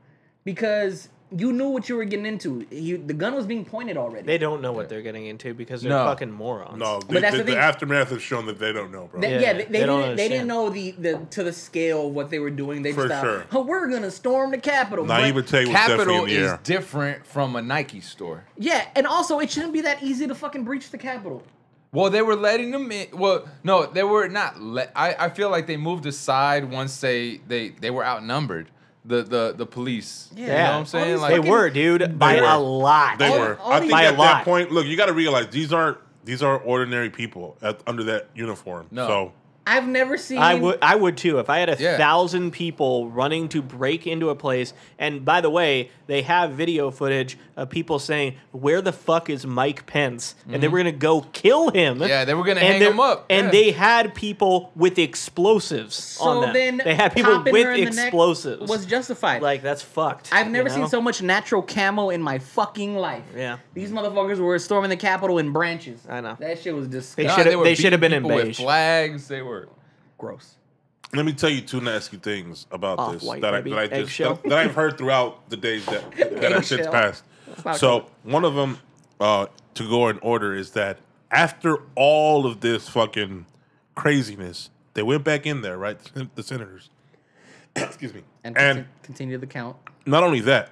because you knew what you were getting into. You, the gun was being pointed already.
They don't know what they're getting into because they're
No.
fucking morons.
No, the,
that's
the,
the
the
thing.
aftermath has shown that they don't know, bro.
They-
Yeah,
yeah, they,
they
they,
don't
didn't, they didn't
understand.
know the, the to the scale of what they were doing. They
For
just thought,
sure.
oh, we're gonna storm the Capitol. But-
Naivete was
Capital
definitely in the
is
air.
different from a Nike store.
yeah, and also it shouldn't be that easy to fucking breach the Capitol.
Well, they were letting them in. Well, no, they were not. Let, I I feel like they moved aside once they they they were outnumbered. The the the police. You know
Yeah.
what I'm
All
saying?
these
Like
They were, dude, by
were.
a lot.
They
All-
were.
all
I
these-
think
By a
at that
lot.
point, look, you got to realize these are these are ordinary people at, under that uniform.
No.
So
I've never seen.
I would, I would too. If I had a
Yeah.
thousand people running to break into a place, and by the way, they have video footage of people saying, "Where the fuck is Mike Pence?" And they were gonna go kill him.
Mm-hmm. Yeah, they were gonna
And
hang
they're-
him up.
And
Yeah.
they had people with explosives on
So
them.
then
they had people
popping her
with
in the neck
explosives.
was justified.
like that's fucked.
I've
you
never
know?
seen so much natural camo in my fucking life.
Yeah.
these motherfuckers were storming the Capitol in branches.
I know.
that shit was
They
Nah,
disgusting.
should've-
were
they should've
beating
been in
people with
beige.
flags. They were.
Gross.
let me tell you two nasty things about this
Off-white,
that I,
baby.
that I just
Eggshell.
that, that I've heard throughout the days that that have since
Eggshell.
passed.
not
So one of them uh, to go in order is that after all of this fucking craziness, they went back in there, right? The senators. Excuse me.
And,
and
conti- continue the count.
not only that,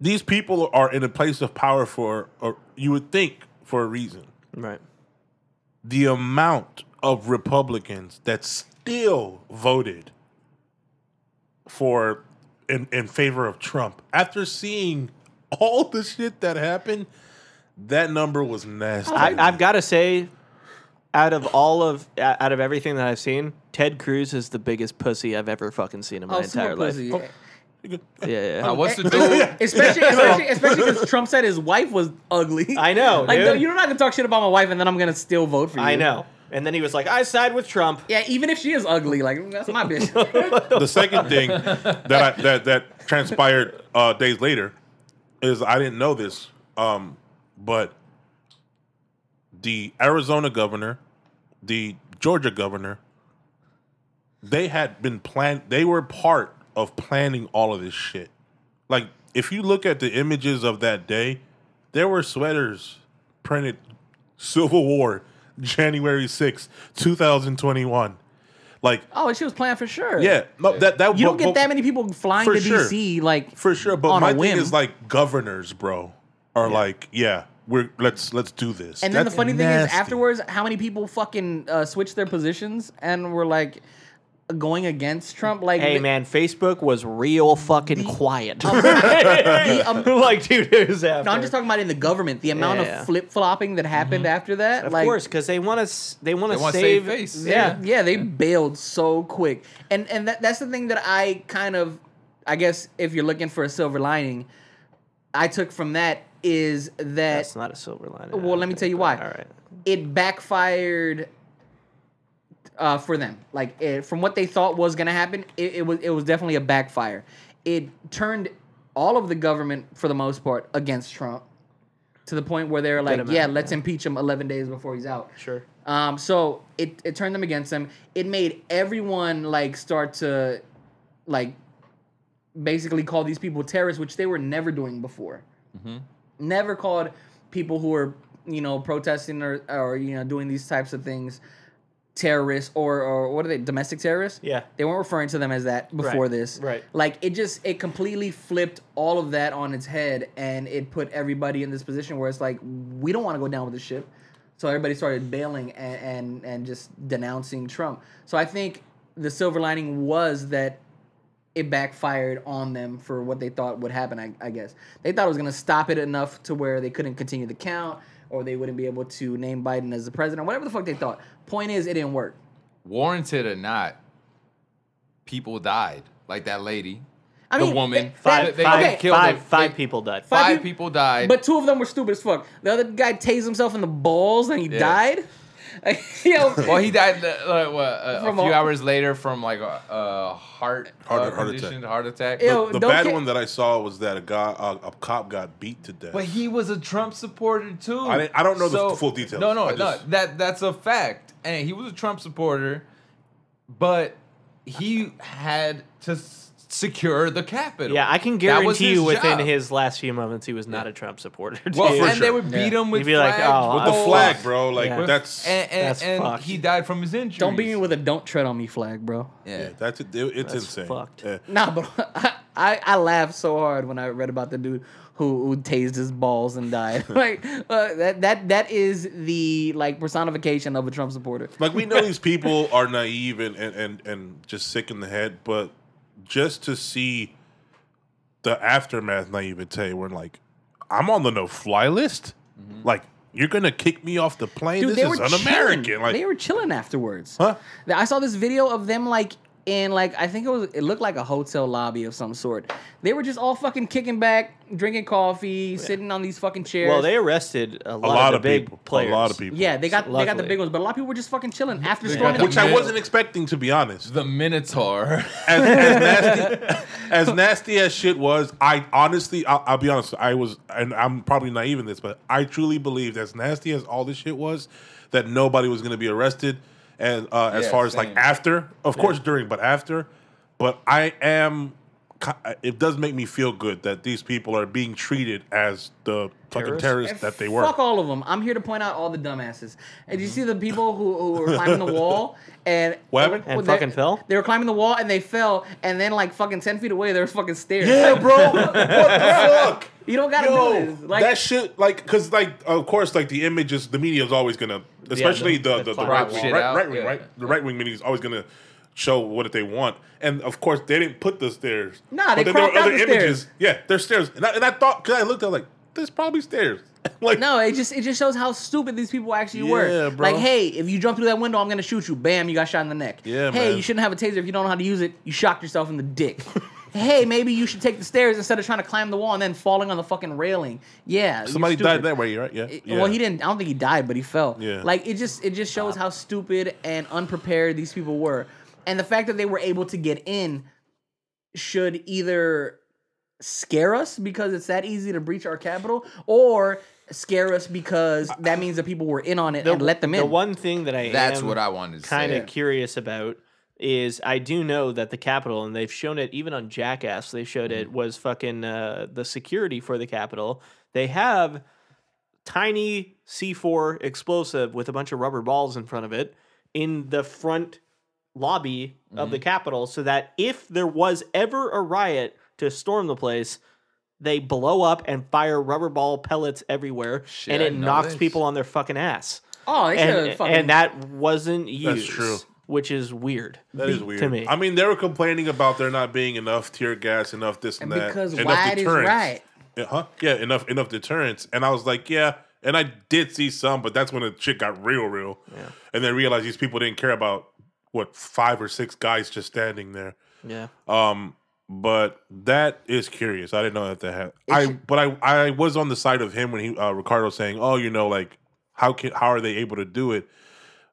these people are in a place of power for, or you would think, for a reason.
right.
The amount of Republicans that still voted for in, in favor of Trump after seeing all the shit that happened, that number was nasty.
I, I've got to say, out of all of out of everything that I've seen, Ted Cruz is the biggest pussy I've ever fucking seen in my
Oh,
entire
super
life.
pussy.
You good.
Yeah, yeah.
Now, what's the dude?
Especially, especially, especially because Trump said his wife was ugly.
I know,
Like,
dude.
no, you're not gonna talk shit about my wife, and then I'm gonna still vote for you.
I know. And then he was like, I side with Trump.
Yeah, even if she is ugly, like that's my bitch.
The second thing that I, that that transpired uh, days later is I didn't know this, um, but the Arizona governor, the Georgia governor, they had been plan. They were part of planning all of this shit. Like if you look at the images of that day, there were sweaters printed Civil War, January 6th, 2021. Like
oh, and she was playing for sure.
yeah, no, that that
You don't
but-
get
but-
that many people flying
For
to
sure.
DC like
for sure. But
on a
my thing
whim.
is like governors, bro, are like, yeah, we're let's let's do this.
And then the
That's
funny thing is,
nasty.
afterwards, how many people fucking uh, switched their positions and were like going against Trump? Like,
Hey,
the-
man, Facebook was real fucking quiet.
um, the- um,
like two days after.
no, I'm just talking about in the government, the amount
Yeah. Mm-hmm.
of flip flopping that happened after that.
Of
like,
course, because they want to. They want
They
to
want to
save
save face.
yeah, yeah, they bailed so quick, and and that, that's the thing that I kind of, I guess, if you're looking for a silver lining, I took from that is that
That's not a silver lining. I
Well,
don't
let me
think,
tell you
but
why.
All right.
it backfired uh, for them. Like it, from what they thought was going to happen, it, it was it was definitely a backfire. It turned all of the government, for the most part, against Trump to the point where they're like,
amount,
"Yeah, let's impeach him 11 days before he's out."
Sure.
Um, so it it turned them against him. It made everyone like start to like basically call these people terrorists, which they were never doing before. Never called people who were you know protesting or or you know doing these types of things terrorists or or what are they domestic terrorists?
Yeah.
they weren't referring to them as that before
Right,
this.
right.
like it just it completely flipped all of that on its head, and it put everybody in this position where it's like we don't want to go down with this ship. So everybody started bailing and, and and just denouncing Trump. So I think the silver lining was that it backfired on them for what they thought would happen. I, I guess they thought it was going to stop it enough to where they couldn't continue the count, or they wouldn't be able to name Biden as the president, whatever the fuck they thought. Point is, it didn't work.
Warranted or not, people died. Like that lady,
I
the
mean,
woman.
that- Five-
They- they-
five,
they killed
five,
her.
five
They-
people died.
Five
Five
peop-
people died.
But two of them were stupid as fuck. The other guy tased himself in the balls and he
Yeah.
died. Yo,
well, he died uh, like, what, a, a
From
few
a-
hours later from like a, a heart
Heart-
uh,
heart attack.
condition, heart attack.
Ew.
the
Don't
bad
ca-
one that I saw was that a guy, uh, a cop, got beat to death.
But he was a Trump supporter too.
I didn't- I don't know the f- full details.
No, no,
I
no.
just-
That that's a fact. And he was a Trump supporter, but he had to s- secure the Capitol.
Yeah, I can
That was
guarantee you within
job.
his last few moments, he was not a Trump supporter.
Well,
dude.
and
sure.
they would beat
Yeah.
him with
You'd be like,
flags,
oh,
with
I-
the
Oh.
flag, bro. Like
Yeah.
With-
that's
and, and,
that's
and
fucked.
he died from his injuries.
don't beat me with a "Don't tread on me" flag, bro.
Yeah.
yeah, that's it, it- it's
That's
insane.
fucked.
Yeah.
Nah, but I, I I laughed so hard when I read about the dude who, who tased his balls and died. like uh, that that that is the like personification of a Trump supporter.
Like we know these people are naive and, and and and just sick in the head, but just to see the aftermath naivete, we're like, I'm on the no-fly list. Like you're gonna kick me off the plane.
Dude,
this
they
is
were
un-American.
Chilling.
Like
they were chilling afterwards.
Huh?
Th- I saw this video of them like in like I think it was it looked like a hotel lobby of some sort. They were just all fucking kicking back, drinking coffee, sitting on these fucking chairs.
well, they arrested a lot,
a lot
of,
of
the big
people,
players.
a lot of people.
yeah, they got they got the
Luckily.
big ones, but a lot of people were just fucking chilling after
got
storming.
the
which I
Yeah.
wasn't expecting to be honest.
the Minotaur.
As, as nasty as nasty as shit was, I honestly, I'll, I'll be honest. I was, and I'm probably naive in this, but I truly believed as nasty as all this shit was, that nobody was going to be arrested. And uh, as
Yeah,
far as like
same.
after, of course during, but after, but I am. ki- It does make me feel good that these people are being treated as the fucking
Terrorists?
terrorists that they were.
Fuck all of them. I'm here to point out all the dumbasses. And you see the people who, who were climbing the wall and
What happened?
And
they-
fucking fell?
They were climbing the wall and they fell, and then like fucking ten feet away, there was fucking stairs.
Yeah, bro. what the fuck?
You don't gotta
Yo,
do this. Like
that shit, like, because, like, of course, like the images, the media is always gonna, especially
the-
the
the
the, the,
clout
right
shit
wing,
out,
right, right wing,
yeah.
right, the right wing media is always gonna show what they want, and of course, they didn't put the stairs.
Nah, they
But then
cropped out the stairs.
Yeah, there's stairs, and I, and I thought, because I looked, I was like, there's probably stairs. like,
no, it just it just shows how stupid these people actually
Yeah,
were.
bro.
Like, hey, if you jump through that window, I'm gonna shoot you. Bam, you got shot in the neck.
Yeah,
hey,
man.
you shouldn't have a taser if you don't know how to use it. You shocked yourself in the dick. hey, maybe you should take the stairs instead of trying to climb the wall and then falling on the fucking railing. Yeah. you're
Somebody
stupid.
died that way, right? Yeah.
It-
yeah.
Well, he didn't. I don't think he died, but he fell.
Yeah.
Like it just it just shows how stupid and unprepared these people were, and the fact that they were able to get in should either scare us because it's that easy to breach our capital, or scare us because that means that people were in on it and let them in.
The one thing that I
That's
am
what I wanted to
kind
say.
of curious about is I do know that the Capitol, and they've shown it even on Jackass, they showed
Mm.
it was fucking uh, the security for the Capitol. They have tiny C4 explosive with a bunch of rubber balls in front of it in the front lobby of the
Mm-hmm.
Capitol so that if there was ever a riot to storm the place, they blow up and fire rubber ball pellets everywhere
Shit,
and
I
it
know
knocks
this.
people on their fucking ass
oh, they should
and,
have fucking.
and that wasn't used.
That's true.
Which is weird.
That is weird.
To me.
I mean, they were complaining about there not being enough tear gas, enough this and,
And
that,
because
enough
wide is
deterrence.
right.
Yeah, huh? Yeah, enough enough deterrence. And I was like, yeah. And I did see some, but that's when the shit got real, real. And then realized these people didn't care about what five or six guys just standing there.
yeah.
Um, but that is curious. I didn't know that that had. I but I I was on the side of him when he uh, Ricardo saying, "Oh, you know, like how can how are they able to do it?"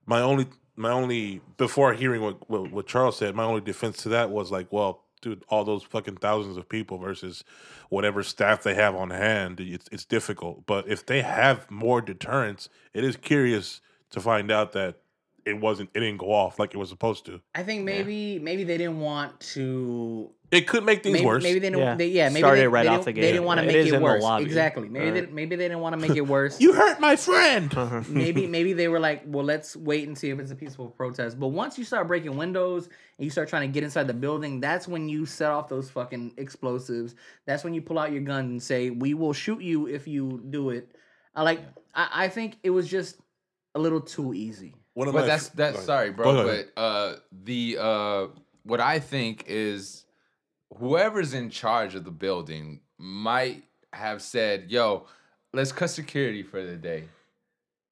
My only my only before hearing what what, what Charles said, my only defense to that was like, well. Dude, all those fucking thousands of people versus whatever staff they have on hand, it's it's difficult. But if they have more deterrence, it is curious to find out that it wasn't, it didn't go off like it was supposed to.
I think maybe maybe they didn't want to
It could make things
maybe,
worse.
Maybe they didn't.
Yeah.
They, yeah, maybe
Started
they,
right
they
off
didn't-
the
They
gate.
didn't want to
It
make
is
it,
in the
worse.
lobby.
Exactly. Maybe they, maybe they didn't want to make it worse.
You hurt my friend.
maybe maybe they were like, well, let's wait and see if it's a peaceful protest. But once you start breaking windows and you start trying to get inside the building, that's when you set off those fucking explosives. That's when you pull out your gun and say, "We will shoot you if you do it." I like. I, I think it was just a little too easy.
One of
But
my-
that's that's
Go ahead.
sorry, bro.
Go ahead.
But uh, the uh, what I think is whoever's in charge of the building might have said, "Yo, let's cut security for the day."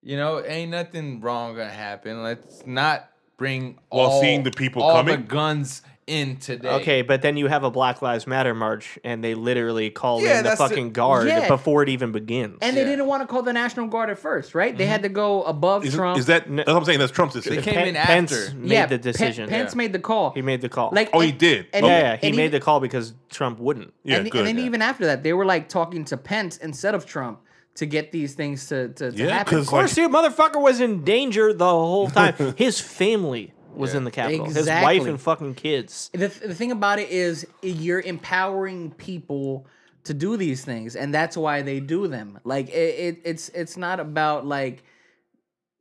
You know, ain't nothing wrong gonna happen. Let's not bring
While
all,
seeing the people
all the
coming?
guns in today.
Okay, but then you have a Black Lives Matter march and they literally call
Yeah,
in the
that's the-
fucking guard
Yeah.
before it even begins.
And they didn't want to call the National Guard at first, right? They had to go above
Mm-hmm. Is,
Trump.
is that that's what I'm saying? That's Trump's
They
decision.
came
Pen-
in
Pence
after.
made
Pe-
the decision.
Pence made the call.
He made the call.
Like,
Oh, he
and-
did.
and-
Okay.
yeah, yeah, he
and
made the call because Trump wouldn't.
yeah,
and,
good.
and then even after that, they were like talking to Pence instead of Trump to get these things to, to, to
Yeah,
happen.
'cause,
Of course, your motherfucker was in danger the whole time. His family was
Yeah.
in the Capitol. His wife
Exactly.
and fucking kids.
the, th- the thing about it is you're empowering people to do these things, and that's why they do them. Like it, it it's it's not about like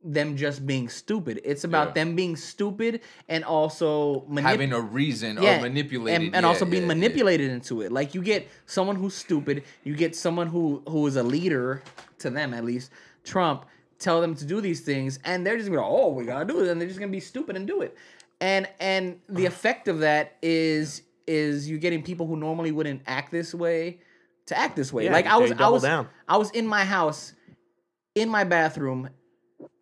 them just being stupid. It's about
Yeah.
them being stupid and also manipulating.
having a reason or manipulated,
and, and
Yeah,
also being
yeah, yeah.
manipulated into it like you get someone who's stupid you get someone who who is a leader to them at least trump tell them to do these things and they're just gonna be like, oh we gotta do it and they're just gonna be stupid and do it and and the effect of that is is you getting people who normally wouldn't act this way to act this way
Yeah,
like
they
i was i
double
was
down.
i was in my house in my bathroom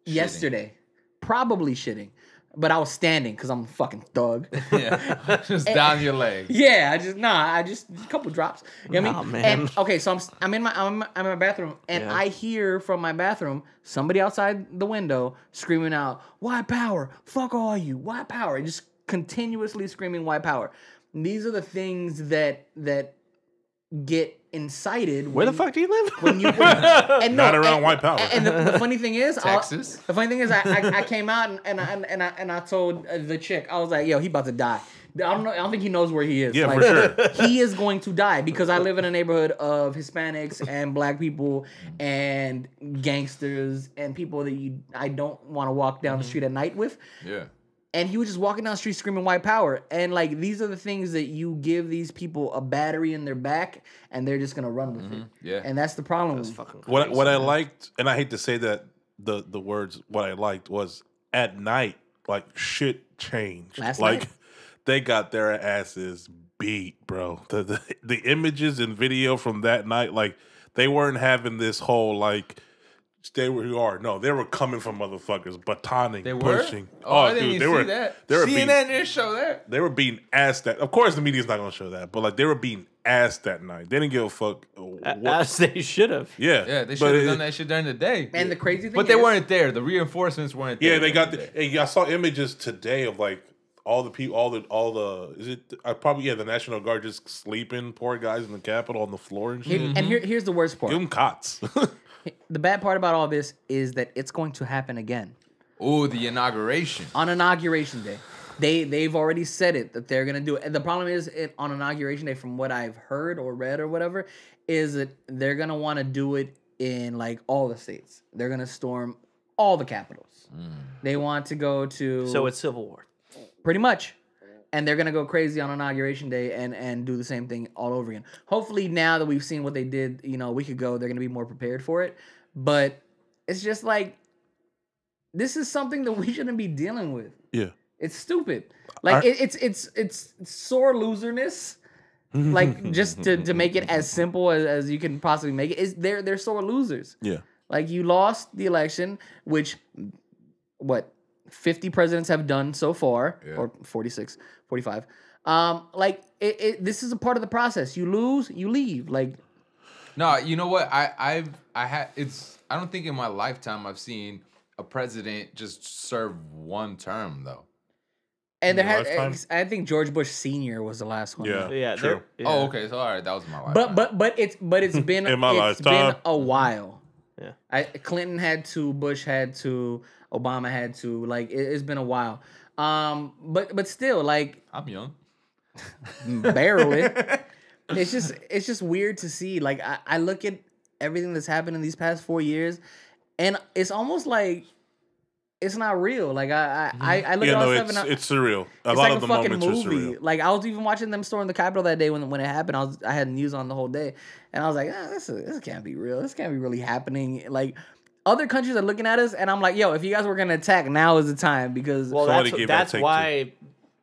yesterday probably shitting but i was standing because i'm a fucking thug
Yeah. Just down your leg.
yeah, I just nah, I just, just a couple drops. You know what I mean?
Nah, man.
And, okay, so I'm s- I'm in my I'm, I'm in my bathroom and
Yeah.
I hear from my bathroom somebody outside the window screaming out, "Why power? Fuck all you. Why power?" And just continuously screaming why power. And these are the things that that get incited when,
Where the fuck do you live?
when you and no,
Not around
and-
white power.
And the, the funny thing is, I'll-
Texas?
the funny thing is, I, I, I came out and, and I and, I and I told uh, the chick, I was like, "Yo, he about to die." I don't know. I don't think he knows where he is.
Yeah,
like,
for sure.
He is going to die because I live in a neighborhood of Hispanics and Black people and gangsters and people that you I don't want to walk down the street at night with
Yeah.
and he was just walking down the street screaming white power and like these are the things that you give these people a battery in their back and they're just gonna run with it
Mm-hmm. yeah.
and that's the problem
what what I liked, and I hate to say that the the words what I liked was at night, like shit changed.
Last
like
night?
they got their asses beat, bro. The, the the images and video from that night, like they weren't having this whole like Stay where you are. No, they were coming from motherfuckers, batoning,
They were.
pushing.
Oh, I didn't even
they
see that.
They were being,
CNN didn't show that.
they were being asked that. Of course, the media's not gonna show that, but like they were being asked that night. They didn't give a fuck.
A-
What,
As they should have.
yeah,
Yeah, they
but
should have
it-
done that shit during the day.
And the crazy thing
but they
is-
weren't there. The reinforcements weren't there.
Yeah, they got
there.
the. And I saw images today of like all the people, all the, all the. Is it? I probably yeah. The National Guard just sleeping, poor guys in the Capitol on the floor and shit.
And
Mm-hmm.
here, here's the worst part.
Give them cots.
The bad part about all this is that it's going to happen again
Oh, the inauguration.
on inauguration day. They they've already said it that they're gonna do it. And the problem is it on inauguration day, from what I've heard or read or whatever, is that they're gonna want to do it in like all the states. They're gonna storm all the capitals. They want to go to
Mm. So it's civil war.
pretty much and they're gonna go crazy on inauguration day and and do the same thing all over again hopefully now that we've seen what they did you know a week ago they're gonna be more prepared for it but it's just like this is something that we shouldn't be dealing with
yeah.
it's stupid like it, it's it's it's sore loserness like just to, to make it as simple as, as you can possibly make it is they're they're sore losers
Yeah.
like you lost the election, which what 50 presidents have done so far or 46, 45. Um like it, it this is a part of the process. You lose, you leave. Like
No, you know what? I I've I had it's I don't think in my lifetime I've seen a president just serve one term though.
and there
your
has,
lifetime?
I think George Bush senior was the last one.
Yeah. True.
Yeah. they're- yeah.
Oh, okay. So all right, that was my life.
But but but it's but it's been
In my
it's
lifetime.
been a while.
Yeah.
I, Clinton had to, Bush had to, Obama had to. Like it, it's been a while. Um but but still like
I'm young.
barely. it's just it's just weird to see. Like I, I look at everything that's happened in these past four years, and it's almost like it's not real. Like I I, I, I look at
Yeah.
all
No,
this
it's
stuff and I,
it's surreal. A
it's
lot
like
of
a
the
fucking
moments are
movie.
surreal.
Like I was even watching them storm the Capitol that day when when it happened. I was I had news on the whole day, and I was like, ah, this is, this can't be real. This can't be really happening. Like. Other countries are looking at us, and I'm like, "Yo, if you guys were gonna attack, now is the time because
Well,
Somebody
that's
gave that
that's
take
why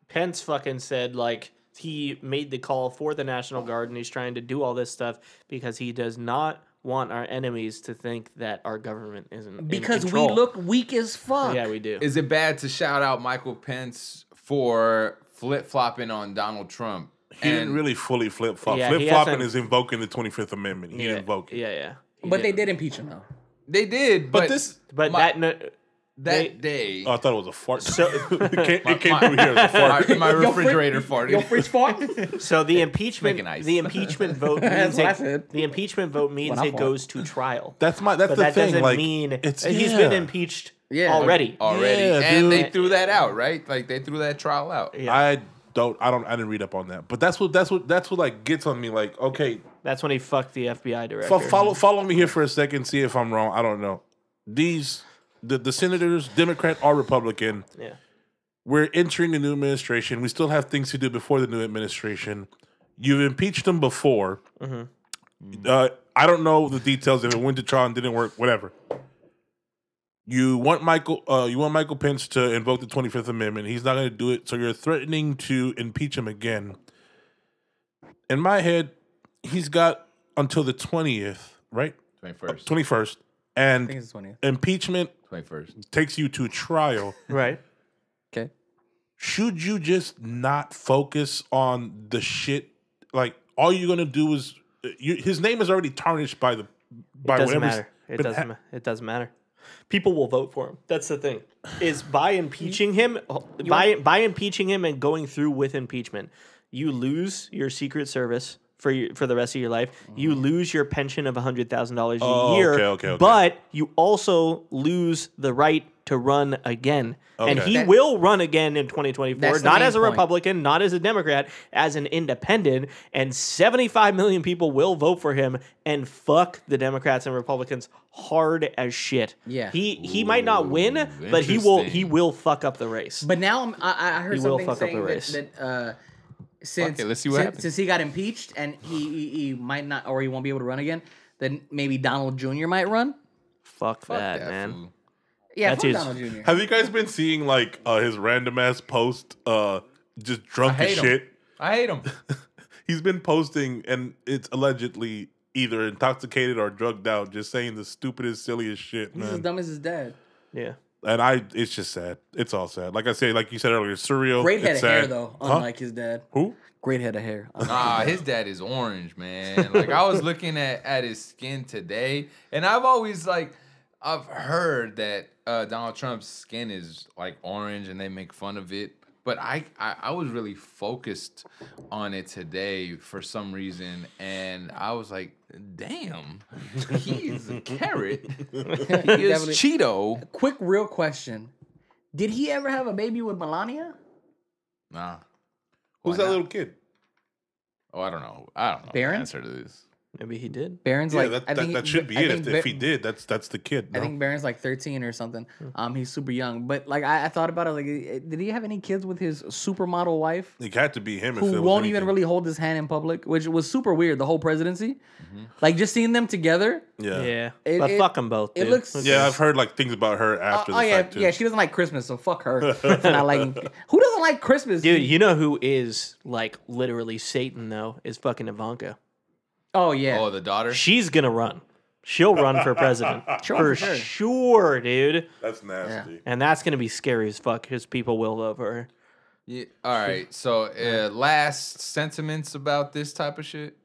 Pence fucking said like he made the call for the National Guard and he's trying to do all this stuff because he does not want our enemies to think that our government isn't in
because we
control.
look weak as fuck."
Yeah, we do.
Is it bad to shout out Michael Pence for flip flopping on Donald Trump?
He didn't really fully flip flop.
Yeah, he
flip flopping
hasn't-
is invoking the Twenty Fifth Amendment. He
yeah,
invoked it.
Yeah, yeah. He
but they
didn't.
did impeach him though.
They did, but,
But this,
But
My-
that no,
that day
oh, I thought it was a fart.
So-
it came, it came
my-
through here as a fart.
my, my
Your fri-
refrigerator farted.
Your fridge fart.
so the impeachment
making ice.
the impeachment vote
That's
means
what I
it,
said.
the impeachment vote means
I
it
fought.
goes to trial.
That's my. That's
but
the
that
thing.
doesn't
like
mean
it's
he's been
yeah.
impeached
Yeah.
already.
already,
Yeah,
and they
dude.
threw that out, right? Like they threw that trial out.
Yeah.
I don't. I don't. I didn't read up on that. But that's what. That's what. That's what like gets on me. Like okay,
That's when he fucked the FBI director.
fo- follow follow me here for a second. See if I'm wrong. I don't know. These the the senators, Democrat or Republican.
Yeah.
We're entering the new administration. We still have things to do before the new administration. You've impeached them before. Uh, I don't know the details if it went to trial and didn't work. Whatever. You want Michael. Uh, you want Michael Pence to invoke the Twenty Fifth Amendment. He's not going to do it. So you're threatening to impeach him again. In my head, he's got until the twentieth, right?
Twenty first,
Twenty first, and
it's 20th.
impeachment
twenty first.
takes you to trial.
Right.
Okay.
Should you just not focus on the shit? Like all you're going to do is you, his name is already tarnished by the by
It doesn't
whatever.
matter. It
but
doesn't.
ha-
ma- it doesn't matter. People will vote for him. That's the thing. Is by impeaching him, by by impeaching him and going through with impeachment, you lose your Secret Service for your, for the rest of your life. You lose your pension of hundred thousand dollars a
Mm-hmm. Oh,
year.
okay, okay, okay.
But you also lose the right to run again, and
Okay.
he
That-
will run again in twenty twenty four.
That's the
Not
main
as a
point.
Republican, not as a Democrat, as an independent, and 75 million people will vote for him and fuck the Democrats and Republicans hard as shit.
Yeah.
He he might not win, but he will he will fuck up the race.
But now I'm, I, I heard
He will
something
fuck up the
saying
race.
that, that uh, since,
it, let's see what
since,
happens.
since he got impeached and he, he he might not or he won't be able to run again, then maybe Donald Jr. might run.
fuck, that,
That
man.
fool.
Yeah,
That's
fuck
his-
Donald Jr.
Have you guys been seeing like uh, his random ass post? Uh, just drunk
I
as
hate him.
shit.
I hate him.
He's been posting, and it's allegedly either intoxicated or drugged out, just saying the stupidest, silliest shit,
He's as
man.
dumb as his dad.
Yeah.
And I, it's just sad. It's all sad. Like I said, like you said earlier, it's surreal.
Great
Oh, it's
head of
sad.
hair though,
Huh?
unlike his dad.
Who?
Great head of hair.
Nah, his dad is orange, man. Like I was looking at at his skin today, and I've always like I've heard that uh, Donald Trump's skin is like orange, and they make fun of it. But I, I I was really focused on it today for some reason, and I was like, damn, he's a carrot. He is
Definitely.
Cheeto.
Quick, real question: Did he ever have a baby with Melania?
Nah.
Who's
Why
that
not?
little kid?
Oh, I don't know. I don't know. the
Barron?
answer to this.
Maybe he did.
Barron's
Yeah,
like
that,
I
that,
think he-
that should be
I
it.
think
If, if
Bar-
he did, that's that's the kid.
I
no?
think Barron's like 13 or something.
Hmm.
Um, he's super young, but like I, I thought about it. Like, eh, did he have any kids with his supermodel wife
it had to be him. if
who
it was
won't even
anything.
really hold his hand in public, which was super weird. The whole presidency,
Mm-hmm.
like just seeing them together.
Yeah. yeah.
Yeah.
It-
but
it-
fuck them both.
it
dude.
looks-
Who
I've heard like things about her after
oh
the
yeah,
fact too.
yeah. She doesn't like Christmas, so fuck her. for not liking. Who doesn't like Christmas,
Dude, you know who is like literally Satan though is fucking Ivanka.
Oh yeah.
Oh, the daughter.
She's gonna run. She'll run for president for
for sure.
sure, dude.
that's nasty.
And that's gonna be scary as fuck because people will vote for her.
Yeah. All right. So, uh, last sentiments about this type of shit.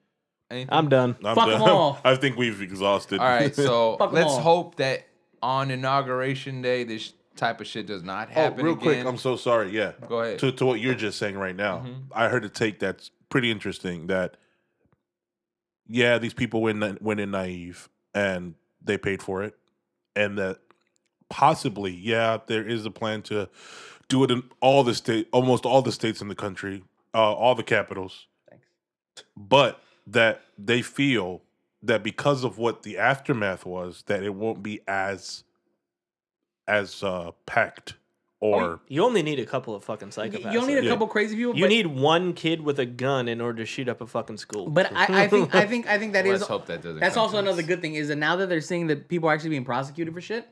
Anything?
I'm done.
I'm
Fuck 'em
done.
all.
I think we've exhausted.
All right. So
Fuck 'em
let's
all.
hope that on inauguration day, this type of shit does not
Oh,
happen.
real quick,
again.
I'm so sorry. Yeah,
Go ahead.
To, to what you're just saying right now, I heard a take that's pretty interesting. That yeah, these people went na- went in naive and they paid for it, and that possibly yeah, there is a plan to do it in all the state, almost all the states in the country, uh, all the capitals. But that they feel that because of what the aftermath was, that it won't be as as uh, packed or.
You only need a couple of fucking psychopaths.
you only need a
Yeah.
couple crazy people.
You
but,
need one kid with a gun in order to shoot up a fucking school.
But I, I think I think I think that
let's
is.
hope that doesn't.
That's
come
also
to us.
another good thing is that now that they're seeing that people are actually being prosecuted for shit,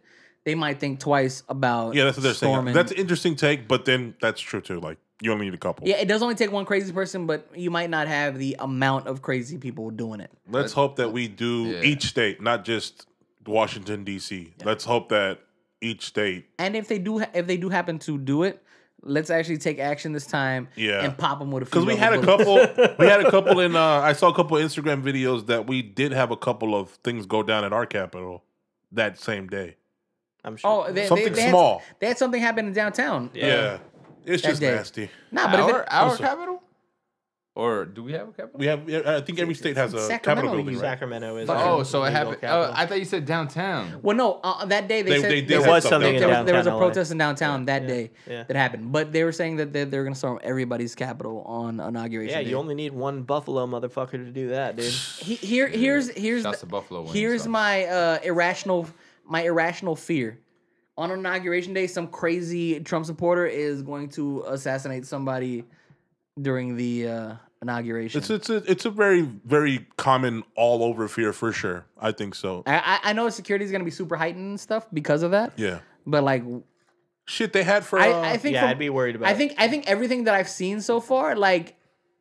they might think twice about
Yeah, that's what they're
storming.
saying. That's an interesting take, but then that's true too. Like you only need a couple.
yeah, it does only take one crazy person, but you might not have the amount of crazy people doing it.
Let's hope that we do
Yeah.
each state, not just Washington D.C. Let's hope that each state.
And if they do, ha- if they do happen to do it, let's actually take action this time.
Yeah.
and pop them with a
Because we
few
had a
rubber
couple, we had a couple in. Uh, I saw a couple Instagram videos that we did have a couple of things go down at our capital that same day.
I'm sure.
bullets. Oh, they,
Something
they, they had-
small.
they had something happen in downtown.
Yeah, it's
that
just
day.
nasty.
Nah, but if
our
it,
our
I'm sorry.
capital, or do we have a capital?
We have. I think every state has a
Sacramento
capital building.
used
Right?
Sacramento is.
oh,
our
so it
legal
happened.
capital.
Oh, I thought you said downtown.
well, no, uh, that day they,
They-
said
they did
they
have
there was
something
something in
there, was,
downtown.
there was a
LA.
protest in downtown that day
yeah.
that happened, but they were saying that they, they were going to storm everybody's capital on inauguration.
Yeah,
day.
you only need one Buffalo motherfucker to do that, dude.
He- here here's here's
Shouts
the-
to Buffalo Wings,
here's
so.
my uh, irrational my irrational fear. On inauguration day, some crazy Trump supporter is going to assassinate somebody during the uh, inauguration.
It's it's a, it's a very very common all over fear for sure. I think so.
I I- I know security is going to be super heightened and stuff because of that,
Yeah.
but like
Shit, they had for. uh,
I, I think
Oh, Yeah,
from-
I'd be worried about.
I
it.
think I think everything that I've seen so far, like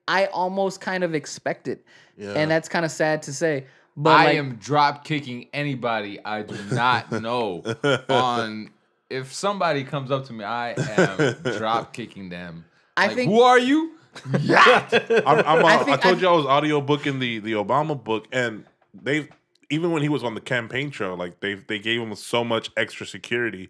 I almost kind of expect it, and that's kind of sad to say. But
I
like,
am drop kicking anybody I do not know. on if somebody comes up to me, I am drop kicking them.
I
Like,
think-
who are you?
I'm, I'm, uh, i
think
told
I-
you I was audiobooking the the Obama book, and they've even when he was on the campaign trail, like they they gave him so much extra security.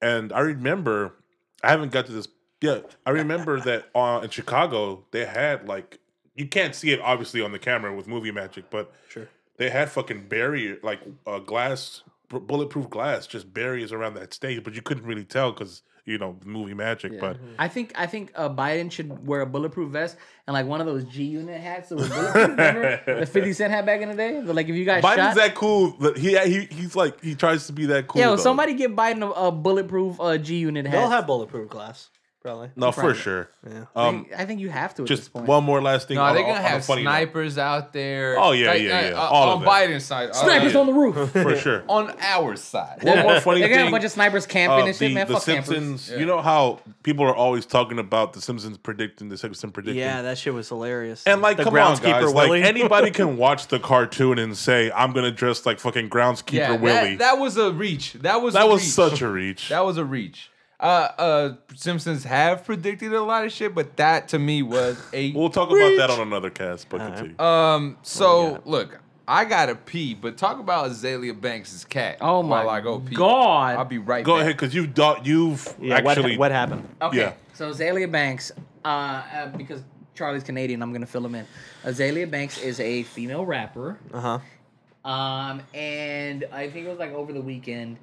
And I remember, I haven't got to this yet. I remember that uh, in Chicago they had like you can't see it obviously on the camera with movie magic, but sure they had fucking barrier like uh, glass bu- bulletproof glass just barriers around that stage, but you couldn't really tell because you know movie magic, but.
I think I think uh, Biden should wear a bulletproof vest and like one of those G unit hats that was bulletproof. Remember the Fifty Cent had back in the day. But, like if you got
Biden's
shot,
that cool. But he, he he's like he tries to be that cool.
yo,
though.
somebody get Biden a, a bulletproof uh, G unit hat.
they'll have bulletproof glass. probably.
No, for
Probably.
sure.
Yeah.
Um,
I think you have to at this
just
point.
one more last thing.
No,
on
they're
a-
gonna
on a
have
funny note.
snipers out there.
Oh, yeah, yeah, yeah.
uh,
All
on
of that.
Biden's side. uh,
Snipers
yeah.
on the roof.
for sure.
on our side.
One more funny
They
thing.
got a bunch of snipers camping
uh,
and shit,
the,
man.
the
Fuck campers.
Simpsons. You know how people are always talking about the Simpsons predicting the Simpsons predicting.
Yeah, that shit was hilarious.
And like,
the
come on, guys!
Willie.
Like anybody can watch the cartoon and say, "I'm gonna dress like fucking groundskeeper
yeah,
Willie."
that, that was a reach. That was
That
a
was
reach.
such a reach.
that was a reach. Uh, uh, Simpsons have predicted a lot of shit, but that to me was a.
we'll talk
reach.
about that on another cast, but continue.
Um,
Oh,
so look, I gotta pee, but talk about Azalea Banks' cat.
Oh my
while I go pee.
God.
I'll be right
Go
back.
ahead, because you've do- you've
yeah, what-
actually
what, happened?
Okay.
Yeah.
So Azalea Banks, uh, uh, because Charlie's Canadian, I'm gonna fill him in. Azalea Banks is a female rapper,
Uh huh.
um, and I think it was like over the weekend.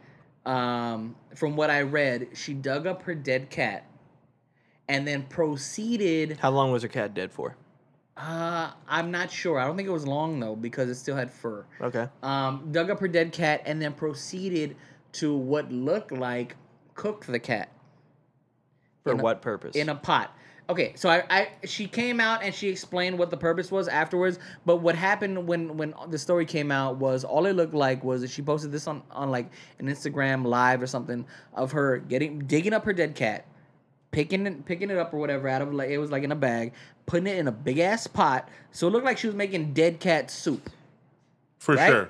Um, from what I read, she dug up her dead cat, and then proceeded.
How long was her cat dead for?
Uh, I'm not sure. I don't think it was long though because it still had fur.
Okay.
Um, dug up her dead cat and then proceeded to what looked like cook the cat.
For
In a-
what purpose?
in a pot. Okay, so I, I she came out and she explained what the purpose was afterwards. But what happened when when the story came out was all it looked like was that she posted this on on like an Instagram live or something of her getting digging up her dead cat, picking it picking it up or whatever out of like it was like in a bag, putting it in a big ass pot. So it looked like she was making dead cat soup.
for
right?
sure.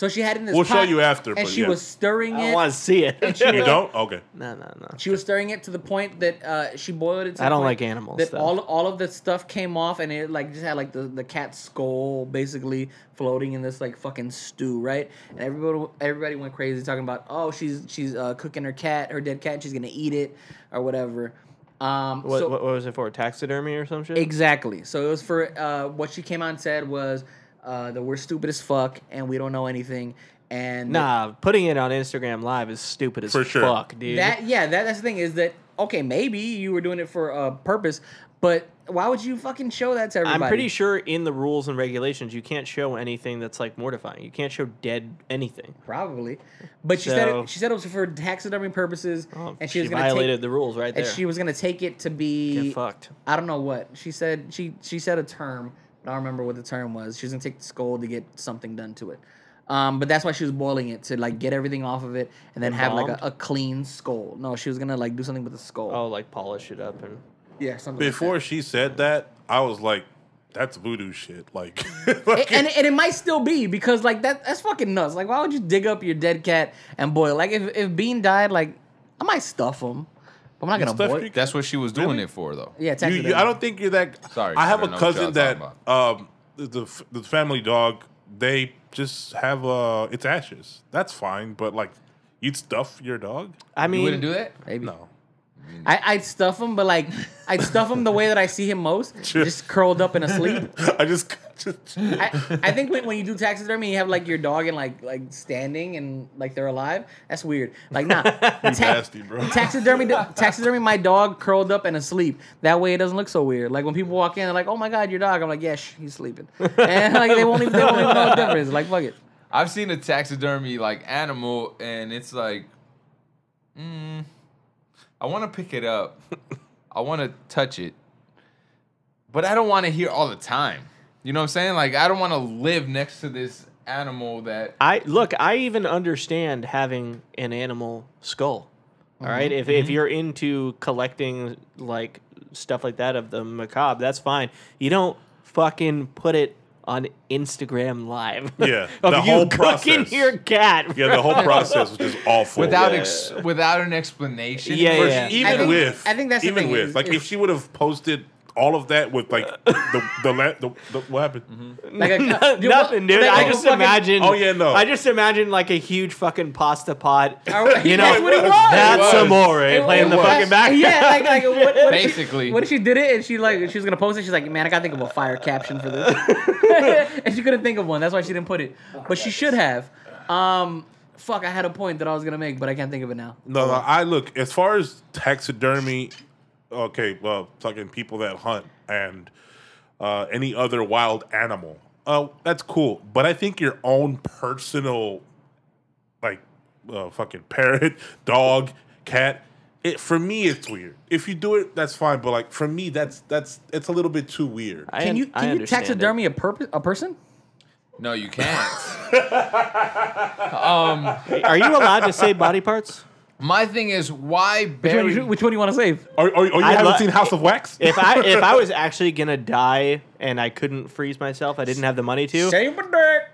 So she had it in this.
We'll show
pot,
you after,
And
but
she
yeah.
was stirring
I
it.
want to see it.
You don't? Okay.
no, no, no.
She was stirring it to the point that uh, she boiled it. To
I
the
don't
point
like animal
That
stuff.
all all of the stuff came off, and it like just had like the, the cat's skull basically floating in this like fucking stew, right? And everybody everybody went crazy talking about oh she's she's uh, cooking her cat, her dead cat, she's gonna eat it or whatever. Um,
What,
so-
what, what was it for? Taxidermy or some shit?
Exactly. So it was for uh, what she came out and said was uh, that we're stupid as fuck and we don't know anything. And
Nah, putting it on Instagram Live is stupid as
For sure.
fuck, dude.
That yeah, that, that's the thing is that okay, maybe you were doing it for a purpose, but why would you fucking show that to everybody?
I'm pretty sure in the rules and regulations you can't show anything that's like mortifying. You can't show dead anything.
probably, but she said
So-
it, she said it was for taxidermy purposes,
Oh,
and she,
she
was gonna
violated
take,
the rules right there.
and she was gonna take it to be
Get fucked.
I don't know what she said. She she said a term. but I don't remember what the term was. She was gonna take the skull to get something done to it. Um, but that's why she was boiling it to like get everything off of it and then have like a, a
Embalmed?
clean skull. No, she was gonna like do something with the skull.
Oh, like polish it up and
yeah, something. like that.
Before she said that, I was like, "That's voodoo shit." Like,
A- and, and it might still be because like that that's fucking nuts. Like why would you dig up your dead cat and boil? Like if, if Bean died, like I might stuff him, but I'm not gonna
stuff
boil.
your-
That's what she was doing it for, though.
yeah,
you,
taxidermy.
you- I don't think you're that.
Sorry,
I
I
have a
don't know what y'all
cousin that
talking
um the f- the family dog. They just have uh it's ashes. That's fine, but like you'd stuff your dog.
I
You
mean
wouldn't do that?
Maybe.
No,
I, I'd stuff him, but like I'd stuff him the way that I see him most, just curled up in a sleep.
I just, just
I, I think when, when you do taxidermy, you have like your dog and like like standing and like they're alive. That's weird. Like nah, Ta-
nasty, bro.
taxidermy taxidermy my dog curled up and asleep that way it doesn't look so weird like when people walk in they're like oh my god your dog i'm like yeah shh, he's sleeping and like they won't even they won't even know the difference like fuck it
I've seen a taxidermy like animal, and it's like, mm, I want to pick it up, I want to touch it, but I don't want to hear all the time. You know what I'm saying? Like I don't want to live next to this animal that
I look, I even understand having an animal skull. All right, If
Mm-hmm.
if you're into collecting like stuff like that of the macabre, that's fine. You don't fucking put it on Instagram live.
Yeah,
of
the
you
whole
cooking
process.
your cat.
yeah, the whole process was just awful.
without ex- without an explanation.
Yeah,
Or-
yeah.
Oh, even
I think-
with
I think that's the
even
thing
with
is-
like
is-
if she would have posted all of that with like the the, la- the, the what happened.
Mm-hmm.
like a, dude, what-
Nothing, dude.
like,
I
a
just
fucking-
imagine.
Oh, yeah, no.
I just imagine like a huge fucking pasta pot.
Alright,
You know,
that's what it was.
That's
It was.
amore
It
playing the
was-
fucking background.
Yeah, like, like what, what if she-
Basically.
what if she did it and she like she was gonna post it? She's like, man, I gotta think of a fire caption for this, and she couldn't think of one. That's why she didn't put it, but she should have. Um, fuck, I had a point that I was gonna make, but I can't think of it now.
No, no, I look as far as taxidermy. Okay, well, talking people that hunt and uh, any other wild animal. Uh, that's cool, but I think your own personal, like, uh, fucking parrot, dog, cat. It, for me, it's weird. If you do it, that's fine. But like for me, that's that's it's a little bit too weird.
I
Can
un-
you
I
can you
understand it.
taxidermy a, perp- a person?
No, you can't.
Are you allowed to say body parts?
My thing is, why
Which one,
bury?
you, which one do you want to save?
Or, or, or oh, you
I
haven't
lo-
seen House of Wax?
If I if I was actually gonna die and I couldn't freeze myself, I didn't have the money to.
Save a dick.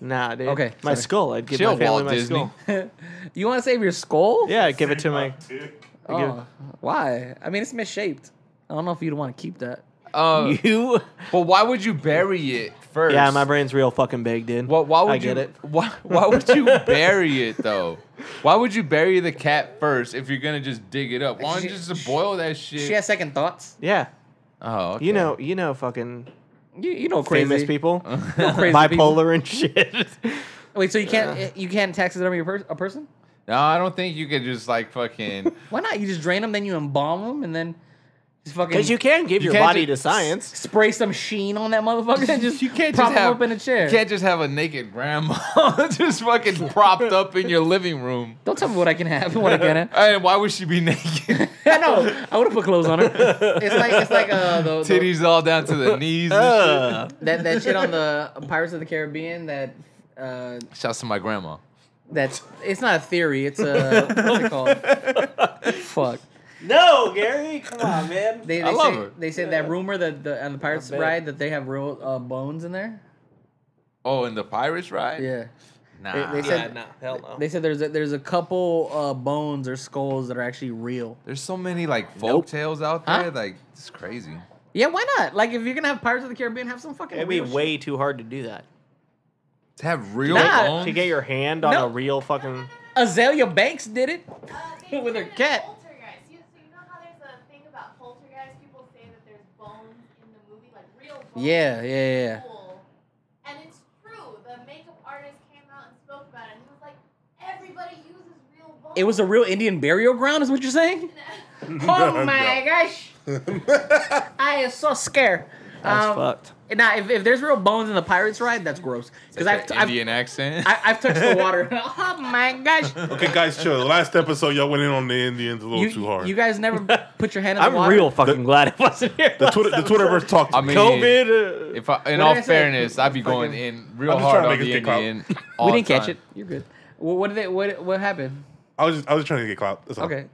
Nah, dude.
Okay,
My
sorry.
skull. I'd give
Chill,
my family
Walt
my
Disney.
skull.
You want to save your skull?
Yeah, I'd give it to my. I'd give-
Oh, why? I mean, it's misshaped. I don't know if you'd want to keep that.
Uh,
You.
but why would you bury it first?
Yeah, my brain's real fucking big, dude.
Why, why would
I
you,
get it.
Why, why would you bury it though? Why would you bury the cat first if you're gonna just dig it up? Why don't you
She-
just boil that shit?
She has second thoughts.
Yeah,
oh, okay.
you know, you know, fucking
You, you know crazy
famous people,
You know crazy people.
bipolar and shit.
Wait, so you can't you can't taxidermy a, per- a person?
No, I don't think you could just like fucking.
Why not? You just drain them, then you embalm them, and then just fucking
Because you can give
You
your
can't
body
ju-
to science.
spray some sheen on that motherfucker and just
you can't
prop
just have
him up in a chair.
You can't just have a naked grandma just fucking propped up in your living room.
Don't tell me what I can have and what I can't. have.
And why would she be naked?
I know. I would have put clothes on her. It's like it's like uh, the, the-
Titties all down to the knees. And
Ugh.
that that shit on the Pirates of the Caribbean that. Uh,
shit. Shouts to my grandma.
that's it's not a theory. It's a what's it called? Fuck.
no, Gary, come on, man.
They, they
I love
say,
her.
They said that rumor that the on the Pirates
bet.
ride that they have real uh, bones in there.
Oh, in the pirates ride?
Yeah.
Nah.
They- they said-
no, hell no.
They said there's a, there's a couple uh, bones or skulls that are actually real.
There's so many like folk
Nope.
tales out there.
Huh?
Like it's crazy.
Yeah, why not? Like if you're gonna have Pirates of the Caribbean, have some fucking.
It'd be
real shit.
way too hard to do that.
To have real
Nah.
bones.
To get your hand on
No.
a real fucking.
Azalea Banks did it. With her cat.
Poltergeist. You, so you know how there's a thing about poltergeist? People say that there's bones in the movie, like real bones.
Yeah, yeah, yeah.
Cool. And it's true. The makeup artist came out and spoke about it, and he was like, "Everybody uses real bones."
It was a real Indian burial ground, is what you're saying?
No.
Oh my gosh! I am so scared.
That's
Um,
fucked.
Now, if, if there's real bones in the Pirates ride, that's gross. Because I've,
That
t- I've,
Indian accent.
I, I've touched the water. oh my gosh!
Okay, guys, chill. The last episode, y'all went in on the Indians a little
You,
too hard.
you guys never put your hand in
I'm
the water.
real fucking glad it wasn't here.
the Twitter, the Twitterverse talked. To
I
me.
mean,
COVID. uh,
if I, in
What
all
did I say?
fairness, I'd be going in real
I'm just
hard
trying to
on
make
the
us get clout.
Indian.
We
all
didn't catch
time.
it. You're good. What, what did they? What what happened?
I was just, I was trying to get clout. That's all.
Okay.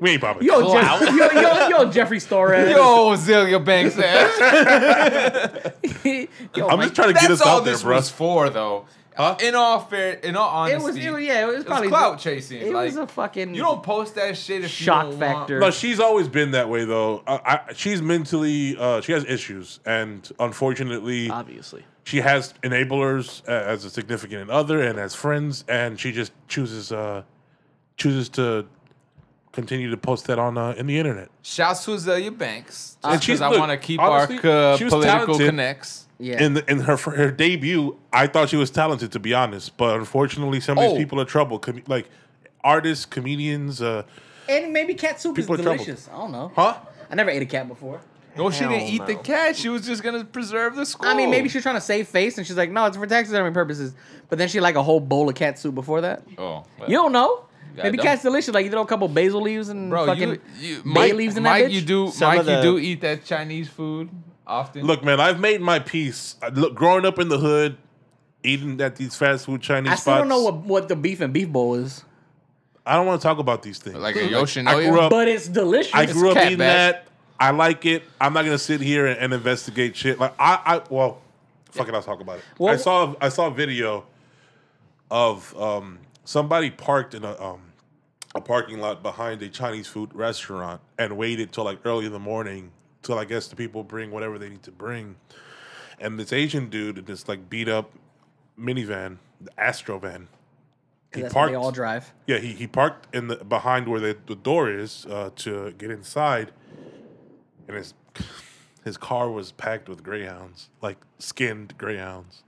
we ain't popping.
Yo, Jeff, yo, yo, yo, Jeffrey Storer.
Yo, Azalea Banks. ass.
Yo,
I'm
Mike,
just trying to get
That's
us
all
out there,
this
bro.
was for, though. In all fair, in all honesty,
it was, it was, yeah, it was
it was
probably
clout chasing.
It
like,
was a fucking.
you don't post that shit if
Shock
you don't
factor.
No, she's always been that way though. I, I, she's mentally, uh, she has issues, and unfortunately,
Uh,
Obviously.
she has enablers uh, as a significant other and as friends, and she just chooses, uh, chooses to continue to post that on uh, in the internet.
Shouts to Azalea Banks.
And
Because
she's-
I
look,
want to keep
honestly,
our uh,
she was
political
talented.
connects.
Yeah.
In the, in her her debut, I thought she was talented to be honest, but unfortunately, some of
Oh.
these people are trouble. Com- like artists, comedians, uh,
and maybe cat soup is
People are troubled.
delicious. I don't know.
huh?
I never ate a cat before.
No, she didn't
Hell
eat the
no.
cat. She was just gonna preserve the school.
I mean, maybe she's trying to save face, and she's like, "No, it's for taxidermy purposes." But then she like a whole bowl of cat soup before that.
Oh, well.
You don't know.
I
Maybe
don't.
cat's delicious. Like you throw a couple basil leaves and
bro,
fucking
you, you
bay
Mike,
leaves in that
Mike,
bitch.
you do,
Some
Mike,
of
you
the-
do eat that Chinese food often.
Look, man, I've made my peace. I- Look, growing up in the hood, eating at these fast food Chinese
I still
spots.
don't know what, what the beef and beef bowl is,
I don't want to talk about these things.
like a Yoshinoya.
I grew up.
but it's delicious.
I grew up
cat
eating
back.
that. I like it. I'm not gonna sit here and, and investigate shit. Like I, I well, fuck it. I'll talk about it.
Well-
I saw I saw a video of um, somebody parked in a um, a parking lot behind a Chinese food restaurant and waited till like early in the morning till I guess the people bring whatever they need to bring. And this Asian dude in this like beat up minivan, the Astro van. He
That's what
parked.
they all drive.
Yeah, he, he parked in the behind where the, the door is uh, to get inside, and his his car was packed with greyhounds, like skinned greyhounds.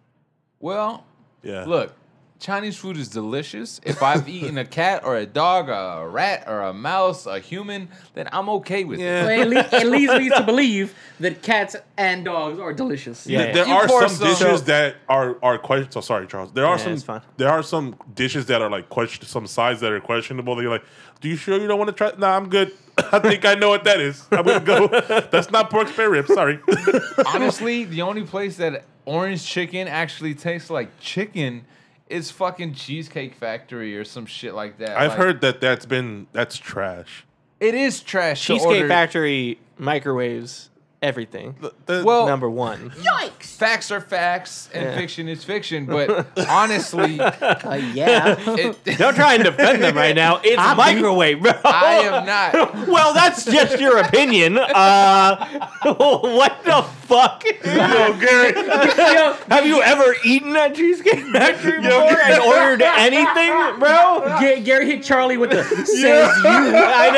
well,
Yeah,
look, Chinese food is delicious. If I've eaten a cat or a dog or a rat or a mouse, a human, then I'm okay with it.
Yeah.
Well, at, least, at least leads to believe that cats and dogs are delicious.
Yeah.
There
You
are
pour
some
some-
dishes that are are question. So sorry, Charles. There are
Yeah, it's
some
fine.
there are some dishes that are like question. Some sides that are questionable. That you're like, do you sure you don't want to try? Nah, I'm good. I think I know what that is. I'm gonna go. That's not pork spare ribs. Sorry.
Honestly, the only place that orange chicken actually tastes like chicken is fucking Cheesecake Factory or some shit like that.
I've
Like,
heard that that's been that's trash.
it is trash. to
Cheesecake
order-
Factory microwaves everything.
The-
Well,
Number one.
facts are facts and
Yeah.
fiction is fiction. But honestly,
Uh, yeah.
it,
Don't try and defend them right now. It's microwave, bro.
I am not.
well, that's just your opinion. Uh, what the fuck?
yo, Gary,
Yo,
Have you ever eaten at Cheesecake Factory before and ordered anything, bro?
Ga- Gary hit Charlie with the says you.
I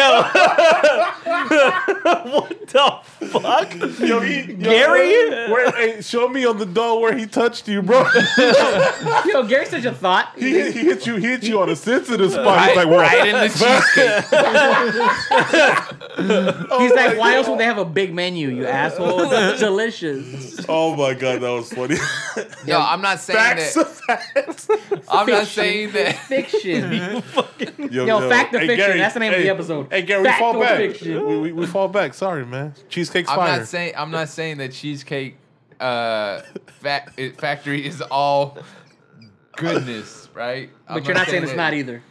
know. what the fuck?
yo, he, yo,
Gary?
where- hey, show me on the doll where he touched you, bro.
Yo, Gary's such a thought.
he, hit- he hit you. He hit you on a sensitive spot. He's like, well,
right in the cheesecake.
He's
Oh
like, why else would they have a big menu, you asshole? It's delicious.
oh my god, that was funny.
Yo, I'm not saying
Facts.
that. I'm not
Fiction.
saying that.
Fiction. Yo, fact or fiction? That's the name of the episode.
Hey, Gary,
Fact
we fall
or
back.
fiction?
We, we, we fall back. Sorry, man. Cheesecake's
I'm
fire.
not saying. I'm not saying that cheesecake uh, fac- it- factory is all goodness, right?
But you're not saying it's not e-, either.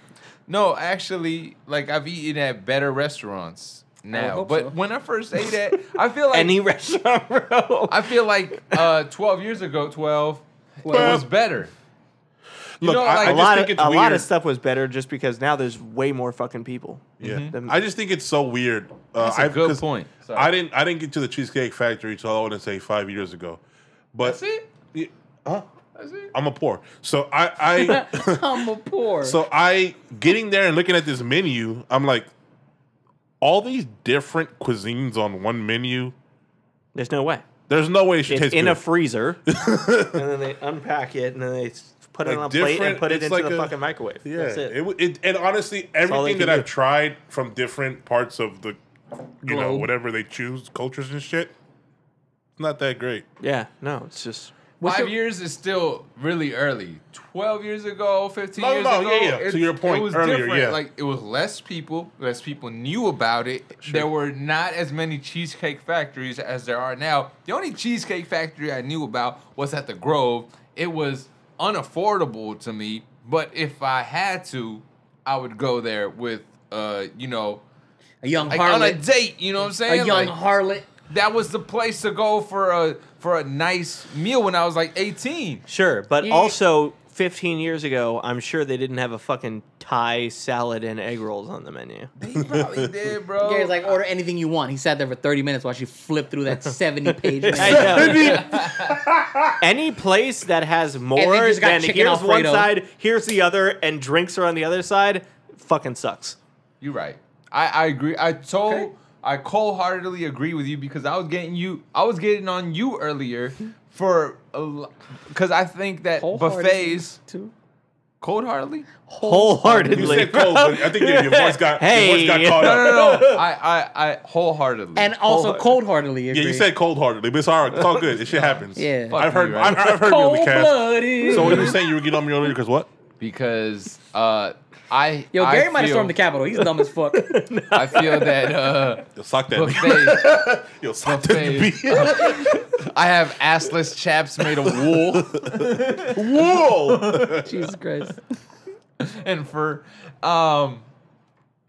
No, actually, like I've eaten at better restaurants now,
hope
but
so.
when I first ate at, I feel like
Any restaurant, bro.
I feel like uh, 12 years ago, 12, it was better. You
Look,
know,
I,
like-
I
a
just
lot,
think
of,
it's
a
weird.
lot of stuff was better just because now there's way more fucking people.
Yeah.
Mm-hmm.
Mhm.
I just think it's so weird. Uh,
That's a
I-
good
'cause
point. Sorry.
I didn't. I didn't get to the Cheesecake Factory till I want to say five years ago. But
That's it.
Yeah, huh?
That's it.
I'm a poor. So I, I
I'm a poor.
So I getting there and looking at this menu, I'm like, all these different cuisines on one menu.
There's no way.
There's no way it should
It's
taste
in
good.
a freezer, and then they unpack it, and then they s- put it
Like
on a plate and
different-
put it
it's
into
like
the
a-
fucking microwave.
yeah,
That's it.
it w- it- and honestly,
all they
everything that
can do.
I've tried from different parts of the, you know,
Globe.
whatever they choose, cultures and shit, not that great.
Yeah, no, it's just
What's
Five
your-
years is still really early. Twelve years ago, fifteen
No,
years
no,
ago,
yeah, yeah. To your point earlier, yeah.
Like it was less people. Less people knew about it. There were not as many cheesecake factories as there are now. The only cheesecake factory I knew about was at the Grove. It was unaffordable to me, but if I had to, I would go there with, uh, you know,
a young
like on a
harlot.
date. You know what I'm
A
saying?
young
Like,
harlot.
that was the place to go for a for a nice meal when I was like 18.
sure. But
You-
also, 15 years ago, I'm sure they didn't have a fucking Thai salad and egg rolls on the menu.
He probably did, bro.
Gary's like, order anything you want. He sat there for 30 minutes while she flipped through that 70 page
I
menu.
know. Any place that has more
just got
than
chicken
here's one
Alfredo.
side, here's the other, and drinks are on the other side, fucking sucks.
You're right. I, I agree. I told I cold-heartedly agree with you because I was getting you I was getting on you earlier for because I think that
Wholeheartedly,
buffets
too.
cold-heartedly.
Wholeheartedly.
You said cold, but I think your, your voice got
Hey.
your voice got caught
No,
up.
no, no. I, I, I wholeheartedly.
And also
Wholehearted.
cold heartedly.
Yeah, you said cold heartedly, but it's all right. It's all good. It shit happens.
Yeah. Fuck
I've heard.
you, right?
I've, I've heard you on
cold
the cast.
blooded.
So when you were saying you were getting on me earlier because what?
because uh, I
Yo, Gary
I
might have
feel-
stormed the Capitol. He's dumb as fuck.
I feel that uh,
Yo, sock that. nigga.
buffets
Yo, sock that.
buffet.
nigga.
I have assless chaps made of wool
Whoa.
Jesus Christ.
and for um,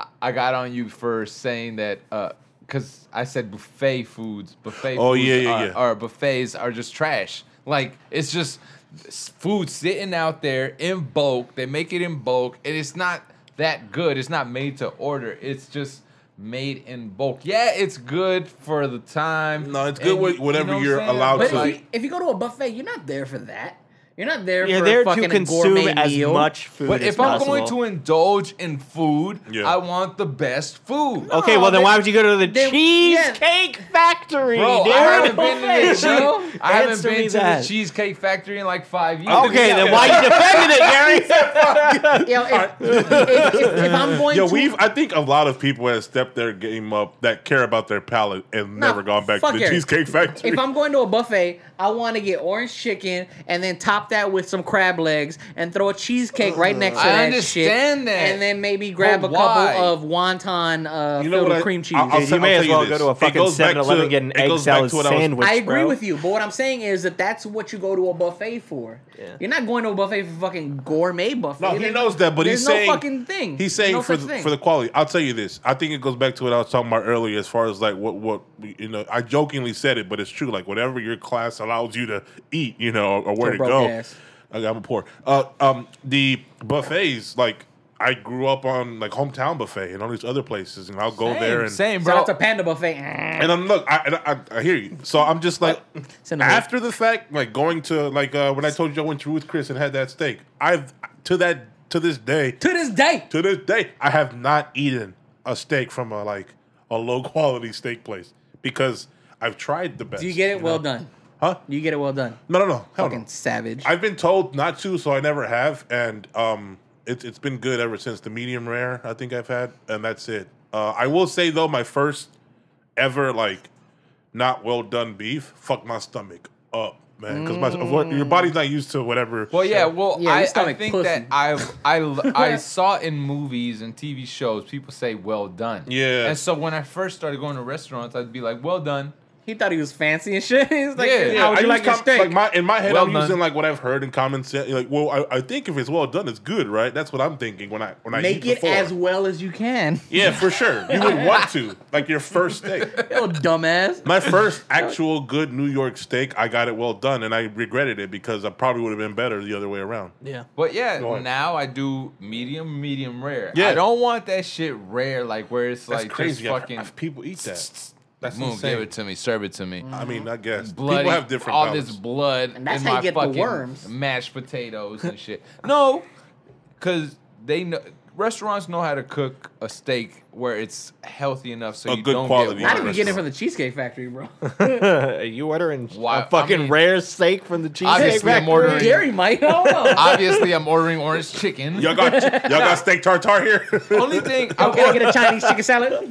I- I got on you for saying that uh, because I said buffet foods, buffet.
Oh,
foods
yeah, yeah,
are,
yeah.
Are buffets are just trash. Like it's just s- food sitting out there in bulk. They make it in bulk, and it's not that good. It's not made to order. It's just made in bulk. Yeah, it's good for the time.
No, it's good with whatever
what
you're
I'm saying?
allowed
But
But
to.
if
like-
you, if you go to a buffet, you're not there for that. You're not there
You're
for
there
a fucking
to consume
gourmet
as
meal.
much food
But
as
if I'm
possible.
going to indulge in food,
Yeah.
I want the best food.
Okay, well then,
then-
why would you go to the
then- yeah.
Cheesecake Factory,
Bro,
dude?
I haven't been to the,
Face,
cheese,
bro.
I haven't
Answer
been
me
to
that.
the Cheesecake Factory in like five years.
Okay, then why you defending it, Gary?
Yo, if, if, if, if I'm going
Yo,
to
we've. I think a lot of people have stepped their game up that care about their palate and
Nah,
never gone back to
fuck
the
Eric.
cheesecake factory.
If I'm going to a buffet, I want to get orange chicken and then top that with some crab legs and throw a cheesecake right next to
Uh, I
that
understand
shit.
that.
And then maybe grab
But
a couple
why?
of wonton uh,
You know
filled
what
with
I-
cream cheese.
I'll- I'll
Dude,
say-
you may
I'll tell
as
you
well go
this.
to a
It
fucking
goes back
7-Eleven
to-
and get an
it
egg
goes back
salad
to what I was-
sandwich.
I agree
bro.
with you, but what I'm saying is that that's what you go to a buffet for. You're not going to a buffet for fucking gourmet buffet.
No, he
There's-
knows that, but
there's
he's
no
saying
fucking thing.
He's saying
No
for
such
the,
thing.
for the quality. I'll tell you this. I think it goes back to what I was talking about earlier, as far as like what what we- you know. I jokingly said it, but it's true. Like whatever your class allows you to eat, you know, or where
Poor
to
broke
go.
ass.
Okay, I'm poor. Uh, um, the buffets, like I grew up on like hometown buffet and all these other places, and I'll go there and
same,
Shout
bro.
out to Panda Buffet.
and I'm look, I, and I I hear you. So I'm just like
It's in the hood.
after the fact, like going to like uh, when I told you I went to Ruth Chris and had that steak. I've to that to this day
To this day.
to this day, I have not eaten a steak from a like a low quality steak place because I've tried the best.
Do you get it? well
know?
done.
Huh?
You get it well done.
No, no, no. Hell no.
Fucking savage.
I've been told not to, so I never have, and um, it's it's been good ever since. The medium rare, I think I've had, and that's it. Uh, I will say though, my first ever like not well done beef fucked my stomach up, man, because my what, your body's not used to whatever.
Well, yeah. Well,
Yeah,
I,
your
I
stomach
think
pussy.
that I I I saw in movies and TV shows people say "well done."
Yeah.
And so when I first started going to restaurants, I'd be like, "Well done."
He thought he was fancy and shit. He was like,
Yeah.
how
Yeah,
would you
I
like
use
your
com-
steak?
Like my, in my head,
Well
I'm
done.
using like what I've heard in common sense. Like, well, I, I think if it's well done, it's good, right? That's what I'm thinking when I when I
Make
eat
it
before.
as well as you can.
Yeah, for sure. You would want to like your first steak.
Yo, dumbass.
My first actual good New York steak, I got it well done, and I regretted it because I probably would have been better the other way around.
Yeah.
But yeah,
Go ahead.
now I do medium, medium rare.
Yeah.
I don't want that shit rare, like where it's
That's
like
crazy.
just
I've-
fucking.
I've- people eat that. That's
Moon,
insane.
give it to me. Serve it to me.
I mean, I guess
bloody,
people have different.
all
palates.
this blood and
that's
in
how you
my
get the
fucking
worms.
mashed potatoes and shit. No, because they know restaurants know how to cook a steak where it's healthy enough so
A
you
good
don't
quality.
get
How
worms.
did we get it from the Cheesecake Factory, bro?
Are you ordering
Why-
a fucking
I mean,
rare steak from the cheesecake
obviously I'm
factory?
ordering-
Gary might. I don't know.
Obviously, I'm ordering orange chicken.
Y'all got y'all got steak tartare here.
Only thing
Oh,
I've,
can I get a Chinese chicken salad?
or-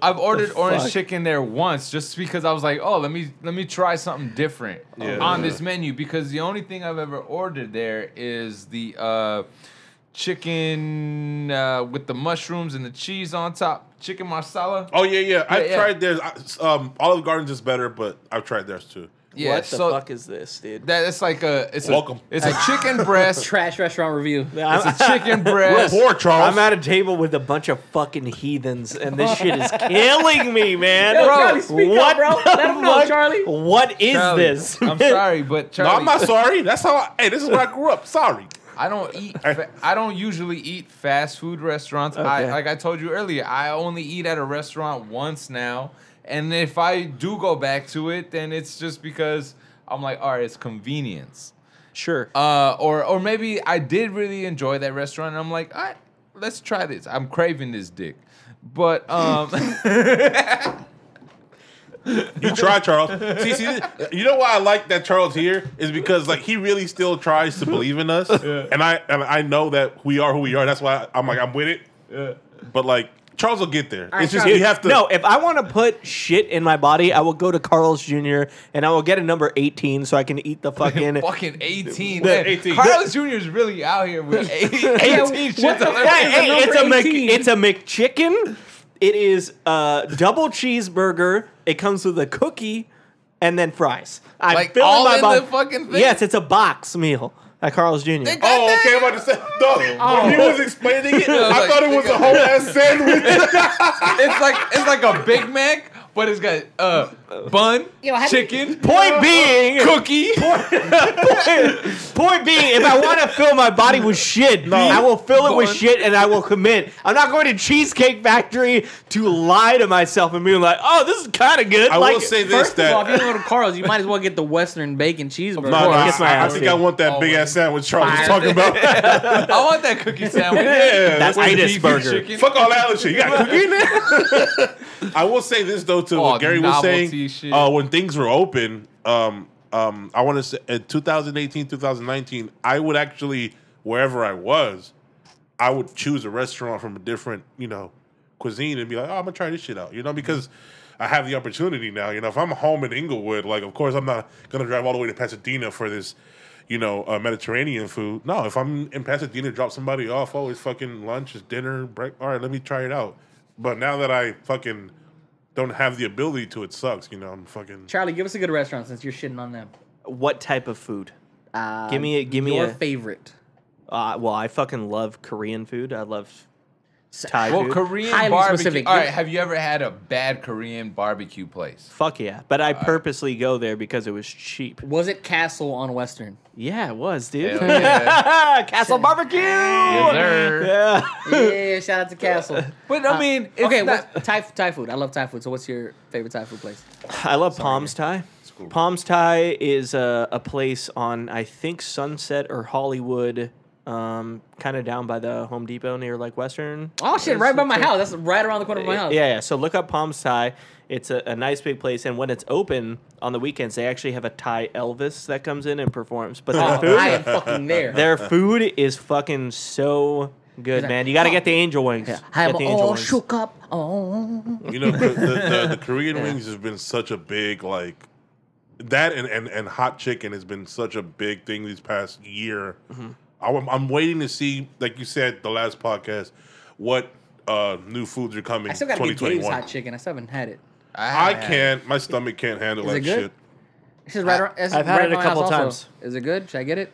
I've ordered orange chicken there once just because I was like, oh, let me let me try something different
Yeah.
on this menu because the only thing I've ever ordered there is the uh, chicken uh, with the mushrooms and the cheese on top, chicken masala.
oh yeah, yeah. I've
yeah.
tried theirs. I- Um, Olive Gardens is better, but I've tried theirs too.
Yeah,
what the
so
fuck is this, dude?
that it's like a it's
Welcome.
a it's a chicken breast.
Trash restaurant review.
I'm,
It's a chicken breast.
Poor Charles.
I'm at a table with a bunch of fucking heathens, and this shit is killing me, man.
Yo, Charlie, speak up, bro.
the
Let 'em know,
fuck-
Charlie.
What is
Charlie,
this?
I'm sorry, but
no,
Charlie,
I'm not sorry. That's how. I, hey, this is where I grew up. Sorry.
I don't eat. Fa- I don't usually eat fast food restaurants. I,
Okay.
like I told you earlier, I only eat at a restaurant once now, and if I do go back to it, then it's just because I'm like, all right, it's convenience.
Sure.
Uh, or or maybe I did really enjoy that restaurant, and I'm like, all right, let's try this. I'm craving this dick, but um,
You try, Charles. see, see, you know why I like that Charles here is because like he really still tries to believe in us, and I and I know that we are who we are. That's why I'm like I'm with it. But like Charles will get there. it's just
Charles.
we have to.
no, if I want to put shit in my body, I will go to Carl's Jr. and I will get a number 18 so I can eat the fucking.
fucking 18.
The-
man.
18.
Carlos Jr. is really out here with 18 shits
what the
on
fuck?
everything.
Hey, hey,
It's
it's
a
a
number
Mc,
18.
it's a McChicken. It is a double cheeseburger. It comes with a cookie and then fries. I
Like,
filled
all
my
in
bo-
the fucking thing?
Yes, it's a box meal at Carl's Jr.
Oh, okay. I'm about to say. No, when he was explaining it, I
like,
thought it was a whole ass sandwich.
It's like it's like a Big Mac But it's got uh, bun,
Yo, how do you-
chicken,
Point being,
cookie.
point being, if I want to fill my body with shit, I will fill it with
Bun.
shit and I will commit. I'm not going to Cheesecake Factory to lie to myself and be like, "Oh, this is kind of good."
I
like
will
it.
say this
First of all, if
that
you don't go to Carl's, you might as well get the Western bacon cheeseburger.
no, no,
course.
I,
Kiss my
I- I
ass,
think
dude.
I want that big ass sandwich Charles was talking about.
I want that cookie sandwich.
yeah,
that's
With
itis
beef and
burger.
chicken.
Fuck all that other shit. You got cookie in there. I will say this though to
Oh,
what Gary was
novelty
saying.
shit.
Uh, when things were open, um, um, I want to say in 2018, 2019, I would actually wherever I was, I would choose a restaurant from a different, you know, cuisine and be like, oh, I'm gonna try this shit out, you know, because. I have the opportunity now, you know. If I'm home in Inglewood, like, of course, I'm not gonna drive all the way to Pasadena for this, you know, uh, Mediterranean food. No, if I'm in Pasadena, drop somebody off. Oh, it's fucking lunch, it's dinner, break. All right, let me try it out. But now that I fucking don't have the ability to, it sucks. You know, I'm fucking.
Charlie, give us a good restaurant since you're shitting on them.
What type of food?
Uh,
Give me a- give me
your
a-
favorite.
Uh, well, I fucking love Korean food. I love Thai
Well,
food.
Korean
Highly
barbecue.
specific.
All right, have you ever had a bad Korean barbecue place?
Fuck yeah! But I purposely go there because it was cheap.
Was it Castle on Western?
Yeah, it was, dude.
Hell yeah.
Castle Barbecue. Yeah.
yeah, shout out to Castle.
But I mean, it's
okay,
not-
what, Thai, Thai food. I love Thai food. So, what's your favorite Thai food place?
I love Palms Thai. Palms Thai is a, a place on I think Sunset or Hollywood, um, kind of down by the Home Depot near like Western.
Oh shit, right by my house. That's right around the corner of my
Yeah,
house.
yeah. So look up Palms Thai. It's a, a nice big place, and when it's open on the weekends, they actually have a Thai Elvis that comes in and performs. But their
Oh,
food,
I am fucking there.
their food is fucking so good,
like,
man. You got to get the angel wings.
I am
Get the angel
all
wings.
shook up. Oh.
You know, the, the, the, the Korean wings has been such a big like that, and, and, and hot chicken has been such a big thing these past year.
Mm-hmm.
I'm, I'm waiting to see, like you said, the last podcast, what uh, new foods are coming.
I still gotta get Dave's
2021.
hot chicken. I still haven't had it.
I
haven't had it.
can't. My stomach can't handle
Is it
that
good?
shit.
It's just right around, it's
I've had
right
it
by
a
my house
couple
also.
times.
Is it good? Should I get it?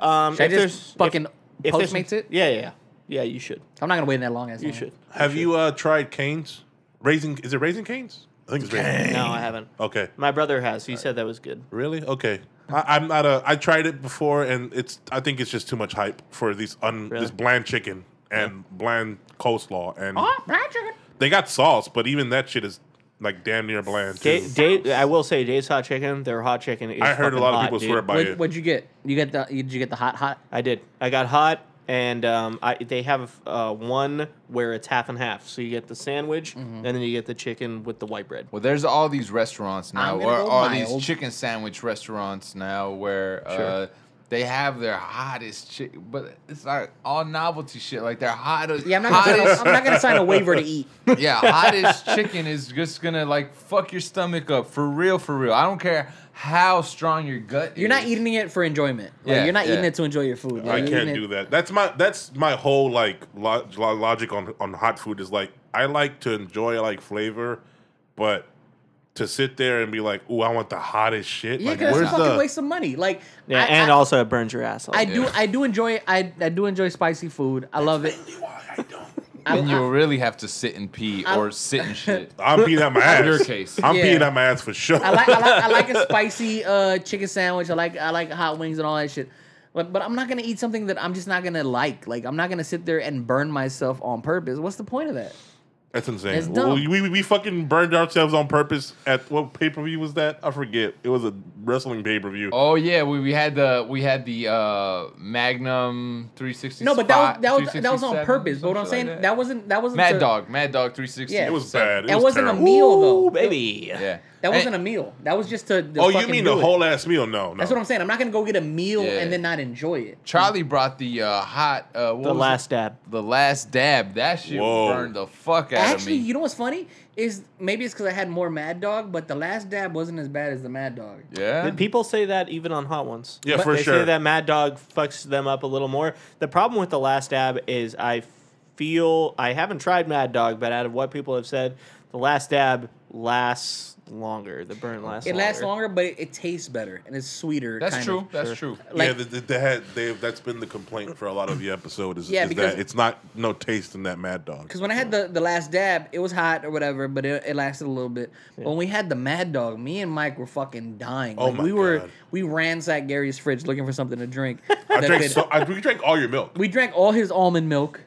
Um,
Should I
if there's-
just fucking
if there's-
Postmates it?
Yeah, yeah, yeah. Yeah, you should.
I'm not gonna wait that long. As
You
long.
should.
Have you uh, tried canes? Raisin? Is it raisin canes? I think it's raisin.
No, I haven't.
Okay.
My brother has. He said that was good.
Really? Okay. I, I'm not a. I tried it before, and it's. I think it's just too much hype for these un
Really?
this bland chicken and bland coleslaw, and
Oh, fried chicken.
they got sauce, but even that shit is like damn near bland. Too.
Da- Dave, I will say Dave's hot chicken. Their hot chicken is.
I heard a
fucking
lot of
hot,
people
dude.
swear by
What,
it.
what'd you get? You get the? Did you get the hot hot?
I did. I got hot, and um, I they have uh, one where it's half and half. So you get the sandwich,
Mm-hmm.
and then you get the chicken with the white bread.
Well, there's all these restaurants now,
I'm
or
gonna go
all
mild.
these chicken sandwich restaurants now, where uh, they have their hottest chick, but it's like all novelty shit. Like their hottest,
Yeah, I'm not gonna.
hottest,
sign a, I'm not gonna sign a waiver to eat.
yeah, hottest chicken is just gonna like fuck your stomach up for real, for real. I don't care how strong your gut.
You're not eating it for enjoyment. Like,
Yeah,
you're not
yeah.
eating it to enjoy your food. Like,
I
you're
can't
eating
do
it-
that. That's my that's my whole like lo- lo- logic on on hot food is like I like to enjoy like flavor, but to sit there and be like, "Ooh, I want the hottest shit."
Yeah,
like,
because it's
where's
a fucking
the?
waste of money. Like,
Yeah,
I,
and
I,
also it burns your ass off.
I do.
Yeah.
I do enjoy. I I do enjoy spicy food. I love it.
Why I don't.
I,
Then
I,
you'll really have to sit and pee or sit and shit.
I'm peeing out my ass.
your case.
I'm
Yeah.
peeing out my ass for sure.
I like, I like I like a spicy uh, chicken sandwich. I like I like hot wings and all that shit. But but I'm not gonna eat something that I'm just not gonna like. Like I'm not gonna sit there and burn myself on purpose. What's the point of that?
That's insane.
It's
Well,
dumb.
We, we, we fucking burned ourselves on purpose at what pay per view was that? I forget. It was a wrestling pay per view.
Oh yeah, we, we had the we had the uh, Magnum 360.
No, but that was that was, that was on purpose. But what I'm saying that. wasn't that wasn't
Mad
to-
Dog, Mad Dog 360.
Yeah.
It was
Seven.
bad. It,
That
was
wasn't a
terrible.
meal
Ooh,
though.
baby.
Yeah,
That wasn't
And-
a meal. That was just to. to
Oh, you
fucking
mean
do
the
it.
whole ass meal? No, no.
That's what I'm saying. I'm not gonna go get a meal
Yeah.
and then not enjoy it.
Charlie brought the uh, hot. Uh, what
The
was
last
it?
dab.
The last dab. That shit
Whoa.
burned the fuck out
Actually,
of me.
you know what's funny is maybe it's because I had more Mad Dog, but the last dab wasn't as bad as the Mad Dog.
yeah.
People say that even on hot ones.
Yeah,
But
for
they
sure.
say that Mad Dog fucks them up a little more. The problem with the last dab is I feel I haven't tried Mad Dog, but out of what people have said, the last dab lasts longer. The burn lasts.
It
longer.
lasts longer, but it, it tastes better and it's sweeter.
That's
kind
true.
of.
That's true.
Like,
yeah, the, the, the head, they, that's been the complaint for a lot of the episode is,
Yeah,
is
because-
that it's not no taste in that Mad Dog.
Because when I had the, the last dab, it was hot or whatever, but it, it lasted a little bit. But when we had the Mad Dog, me and Mike were fucking dying.
Oh
Like,
my
we were
God.
we ransacked Gary's fridge looking for something to drink.
I
that
drank
fit-
so I, we drank all your milk. Oh,
we drank all his almond milk.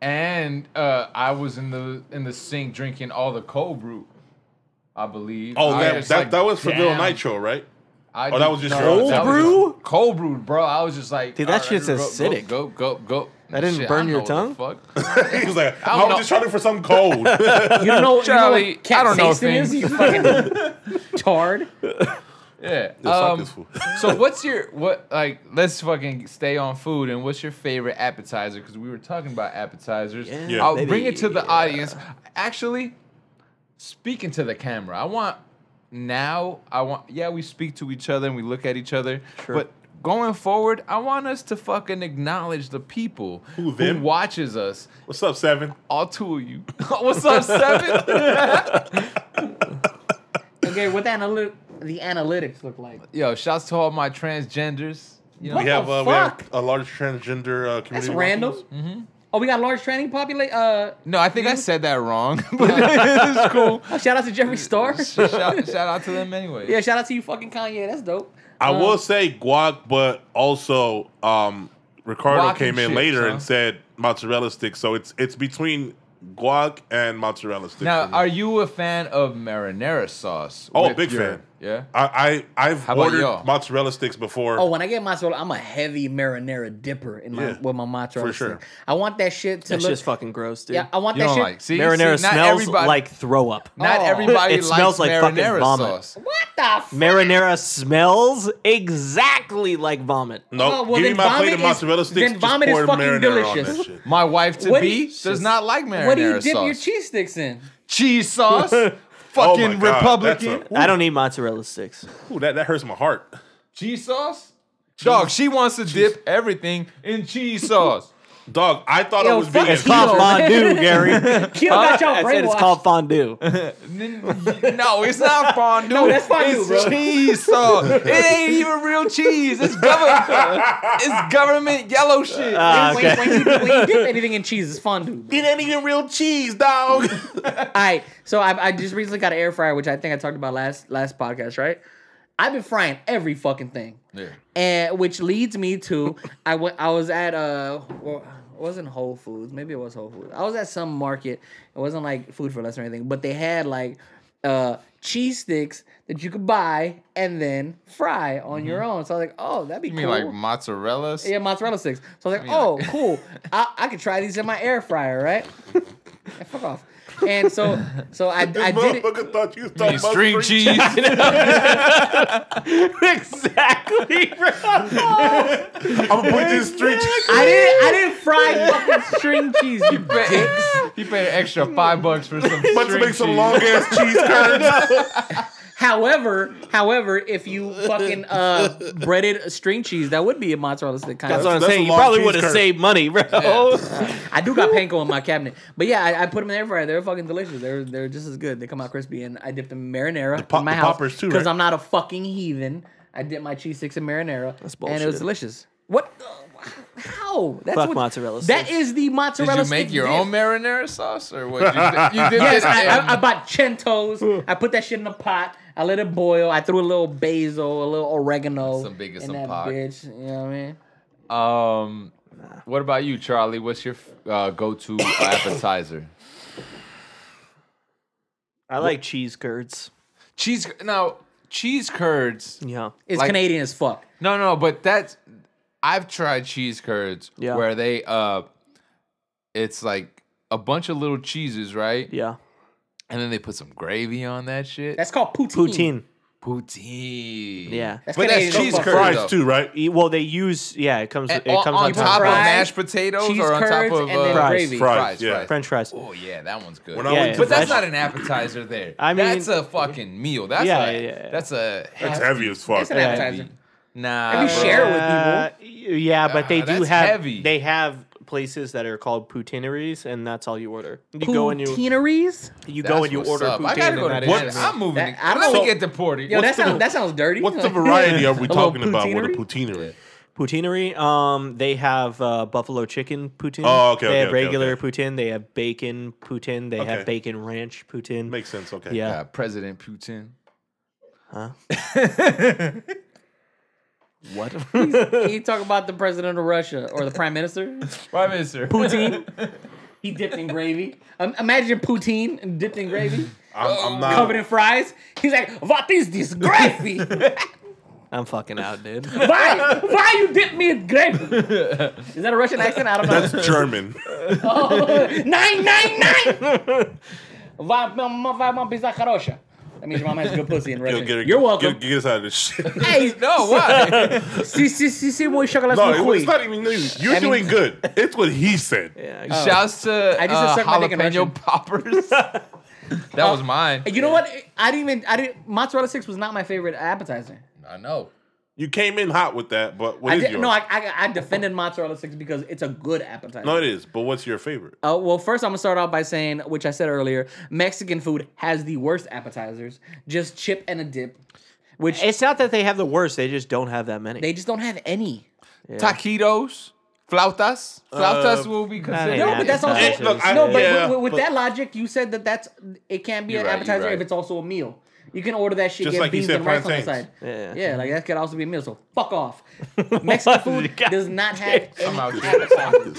And uh, I was in the in the sink drinking all the cold brew. I believe.
Oh,
I
that
just,
that,
like,
that was for Bill
damn.
Nitro, right?
I
Oh, that was just your own
that
tap.
was
Cold
just- Cold brew, bro. I was just like,
Dude, that
all right,
shit's
go- go-
acidic.
Go, go, go.
That didn't
Shit,
burn
I
your
know what the fuck.
He was like,
I
I,
don't
was
know.
just trying for something cold.
You don't know,
Charlie,
you know what cat
I don't know
sasting is?
things.
You fucking tard.
Yeah.
fuck
um,
this fool.
so what's your what like? Let's fucking stay on food. And what's your favorite appetizer? Because we were talking about appetizers.
Yeah, Yeah.
I'll
baby.
bring it to the audience. Actually, speaking to the camera, I want now. I want yeah. We speak to each other and we look at each other.
Sure.
But going forward, I want us to fucking acknowledge the people
Who, them?
watches us.
What's up, Seven?
All two of you. what's up, Seven?
Okay, what the, analy- the analytics look like.
Yo, shouts to all my transgenders. You know,
What
we have
the
uh, we have
Oh, fuck?
a large transgender uh, community.
That's random. Oh, we got large training population. Uh,
No, I think I said that wrong, but it's cool.
oh, shout out to Jeffree Star.
shout, shout out to them anyway.
yeah, shout out to you, fucking Kanye. That's dope.
I
Um,
will say guac, but also um, Ricardo
Guac and
came in
chips,
later
huh?
and said mozzarella sticks. So it's it's between guac and mozzarella sticks.
Now,
for me.
are you a fan of marinara sauce?
Oh,
with
big
your-
fan.
Yeah.
I, I I've
How about
ordered
y'all?
mozzarella sticks before.
Oh, when I get mozzarella, I'm a heavy marinara dipper in my
Yeah,
with my mozzarella.
for sure.
stick. I want that shit to
That's
look.
just fucking gross, dude.
yeah, I want
You
that
don't
shit.
like see,
Marinara
see, not
smells
everybody,
like throw up.
not
Oh.
everybody
It
likes
smells like fucking
marinara
vomit.
sauce.
what the fuck?
Marinara smells exactly like vomit.
no,
Oh, well,
give me
then
my plate
vomit
of
is-
mozzarella sticks.
then vomit is
just pour
fucking
marinara On
delicious.
that shit.
My wife to
What do
be
you-
does not like marinara
What do you dip
sauce.
your cheese sticks in?
Cheese sauce.
Oh my
fucking
God,
Republican.
that's
I don't need mozzarella sticks.
a- ooh, that that hurts my heart.
cheese sauce. Dog, she wants to dip everything in cheese sauce.
Dog, I thought I
Yo,
was
fuck
being
It's
It's
accused.
called
called
fondue,
fondue,
Gary.
Kill got y'all
I said it's
brainwashed.
called fondue.
no, it's not fondue.
No, that's fondue,
it's
bro.
cheese sauce. it ain't even real cheese. It's government. it's government yellow shit.
Ah,
When- when, you, when you dip anything in cheese, it's fondue.
It ain't even real cheese, dog.
All right, so I, I just recently got an air fryer, which I think I talked about last last podcast, right? I've been frying every fucking thing,
Yeah.
and which leads me to I went I was at uh well, it wasn't Whole Foods, maybe it was Whole Foods. I was at some market. It wasn't like food for less or anything, but they had like uh cheese sticks that you could buy and then fry on your own. So I was like, oh, that'd be
Mm-hmm. You
cool.
mean like mozzarella?
Yeah, mozzarella sticks. So I was like,
I mean,
oh,
like-
cool. I, I could try these in my air fryer, right? Yeah, fuck off. And so, so I, I did it.
Motherfucker thought
You
you was
mean
talking about
string cheese?
exactly, bro.
I'm gonna put this string cheese.
I didn't. I didn't fry fucking string cheese. You dicks.
he paid an extra five bucks for some
About to
string
make some
cheese.
long ass cheese curds.
However, however, if you fucking uh breaded string cheese, that would be a mozzarella stick kind
That's
of.
what I'm
That's
saying.
a
You
long
probably
cheese
would have
curd.
saved money, bro.
I do got panko in my cabinet, but yeah, I, I put them in the air fryer. They're fucking delicious. They're they're just as good. They come out crispy, and I dipped them in marinara
pop-
in my
the
house
poppers too,
because
right?
I'm not a fucking heathen. I dipped my cheese sticks in marinara,
That's
and it was
bullshit.
delicious. What? the- How? That's
Fuck mozzarella
That
sticks.
is the
Did
mozzarella.
you make
stick
your
dip.
own marinara sauce or what? You, did- you did
Yes,
this
I,
and-
I, I bought centos. I put that shit in a pot. I let it boil. I threw a little basil, a little oregano,
Some big as
in
some
that
pot.
bitch. You know what I mean?
Um, what about you, Charlie? What's your uh, go-to appetizer?
I like cheese curds.
Cheese now, cheese curds.
Yeah.
It's
Like-
Canadian as fuck.
No, no, but that's I've tried cheese curds
Yeah.
where they uh, it's like a bunch of little cheeses, right?
Yeah.
And then they put some gravy on that shit.
That's called poutine.
Poutine.
poutine.
Mm. Yeah.
That's
but that's
Canadian as
cheese
fuck.
curds though.
Fries too, right?
E- Well, they use yeah. It comes.
And
It
on,
comes
on top of
Fries,
mashed potatoes
cheese
or on top
curds,
of
and then
uh,
gravy.
Fries,
fries,
yeah.
fries.
French fries.
Oh yeah, that one's good.
When I
Yeah,
went
yeah.
to
But that's
Fresh-
not an appetizer there.
I mean-
that's a fucking meal. That's
Yeah,
a,
yeah, yeah, yeah.
that's a
It's
hefty-
heavy as fuck.
It's an
Yeah.
appetizer.
Nah,
Have you
bro.
shared with
Uh, y- yeah, but they
Ah,
do
that's
have.
heavy.
They have places that are called poutineries, and that's all you order. You go and you
Poutineries?
you go and you
what's
order
up.
poutine.
I gotta
and
go to
that is
Canada.
your meal.
I'm moving.
That-
to-
I
let
don't-
me get deported.
Yo, that
What's the-
sounds, that sounds dirty.
What's the
Like-
variety are we
little
talking about with a
poutineery?
poutineery?
Poutineery. Um, they have uh, buffalo chicken poutine.
Oh, okay,
They
okay,
have
okay,
regular
okay.
poutine. They have bacon poutine. They
Okay.
have bacon ranch poutine.
Makes sense. Okay.
yeah.
Uh, President Putin.
What?
He talk about the president of Russia or the prime minister.
Prime Minister.
Poutine. He dipped in gravy. Um, imagine poutine dipped in gravy,
I'm, I'm not.
covered in fries. He's like, "What is this gravy?
I'm fucking out, dude.
Why? Why you dip me in gravy? Is that a Russian accent? I don't know.
That's German.
nine, nine, nine. Why, mama, why, mama, pizza хорошая? That means your mom has good pussy in
Yo,
Russian.
get it-
You're welcome.
Get, get us out of this shit. no,
Hey,
No, why?
si, si, si, si, muy chocolate
it-
muy
it's not even news. You're
I mean-
doing good. It's what he said.
Yeah.
Shouts to
I just
uh,
sucked my dick in Russian.
jalapeno poppers. that was mine.
You know what? I didn't even. I didn't. Mozzarella sticks was not my favorite appetizer.
I know.
You came in hot with that, but what
I
is
did,
yours?
no, I, I, I defended mozzarella sticks because it's a good appetizer.
no, it is. But what's your favorite?
Uh, well, first I'm gonna start out by saying, which I said earlier, Mexican food has the worst appetizers. Just chip and a dip, which
It's not that they have the worst; they just don't have that many.
they just don't have any.
Taquitos, flautas. Flautas
Uh,
will be
ain't
considered.
No,
Yeah,
but that's also
appetizers. Hey,
look, I-
no. But
yeah,
with, with- with
but-
that logic, you said that that's it can't be
You're
an
right, you're
appetizer
right.
if it's also a meal. You can order that shit,
Just
get
like you
beans
said,
and rice on the side.
plantains.
Yeah.
yeah, like that could also be a meal. So fuck off. Mexican food
God
does not have any
I'm out here.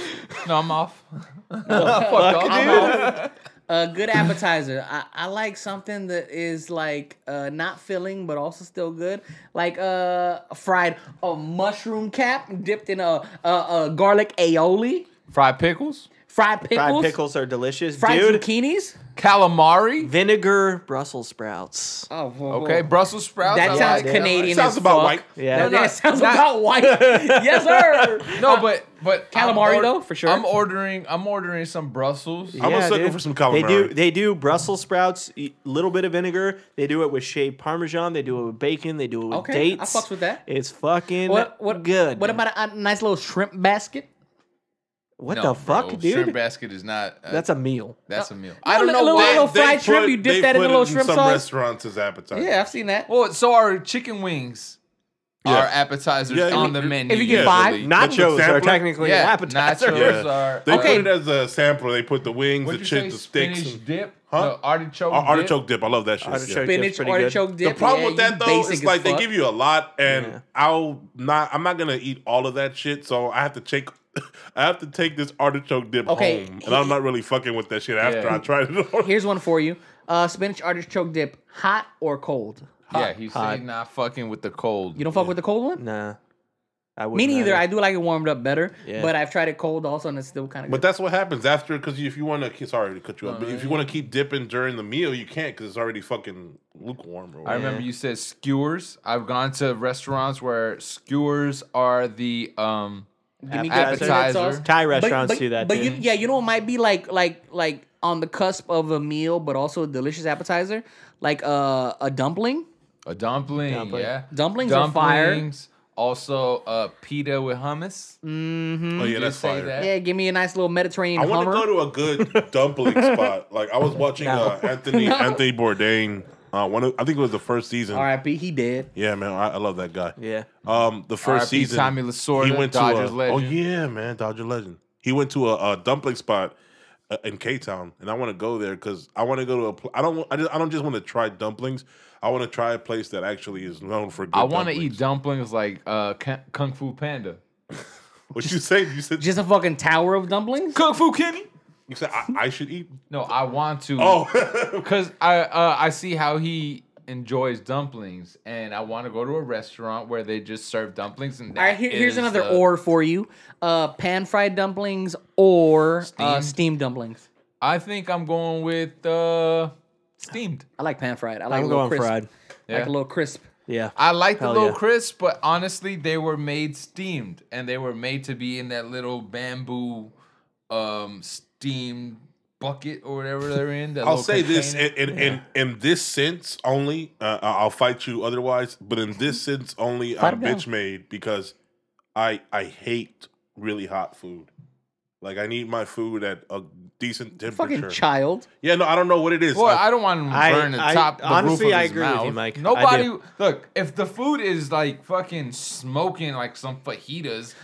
no, I'm off. Fuck off.
I'm off. A good appetizer. I, I like something that is like uh, not filling but also still good. Like uh, fried a mushroom cap dipped in a, a, a garlic aioli,
Fried pickles,
fried pickles,
Fried
fried,
pickles are delicious, dude.
zucchinis.
calamari.
Vinegar Brussels sprouts.
Oh, whoa,
Okay,
whoa.
Brussels sprouts.
that
I
sounds
like.
Canadian.
Sounds
as
about
fuck.
white.
Yeah.
That,
No, no,
sounds
not-
about white. yes, sir.
No, but but I'm
Calamari, though, for sure.
I'm ordering. I'm ordering some Brussels.
I'm a
Yeah,
sucker
dude.
for some
They do.
calamari.
They do Brussels sprouts, a little bit of vinegar. They do it with shaved Parmesan. They do it with bacon. They do it with
Okay, I
dates.
fucks with that.
It's fucking
What what
good.
What about a, a nice little shrimp basket?
what
No,
the fuck,
bro,
dude?
Shrimp basket is not. uh,
That's a meal.
that's a meal. I don't know
little- little-
why.
little Oh, fried shrimp, you dip
they
that in a
put
little
it
shrimp
some
sauce?
restaurants as appetizer.
Yeah, I've seen that.
Well, Oh, so our chicken wings are
Yeah.
appetizers
Yeah,
on
you-
the
if
menu.
you get
usually.
five-
Nachos
sampler?
are technically
Yeah,
an appetizer.
nachos.
Yeah.
Those are-
they
Okay.
put it as a sampler. They put the wings,
What'd
the
you
chips,
say?
the sticks,
Spinach
and-
dip,
Huh?
no, artichoke,
Ar-
dip.
artichoke dip. I love that shit. yeah.
Artichoke dip.
Spinach
pretty good.
artichoke
The
dip.
problem
yeah,
with that
you
though
basic
is
as
like they
fuck.
give you a lot, and
Yeah.
I'll not. I'm not gonna eat all of that shit, so I have to take. I have to take this artichoke dip
Okay.
home, and I'm not really fucking with that shit after
Yeah.
I tried it. on.
Here's one for you. Uh, spinach artichoke dip, hot or cold?
Yeah, he's saying not fucking with the cold.
You don't fuck with the cold one?
Nah, I
Me
wouldn't
neither.
either.
I do like it warmed up better,
Yeah.
but I've tried it cold also, and it's still kind of.
But
Good.
that's what happens after, because if you want to, sorry to cut you up, but if you want to keep dipping during the meal, you can't because it's already fucking lukewarm. Or
I
whatever.
remember you said skewers. I've gone to restaurants where skewers are the um
Give me good
appetizer.
coconut sauce.
Thai
But-
restaurants
but-
do that
But
too.
you, yeah, you know what might be like, like, like on the cusp of a meal, but also a delicious appetizer, like uh, a dumpling.
a dumpling.
Dumpling.
Yeah,
Dumplings are fire.
Dumplings. Also, uh, pita with hummus.
oh yeah, that's
Just say
fire.
that.
Yeah, give me a nice little Mediterranean
I want to
hummer.
go to a good dumpling spot. Like I was watching uh, Anthony Anthony Bourdain. Uh, one of, I think it was the first season.
R.I.P. He dead.
Yeah, man, I, I love that guy.
Yeah.
Um, the first
RIP
season,
Tommy Lasorda, Dodgers
to a,
legend.
Oh yeah, man, Dodger legend. He went to a, a dumpling spot uh, in K Town, and I want to go there because I want to go to a. Pl- I don't. wa- I, just, I don't just want to try dumplings. I want to try a place that actually is known for. good
I want to
dumplings.
eat dumplings like uh, K- Kung Fu Panda.
What you say? You said.
Just a fucking tower of dumplings.
Kung Fu Kenny.
you said I, I should eat.
No, I want to.
Oh,
Because I uh, I see how he enjoys dumplings, and I want to go to a restaurant where they just serve dumplings. And
All right,
that
here, here's
is
another
the-
or for you: uh, pan fried dumplings or Uh,
Steamed?
steamed dumplings.
I think I'm going with uh, steamed.
I like pan fried. I like
I'm
a little
going
crisp.
fried.
I Like a
Yeah.
little crisp.
Yeah.
I like the
Hell
little
yeah.
crisp, but honestly, they were made steamed, and they were made to be in that little bamboo um, steamed bucket or whatever they're in. that
I'll
little
say this
container.
in in, in in this sense only. Uh, I- I'll fight you otherwise, but in this sense only, I'm
it down.
bitch made because I I hate really hot food. Like I need my food at a decent temperature.
Fucking child.
yeah, no, I don't know what it is.
Well,
I-
I don't want him to
I-
burn the
I-
top. The
honestly,
roof of
I
his
agree with you,
mouth.
Mike. I
Nobody
do.
look if the food is like fucking smoking like some fajitas.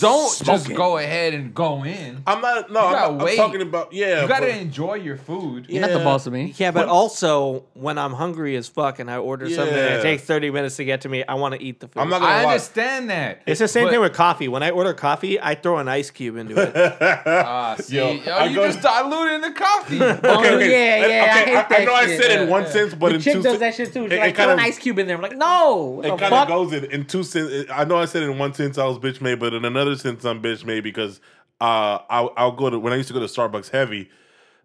Don't just
Smoking.
go ahead and go in.
I'm not. No,
You gotta
I'm, not, I'm
wait.
talking about. Yeah,
you gotta
but-
enjoy your food.
You're not the
Yeah.
boss of me.
Yeah, but also when I'm hungry as fuck and I order something and it
Yeah.
takes 30 minutes to get to me, I want to eat the food.
I'm not gonna
I
lie.
understand that.
it's the same
But-
thing with coffee. When I order coffee, I throw an ice cube into it.
Ah, see,
Yo,
yo,
I
you
go-
just diluting the coffee.
Oh, yeah,
let-
yeah, I hate
I,
that
know I
shit.
said in one
Yeah.
sense, but
The
in
chick
two
does
sen-
that shit too. She's
it- it
like, throw
kinda-
an ice cube in there. I'm like, no. What
It
the
kind of
fuck?
goes in, in two senses. I know I said in one sense I was bitch made, but in another sense I'm bitch made because uh, I'll, I'll go to when I used to go to Starbucks heavy,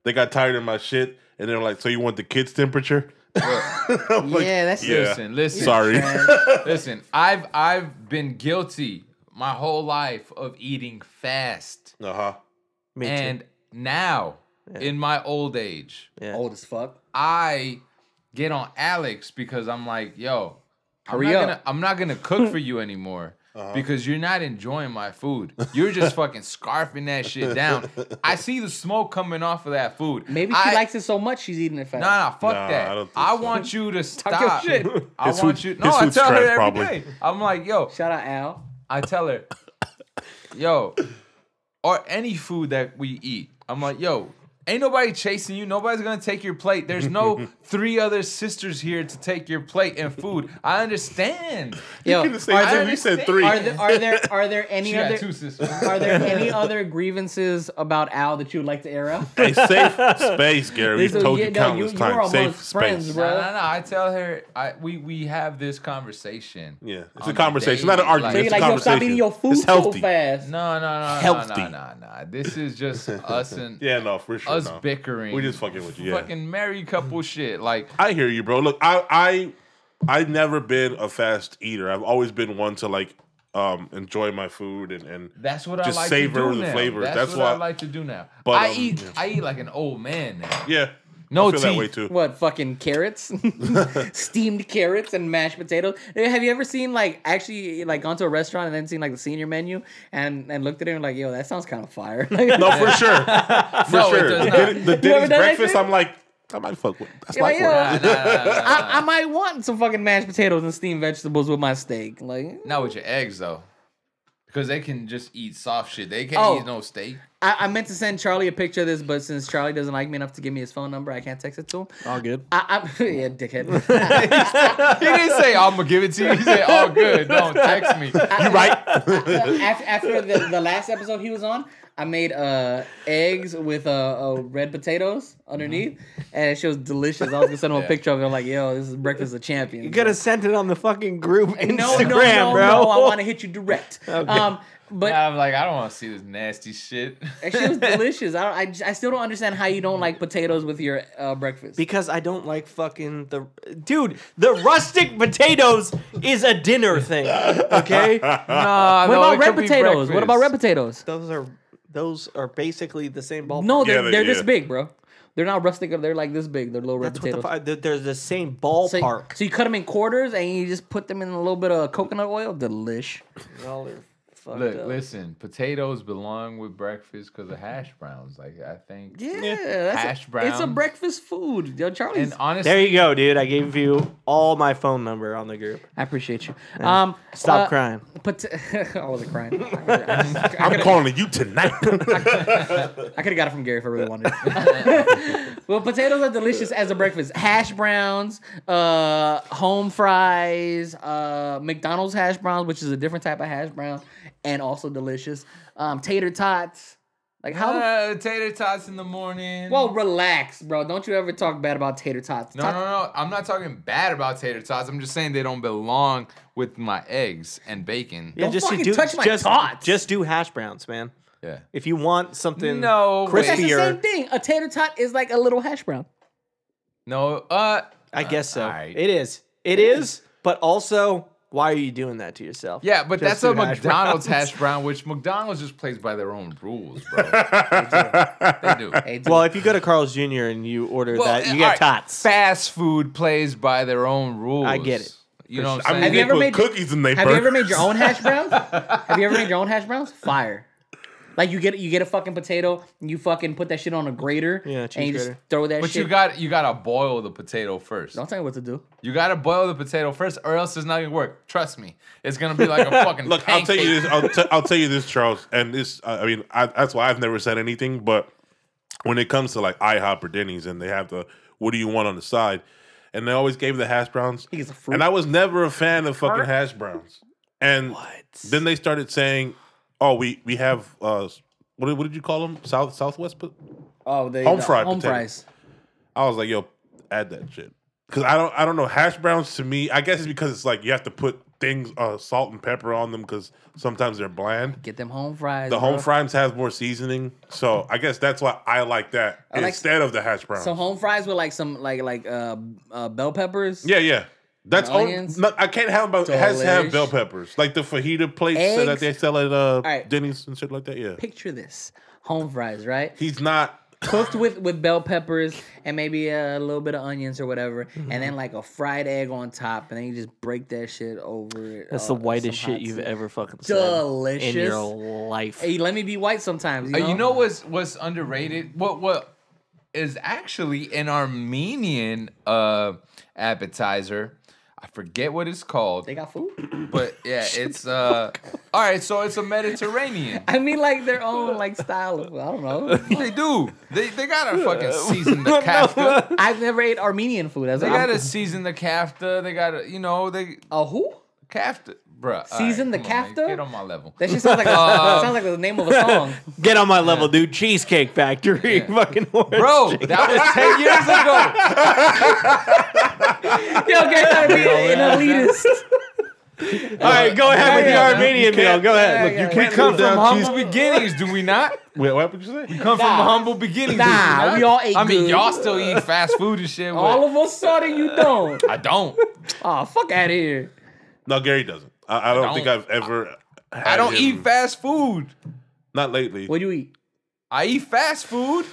they got tired of my shit and they're like, "So you want the kids' temperature?" I'm like,
yeah, that's
yeah.
Listen, listen.
Sorry.
Listen, I've I've been guilty my whole life of eating fast,
uh huh.
Me too.
and now in my old age,
Yeah.
old as fuck.
I get on Alex because I'm like, yo, I'm
Hurry
not
up. Uh-huh.
gonna I'm not gonna cook for you anymore. Because you're not enjoying my food. You're just fucking scarfing that shit down. I see the smoke coming off of that food.
Maybe she
I,
likes it so much she's eating it fast.
Nah, nah, fuck
Nah,
that.
I
I,
don't think so.
want you to stop.
your shit.
I
His
want
food-
you.
his
No, I
food's
tell her
trash,
every
probably.
day. I'm like, yo,
Shout out Al.
I tell her, yo, or any food that we eat. I'm like, yo, ain't nobody chasing you. Nobody's gonna take your plate. There's no three other sisters here to take your plate and food. I understand.
Yo,
You say
are,
two,
there,
you said
understand.
three.
are there are there are there any
She got two
other
sisters.
are there any other grievances about Al that you would like to air out?
hey, safe space, Gary. We've
Listen,
told
yeah,
you
no, you-
countless
you were
times. Safe
amongst friends,
space.
bro.
No, no, no. I tell her I, we we have this conversation.
Yeah, it's
on
a conversation, not an
daily,
argument.
So
It's
you're
a
like, yo, stop
conversation.
eating your food
It's
so
healthy.
fast.
No, no, no,
Healthy.
no, no, no, no. This is just us and
Yeah, no, for sure.
us
no.
bickering.
We're just fucking with you. Yeah.
Fucking married couple shit. Like
I hear you, bro. Look, I I I've never been a fast eater. I've always been one to like um enjoy my food and and
that's what
Just
I like
savor
to do
the
now.
flavors.
That's,
That's
what
why-
I like to do now.
But,
I
um,
eat.
yeah.
I eat like an old man now.
yeah.
No
I feel that
teeth.
way too.
What fucking carrots, steamed carrots and mashed potatoes? Eh, Have you ever seen like actually like gone to a restaurant and then seen like the senior menu and and looked at it and like, yo, that sounds kind of fire. Like,
No, Oh, for sure. For
No, it
sure.
does
The
not.
Diddy- the
ever
Diddy's
done that
breakfast,
shit?
I'm like, I might fuck with. That's
You're
like
like, yo,
work.
Nah, nah, nah, nah, nah.
I, I might want some fucking mashed potatoes and steamed vegetables with my steak. Like,
Not with your eggs though, because they can just eat soft shit. They can't
Oh.
eat no steak.
I, I meant to send Charlie a picture of this, but since Charlie doesn't like me enough to give me his phone number, I can't text it to him.
all good.
I, I, yeah, dickhead.
He didn't say I'm gonna give it to you. He said, "Oh, good. Don't text me."
you
Right?
after, after the, the last episode he was on, I made uh, eggs with uh, uh, red potatoes underneath,
Mm-hmm.
and she was delicious. I was gonna send him a
Yeah.
picture of it. I'm like, yo, this is breakfast of champions.
You could have sent it on the fucking group Instagram,
no, no, no,
bro.
no. I want to hit you direct. Um, but
I'm like, I don't want to see this nasty shit.
and she was delicious. I, don't, I, j- I still don't understand how you don't like potatoes with your uh, breakfast.
because I don't like fucking the dude. The rustic potatoes is a dinner thing. Okay,
Nah,
what about red potatoes? What about red potatoes?
those are those are basically the same ballpark.
No,
Yeah,
they're,
they-
they're this
yeah.
big, bro. They're not rustic. They're like this big. They're little red
that's what the
potatoes.
fi- they're, they're the same
so, you,
ballpark.
so you cut them in quarters and you just put them in a little bit of coconut oil. Delish.
Y'all are fucked
Look,
up.
listen. Potatoes belong with breakfast because of hash browns. Like I think.
Yeah, that's
Hash
a, It's a
browns.
breakfast food. Yo, Charlie's.
And honestly,
There you go, dude. I gave you all my phone number on the group.
I appreciate you. Um,
Stop
uh,
crying.
Pot- I wasn't crying. I
I'm calling you tonight.
could have got it from Gary if I really wanted. well, potatoes are delicious as a breakfast. Hash browns, uh, home fries, uh, McDonald's hash browns, which is a different type of hash brown, and also delicious. Um, tater tots. Like how? the f-
Uh, tater tots in the morning.
well, relax, bro. Don't you ever talk bad about tater tots.
No,
Tot-
no, no. I'm not talking bad about tater tots. I'm just saying they don't belong with my eggs and bacon.
Yeah,
Don't
just
fucking
do
touch my
just,
tots.
just do hash browns, man.
Yeah.
If you want something
No way.
But that's the same
crispier,
thing. A tater tot is like a little hash brown.
No. Uh.
I guess so.
Alright.
It is. It is. But also, why are you doing that to yourself?
Yeah, but
Just
that's a
do hash
McDonald's
browns.
hash brown, which McDonald's just plays by their own rules, bro. they do. They do.
Hey, dude.
Well, if you go to Carl's Jr. and you order
Well,
eh,
that, you
all
get
right,
tots.
Fast food plays by their own rules.
I get it.
You know what I'm
I mean,
saying?
you
they
ever
put
made-
cookies in they
Have you ever
burgers.
made your own hash browns? Have you ever made your own hash browns? Fire. Like you get you get a fucking potato, and you fucking put that shit on a grater,
Yeah,
and
cheese
you just
grater.
throw that.
But
shit.
you got you gotta boil the potato first.
Don't tell me what to do.
You gotta boil the potato first, or else it's not gonna work. Trust me, it's gonna be like a fucking.
Look, I'll
pancake.
tell you this. I'll, t- I'll tell you this, Charles. And this, uh, I I mean, I, that's why I've never said anything. But when it comes to like IHOP or Denny's, and they have the what do you want on the side, and they always gave the hash browns.
He's a fruit.
And I was never a fan of fucking hash browns. And then they started saying, "Oh, we we have uh, what did, what did you call them? South Southwest." po-
Oh, they
Home
the
fried
home
potato.
fries.
I was like, "Yo, add that shit." Because I don't, I don't know hash browns. To me, I guess it's because it's like you have to put things, uh, salt and pepper on them because sometimes they're bland.
Get them home fries.
The home
bro.
fries have more seasoning, so I guess that's why I like that
like-
instead of the hash browns.
So home fries with like some like like uh, uh bell peppers.
yeah, yeah. That's
And
all.
onions?
No, I can't have about. It has to have
Delish.
bell peppers, like the fajita plates that
Eggs?
they sell at uh,
right.
Denny's and shit like that. Yeah,
Picture this. Home fries, right?
he's not.
Cooked with with bell peppers and maybe a little bit of onions or whatever, and then like a fried egg on top, and then you just break that shit over. it,
That's
uh,
the whitest
some hot
shit you've
tea.
ever fucking
Delicious.
said in your life.
Hey, let me be white sometimes. You
Uh,
know,
You know what's what's underrated? What what is actually an Armenian uh appetizer? I forget what it's called,
they got food.
but yeah, it's uh. All right, so it's a Mediterranean.
I mean, like their own like style. Of, I don't know.
They do. They they gotta fucking season the kafta.
I've never ate Armenian food. As
They
a
gotta season the kafta. They gotta you know they
a who?
kafta, bruh. all
Season the
come on, man,
kafta?
Get on my level.
That shit sounds like a, sounds like the name of a song.
Get on my level, dude. Cheesecake Factory, fucking horse.
Bro, that was ten years ago.
Yo, can I be an elitist?
All right, go ahead
yeah,
with your
yeah.
Armenian meal. Go ahead.
yeah,
Look,
yeah.
We come from
down
humble beginnings, do we not?
Wait, what did you say?
Come
Nah.
from humble beginnings.
Nah,
did you not?
we all ate
I mean,
good.
y'all still eat fast food and shit.
All
But
of a sudden, you don't.
I don't.
Oh, fuck out of here.
No, Gary doesn't. I, I don't,
don't.
think I've ever.
I don't eat fast food.
Not lately.
What do you eat?
I eat fast food.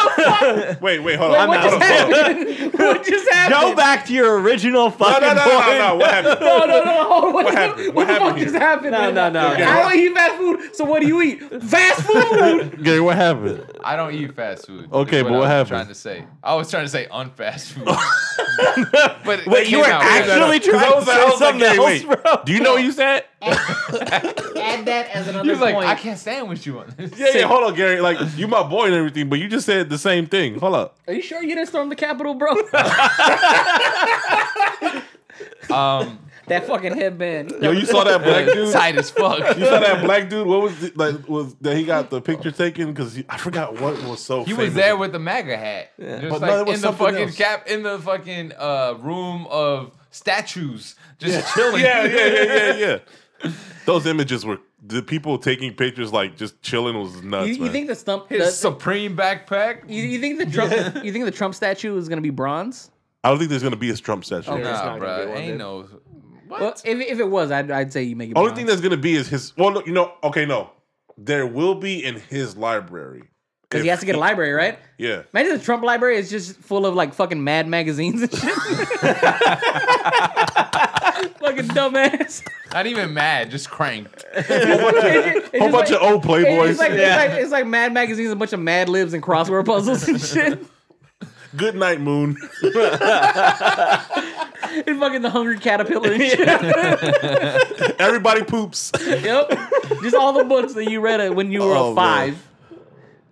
Wait, wait, hold
Wait,
on.
what
hold
just
on, hold on.
happened? what just happened?
go back to your original fucking
No, no, no, no,
point.
no. What happened?
No, no, no. hold on. What, the-
happened?
What,
What
the fuck
happened
just
here?
happened?
No, no, no. Okay.
I don't eat fast food, so what do you eat? Fast food.
Gary, what happened?
I don't eat fast food. is
Okay, but
I
what
was
happened?
Trying to say, I was trying to say unfast food. but that
Wait, you
came
were
out better.
actually trying to say something else, bro.
Do you know what you said?
Add that as another
He was like,
point.
I can't stand with you on this.
Yeah, yeah, hold on, Gary. Like, you my boy and everything, but you just said the same thing. Hold up.
Are you sure you didn't storm the Capitol, bro?
Um,
that fucking headband.
Yo, you saw that black dude?
tight as fuck.
You saw that black dude? What was the, like was that he got the picture taken? Because I forgot what was so.
He was
famous.
there with the MAGA hat. Just
But no,
like
there was
in the
something
fucking
else.
cap in the fucking uh, room of statues, just chilling.
Yeah, yeah, yeah, yeah, yeah. Those images were the people taking pictures like just chilling was nuts.
You, you
man.
think the stump?
His
the-
supreme backpack.
you, you think the Trump? You think the Trump statue is gonna be bronze?
I don't think there's gonna be a Trump statue.
Okay.
Nah,
not gonna
bro,
be one,
ain't
dude.
no. What?
Well, if, if it was, I'd, I'd say you make it.
Only
bronze.
thing that's gonna be is his. Well, no, you know, okay, no, there will be in his library
because he has to get a library, right?
Yeah,
Imagine the Trump library is just full of like fucking Mad magazines and shit. fucking dumbass.
Not even mad, just cranked.
Whole
whole bunch of old playboys.
It's like,
Yeah.
it's, like, it's like Mad magazines, a bunch of Mad Libs and crossword puzzles and shit.
Good night, moon.
And fucking the Hungry Caterpillar and shit.
Everybody poops.
Yep. Just all the books that you read when you were
Oh,
a
man.
five.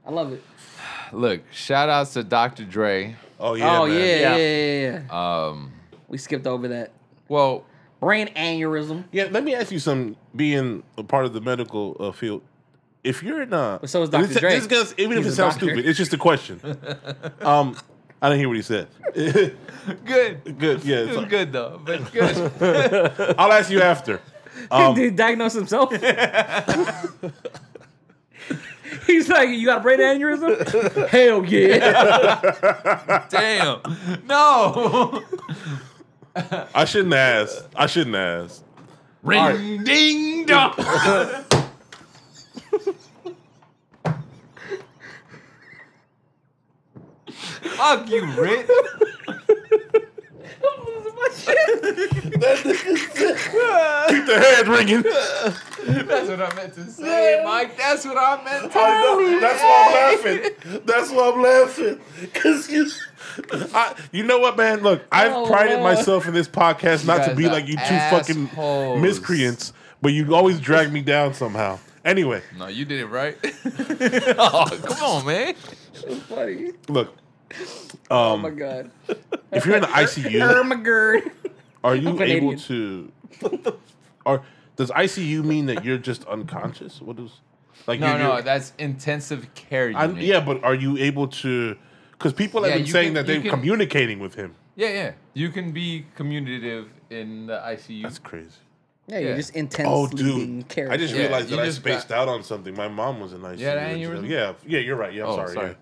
I love it.
Look, shout outs to Dr. Dre.
Oh yeah.
oh
man.
yeah, yeah,
Yeah.
yeah, yeah.
Um,
We skipped over that.
well,
Brain aneurysm.
Yeah, let me ask you something. Being a part of the medical uh, field, if you're in a
So is
and
Dr.
this-
Dre.
this goes- even if
He's
it
a
sounds
doctor.
stupid, it's just a question. um, I didn't hear what he said.
good.
good, yeah.
It
so-
was good though, but good.
I'll ask you after. Um,
Did he diagnose himself? He's like, you got a brain aneurysm? Hell yeah.
Damn. No.
I shouldn't ask. I shouldn't ask.
Ring ding dong. Fuck you, Rich.
Keep the head ringing.
That's what I meant to say, Mike. That's what I meant to
I know. That's why I'm laughing. That's why I'm laughing. Cause you, I, you know what, man? Look, I've
Oh,
prided
Lord.
myself in this podcast not to
guys
be
are
like you two
assholes.
fucking miscreants, but you always drag me down somehow. Anyway,
No, you did it right. oh, come on, man.
Funny.
look, um,
Oh my god.
if you're in the ICU,
Ermagerd.
are you
Canadian.
able to? Or does ICU mean that you're just unconscious? What is like?
No,
you're,
no,
you're-
that's intensive care unit.
I'm- yeah, but are you able to? Because people have
Yeah,
been
you
saying
can-
that
you
they're
can-
communicating with him.
yeah, yeah. You can be communicative in the ICU.
That's crazy.
Yeah, you're
Yeah.
just intensely
Oh,
being
dude!
carried.
I just
Yeah,
realized
you
that I
just
spaced
got-
out on something. My mom was in ICU.
Yeah, that ain't
and
yours?
stuff. yeah, yeah, you're right. Yeah, I'm
Oh,
sorry.
sorry.
yeah.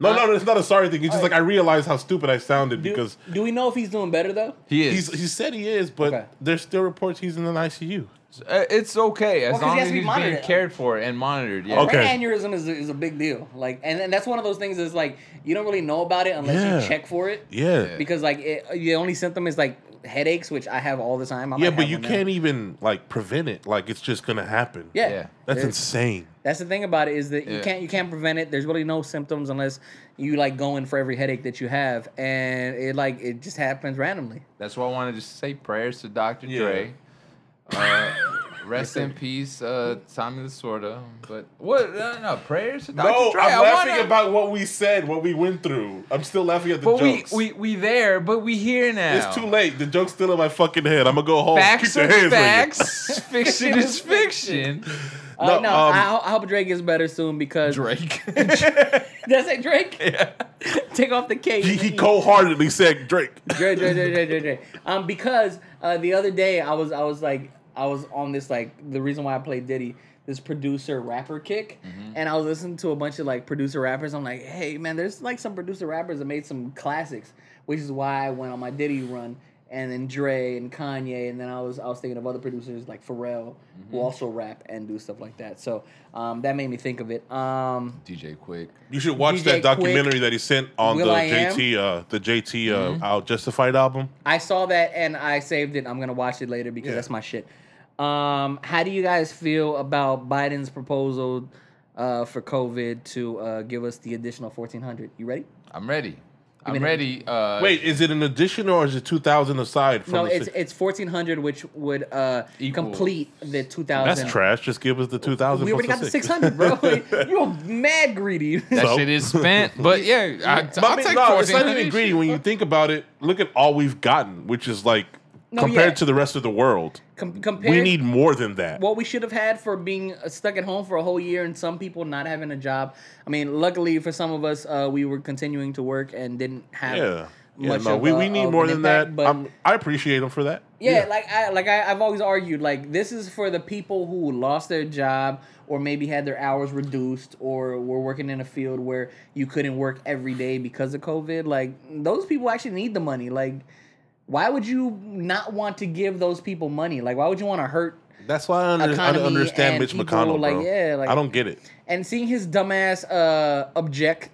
No, no, no, it's not a sorry thing. It's just like I realized how stupid I sounded
do,
because
do we know if he's doing better though?
he is.
he's he said he is, but
Okay.
there's still reports he's in an ICU.
Uh, it's okay as
'cause he
long
has
as
to be
he's being
monitored.
cared for and monitored. Yeah.
Okay.
Brain aneurysm is a, is a big deal. Like, and, and that's one of those things is like you don't really know about it unless
Yeah.
you check for it.
Yeah,
Yeah.
yeah,
Because like it, the only symptom is like headaches, which I have all the time. I might
but
have
you
one now.
can't even like prevent it. Like it's just gonna happen.
Yeah.
Yeah.
that's
There-
insane.
That's the thing about it is that you
Yeah.
can't you can't prevent it. There's really no symptoms unless you like go in for every headache that you have, and it like it just happens randomly.
That's why I wanted to say prayers to Dr.
Yeah.
Dre. Uh, rest in peace, uh, Tommy Lasorda. But what? No, no, prayers to Dr.
No,
Dre.
I'm
I
laughing
wanna-
about what we said, what we went through. I'm still laughing at the
But we,
jokes.
we we there, but we here now.
it's too late. The joke's still in my fucking head. I'm gonna go home.
Facts
Keep
are
your hands ringing.
facts. fiction is fiction.
Uh,
No,
no,
um,
I, ho- I hope Drake gets better soon because
Drake.
that's it. Drake, take off the cake.
He, he cold-heartedly said Drake.
Dre, Dre, Dre, Dre, Dre, Dre. Um, because uh, the other day I was I was like I was on this like the reason why I played Diddy this producer rapper kick, and I was listening to a bunch of like producer rappers. I'm like, hey man, there's like some producer rappers that made some classics, which is why I went on my Diddy run. And then Dre and Kanye, and then I was I was thinking of other producers like Pharrell, who also rap and do stuff like that. So um, that made me think of it. Um,
DJ Quick.
You should watch
DJ
that documentary
Quick,
that he sent on
Will
the
I Am.
JT, uh, the JT, uh, I'll Justified album.
I saw that and I saved it. I'm gonna watch it later because
Yeah.
that's my shit. Um, how do you guys feel about Biden's proposal uh, for COVID to uh, give us the additional 1,400? You ready?
I'm ready.
me
I'm
that.
ready. Uh,
Wait, is it an addition or is it two thousand aside from?
no,
the
it's
six-
it's 1,400, which would uh,
Equal.
complete the 2,000.
that's trash. Just give us the two thousand.
We already got the 600, bro. You're mad greedy.
That
So?
shit is spent. But yeah, I, will
I mean,
take
no, it's not even
1400.
greedy when you think about it. Look at all we've gotten, which is like
No,
compared
yeah.
to the rest of the world,
Com- compared
we need more than that.
what we should have had for being uh, stuck at home for a whole year and some people not having a job. I mean, luckily for some of us, uh, we were continuing to work and didn't have
yeah, yeah.
much
No,
of
we,
a-
we need
of
more
an
than
impact,
that.
But
I'm, I appreciate them for that.
yeah, like I like I, I've always argued, like this is for the people who lost their job or maybe had their hours reduced or were working in a field where you couldn't work every day because of COVID. Like those people actually need the money. Like why would you not want to give those people money? Like why would you want to hurt
That's why I, under, I
Economy
don't understand
and
Mitch
people,
McConnell,
like,
bro.
yeah, like-
I don't get it.
and seeing his dumbass uh, object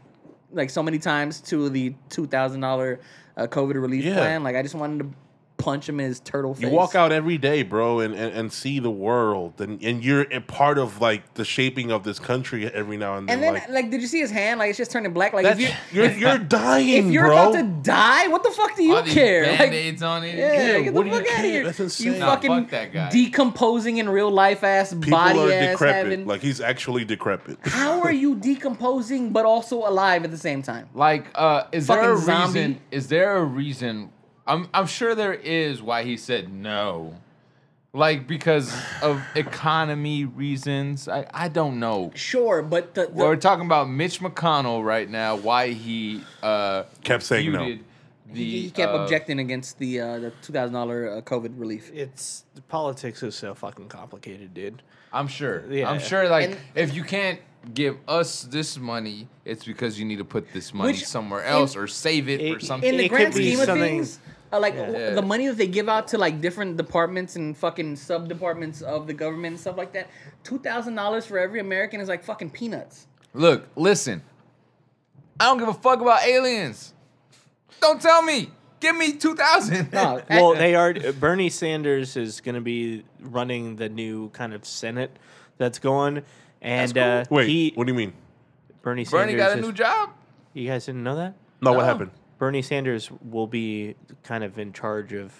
like so many times to the two thousand dollar uh, COVID relief
Yeah.
plan, like I just wanted to punch him in his turtle face.
You walk out every day, bro, and, and, and see the world, and, and you're a part of like the shaping of this country every now and then.
and then
like,
like, did you see his hand? Like it's just turning black. Like if
that's,
you
you're you're dying,
if you're
bro.
about to die, what the fuck do you
All these
care? Like,
Band-Aids on it.
yeah,
Yeah,
get
what
the
do you
fuck out
care?
of here.
That's insane.
You
Nah,
fucking
fucking
fuck that guy.
decomposing in real life ass
People
body
are
ass
decrepit.
having.
Like he's actually decrepit.
how are you decomposing but also alive at the same time?
Like, uh, is there a
Fucking zombie.
reason? Is there a reason? I'm I'm sure there is why he said no. Like because of economy reasons. I, I don't know.
Sure, but the, the
We're talking about Mitch McConnell right now. Why he uh,
Kept saying no.
refuted The,
he, he kept
uh,
objecting against the uh, the two thousand dollar uh, COVID relief.
It's politics is so fucking complicated, dude.
I'm sure.
Yeah.
I'm sure. Like
And-
if you can't give us this money, it's because you need to put this money
Which-
somewhere
in-
else or save it, for
It-
something.
In the
It could
grand
be
scheme of
something-
things, uh, like
Yeah.
the money that they give out to like different departments and fucking sub departments of the government and stuff like that, two thousand dollars for every American is like fucking peanuts.
Look, listen. I don't give a fuck about aliens. Don't tell me. Give me two thousand.
No,
well, they are. Bernie Sanders is going to be running the new kind of Senate that's going, and
That's
uh,
Wait,
he
what do you mean?
Bernie Sanders.
Bernie got a
is-
new job.
You guys didn't know that?
No, what
No.
happened?
Bernie Sanders will be kind of in charge of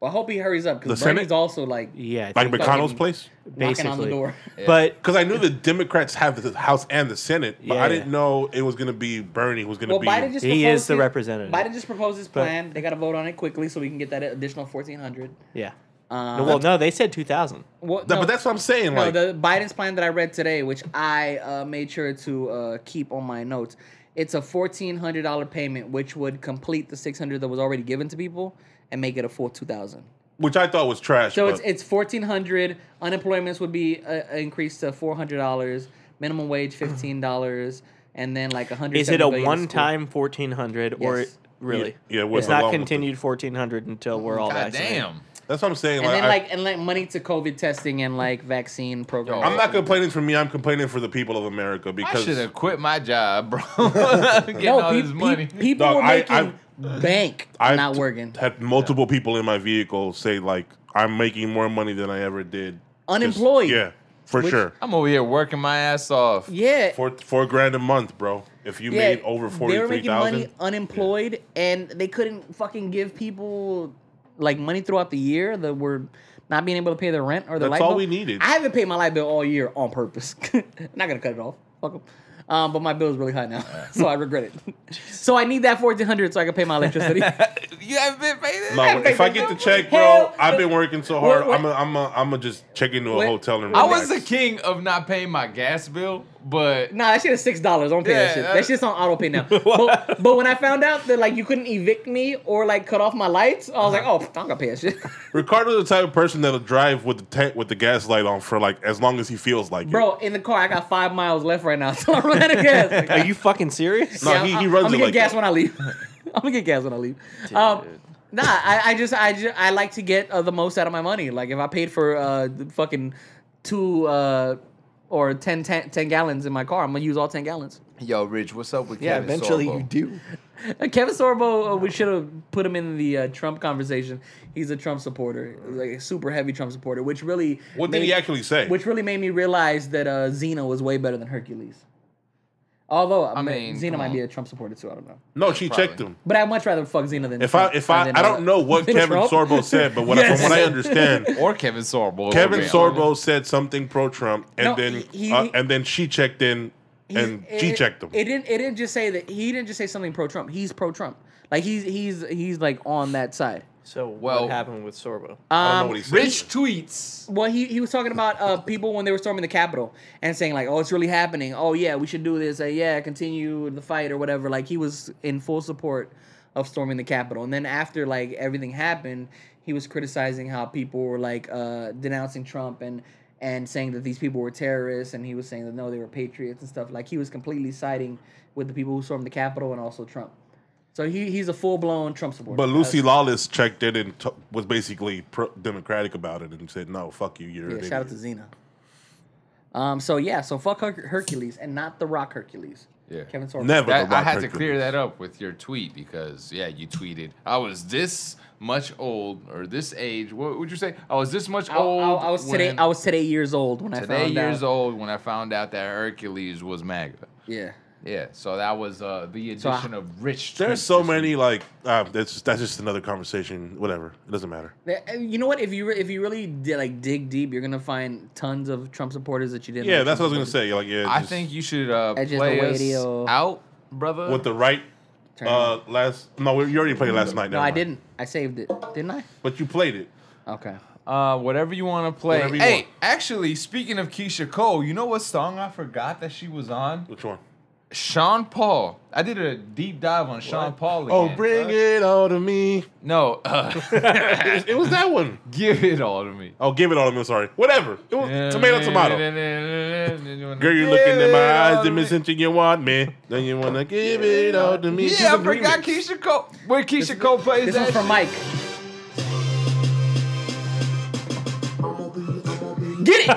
Well, I hope he hurries up because
The
Bernie's
Senate?
also like
yeah, I
Like
think
McConnell?
McConnell's place?
knocking on the
basically.
door.
But
Because I knew the Democrats have the House and the Senate, but
Yeah,
I
yeah.
didn't know it was going to be Bernie who's going to
Well,
be.
Biden just
He
proposed
is the
his-
representative.
Biden just proposed his plan. they got to vote on it quickly so we can get that additional fourteen hundred.
yeah,
Um,
no, well, no, they said two thousand.
what-
Th-
no,
but that's what I'm saying.
no,
like,
the Biden's plan that I read today, which I uh, made sure to uh, keep on my notes. It's a fourteen hundred dollar payment, which would complete the six hundred that was already given to people and make it a full two thousand.
which I thought was trash.
So
but-
it's it's fourteen hundred. Unemployments would be uh, increased to four hundred dollars. Minimum wage fifteen dollars, and then like a hundred.
Is it a one-time fourteen hundred or
Yes.
really?
Yeah, yeah, what's
it's not
along with
continued fourteen hundred until we're all
God
vaccinated.
damn.
that's what I'm saying.
And
Like,
then
I-
like and like money to COVID testing and like vaccine programs.
I'm not complaining for me. I'm complaining for the people of America
I
because
should have quit my job, bro. Getting all
pe-
this
pe-
money.
people
Dog,
were
I-
making bank
I've
not
t-
working.
had multiple people in my vehicle say like I'm making more money than I ever did. Just-
Unemployed.
yeah, for
Which-
sure.
I'm over here working my ass off.
Yeah.
Four four grand a month, bro. If you
yeah,
made over forty
They were
three
making money
thousand,
unemployed, and they couldn't fucking give people like money throughout the year that were not being able to pay their rent or their
That's
light
all
bill.
we needed.
I haven't paid my light bill all year on purpose. I'm not gonna cut it off. Fuck 'em. Um, but my bill is really high now, so I regret it. so I need that fourteen hundred so I can pay my electricity.
You haven't been paid it?
no, if I get the check, bro,
Hell,
I've
the-
been working so hard.
What-
I'm a, I'm a, I'm a just check into a
What-
hotel and
I
relax.
was the king of not paying my gas bill, but
Nah, that shit is six dollars. Don't pay
Yeah,
that shit.
that-
That shit's on auto pay now. but, but when I found out that like you couldn't evict me or like cut off my lights, I was like, oh, I'm gonna pay that shit,
Ricardo's the type of person that'll drive with the tank with the gas light on for like as long as he feels like it.
bro. In the car, I got five miles left right now, so I'm running out of gas. Like,
Are you fucking serious?
No, he, he runs
I'm gonna
it
get
like
gas
that.
when I leave. I'm gonna get gas when I leave. Um, nah, I, I just I just I like to get uh, the most out of my money. Like if I paid for uh the fucking two uh or 10, 10 10 gallons in my car, I'm gonna use all ten gallons.
yo, Rich, what's up with
Yeah,
Kevin
eventually
Sorbo?
you do.
Uh, Kevin Sorbo, uh, we should have put him in the uh, Trump conversation. He's a Trump supporter, like a super heavy Trump supporter, which really
What did
made-
he actually say?
Which really made me realize that uh, Xena was way better than Hercules. Although I
mean,
mean, Xena
come
might
on.
be a Trump supporter too. I don't know,
no, she
Probably.
checked him.
but I'd much rather fuck Xena than
If I
Trump-
if I
than,
I
uh,
don't know what
than
Kevin
Trump.
Sorbo said, but what I- from what I understand,
or Kevin Sorbo.
Kevin
Okay.
Sorbo said something pro Trump, and
No,
then
he-
uh,
he-
and then she checked in,
He's-
and she
it-
checked him.
It didn't. It didn't just say that. He didn't just say something pro Trump. He's pro Trump. Like he's he's he's like on that side.
So
Well-
what happened with Sorbo?
I don't
Um,
know what he said.
Rich tweets.
Well, he, he was talking about uh, people when they were storming the Capitol and saying like, "Oh, it's really happening. Oh yeah, we should do this. Uh, yeah, continue the fight or whatever." Like he was in full support of storming the Capitol, and then after like everything happened, he was criticizing how people were like uh, denouncing Trump and and saying that these people were terrorists, and he was saying that no, they were patriots and stuff. Like he was completely siding with the people who stormed the Capitol and also Trump. So he, he's a full blown Trump supporter.
but Lucy Lawless checked in and t- was basically pro- democratic about it and said, "No, fuck you, you're an
Yeah, shout out to
idiot."
Xena. Um, so yeah, so fuck Her- Hercules and not the Rock Hercules.
Yeah.
Kevin Sorbo.
Never. the
That, I
Rock
had to
Hercules.
clear that up with your tweet because yeah, you tweeted I was this much old or this age. What would you say? I was this much
I, I-
old.
I was today.
when-
I was today years old when I
today
found
years
out.
old when I found out that Hercules was MAGA.
Yeah.
Yeah, so that was uh, the
I-
addition of Rich.
There's
tweets
so
this
many like uh, that's just, that's just another conversation. Whatever, it doesn't matter.
Th- uh, You know what? If you re- if you really did, like dig deep, you're gonna find tons of Trump supporters that you didn't.
Yeah,
know
that's what I was
Trump
gonna say. Like, yeah,
I
just-
think you should uh,
That's just
play
the way
us
it is.
out, brother.
with the right
supporters.
uh, last. No, you already played last night.
no,
never
I
mind.
didn't. I saved it, didn't I?
But you played it.
Okay.
uh, whatever you want to play.
Whatever you
hey,
want.
actually, speaking of Keisha Cole, you know what song I forgot that she was on?
Which one?
Sean Paul. I did a deep dive on Sean Paul. Again.
Oh, bring it all to me.
No, uh,
it was that one.
give it all to me.
Oh, give it all to me. I'm sorry. Whatever. It was tomato, tomato. Girl, you're
Give
looking in
it
my
all
eyes,
to
and
me.
missing you want me. Then you wanna give it all to me. She's
Yeah, I
a
forgot
remix.
Keisha Cole. Where Keisha Cole plays
This
that
one's for
shit.
Mike. Get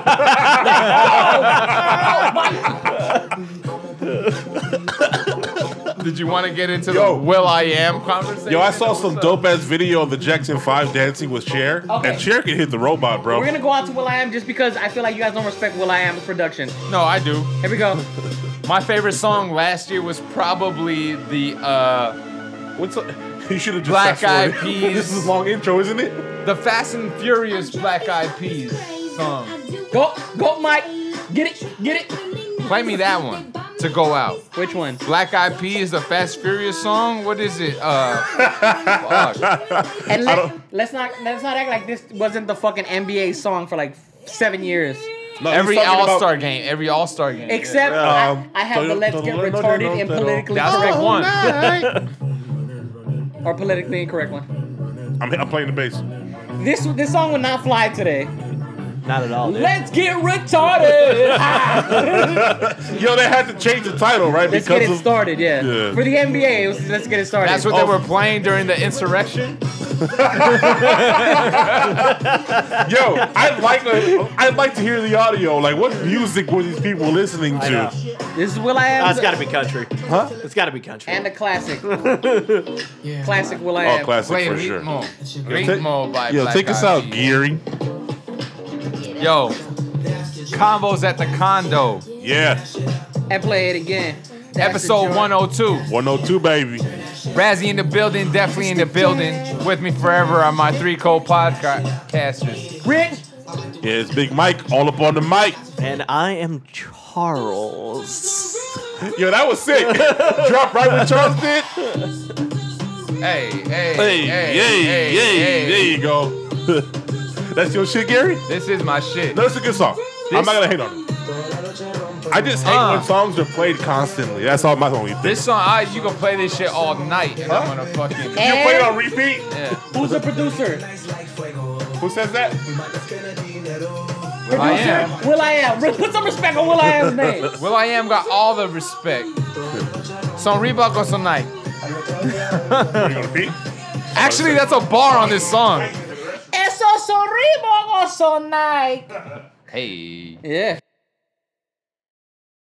it!
Did you want to get into
Yo.
the Will I Am conversation?
Yo, I saw some dope ass video of the Jackson Five dancing with Cher,
Okay.
and Cher can hit the robot, bro.
We're gonna go out to Will I Am just because I feel like you guys don't respect Will I Am's production.
No, I do.
Here we go.
My favorite song last year was probably the uh,
What's up? You should have just
Black
fast-forwarded.
Eyed Peas.
this is long intro, isn't it?
the Fast and Furious Black Eyed Peas song.
Go, go, Mike. Get it, get it.
Play me that one to go out.
Which one?
Black Eyed Peas, the Fast Furious song. What is it? Uh, fuck.
And
I
let,
don't-
let's not let's not act like this wasn't the fucking NBA song for like seven years.
No, he's
every
talking about-
All Star game. Every All Star game.
Except
Um,
I, I have the
don't-
let's
don't
get
let no
retarded
girl
and
know that all-
politically
That's
correct
the
one
one.
or politically incorrect one.
I'm, I'm playing the bass.
This this song would not fly today.
Not at all. Dude.
Let's get retarded.
Yo, they had to change the title, right?
let's get it started. Yeah.
Yeah.
For the NBA, it was, let's get it started.
That's what
Oh.
they were playing during the insurrection.
Yo, I'd like to, I'd like to hear the audio. Like, what music were these people listening
I know.
to?
this is Will I
Uh,
Am
it's got to be country.
Huh?
It's got to be country.
and a classic. classic Will I Am.
Oh, classic
Play
for
Ritmo.
sure.
Ritmo by
Yo,
Black
take us
Eyed
out,
Peas.
Geary.
Yo, combos at the condo,
Yeah,
And play it again. That's the
episode
joint.
102.
102, baby.
Razzie in the building, definitely in the building. With me forever are my three co-podcasters.
Rich.
Yeah, it's Big Mike all up on the mic.
And I am Charles.
Yo, that was sick. Drop right when Charles did.
Hey, hey,
Hey, hey, yay, yay, there you go. That's your shit, Gary?
This is my shit.
No, it's a good song. I'm not gonna hate on it. I just hate
Uh.
when songs are played constantly. That's all my only thing.
This song, I, you can play this shit all night, and I'm gonna fucking.
You play it on repeat?
Who's the producer?
Who says that?
Will I am.
Will I Am. Re- Put some respect on Will I Am's name.
Will I am got all the respect. Son Reebok or Son Nike.
Are you gonna repeat?
Actually, that's a bar on this song.
Eso son Reebok o son Nike.
Hey.
Yeah.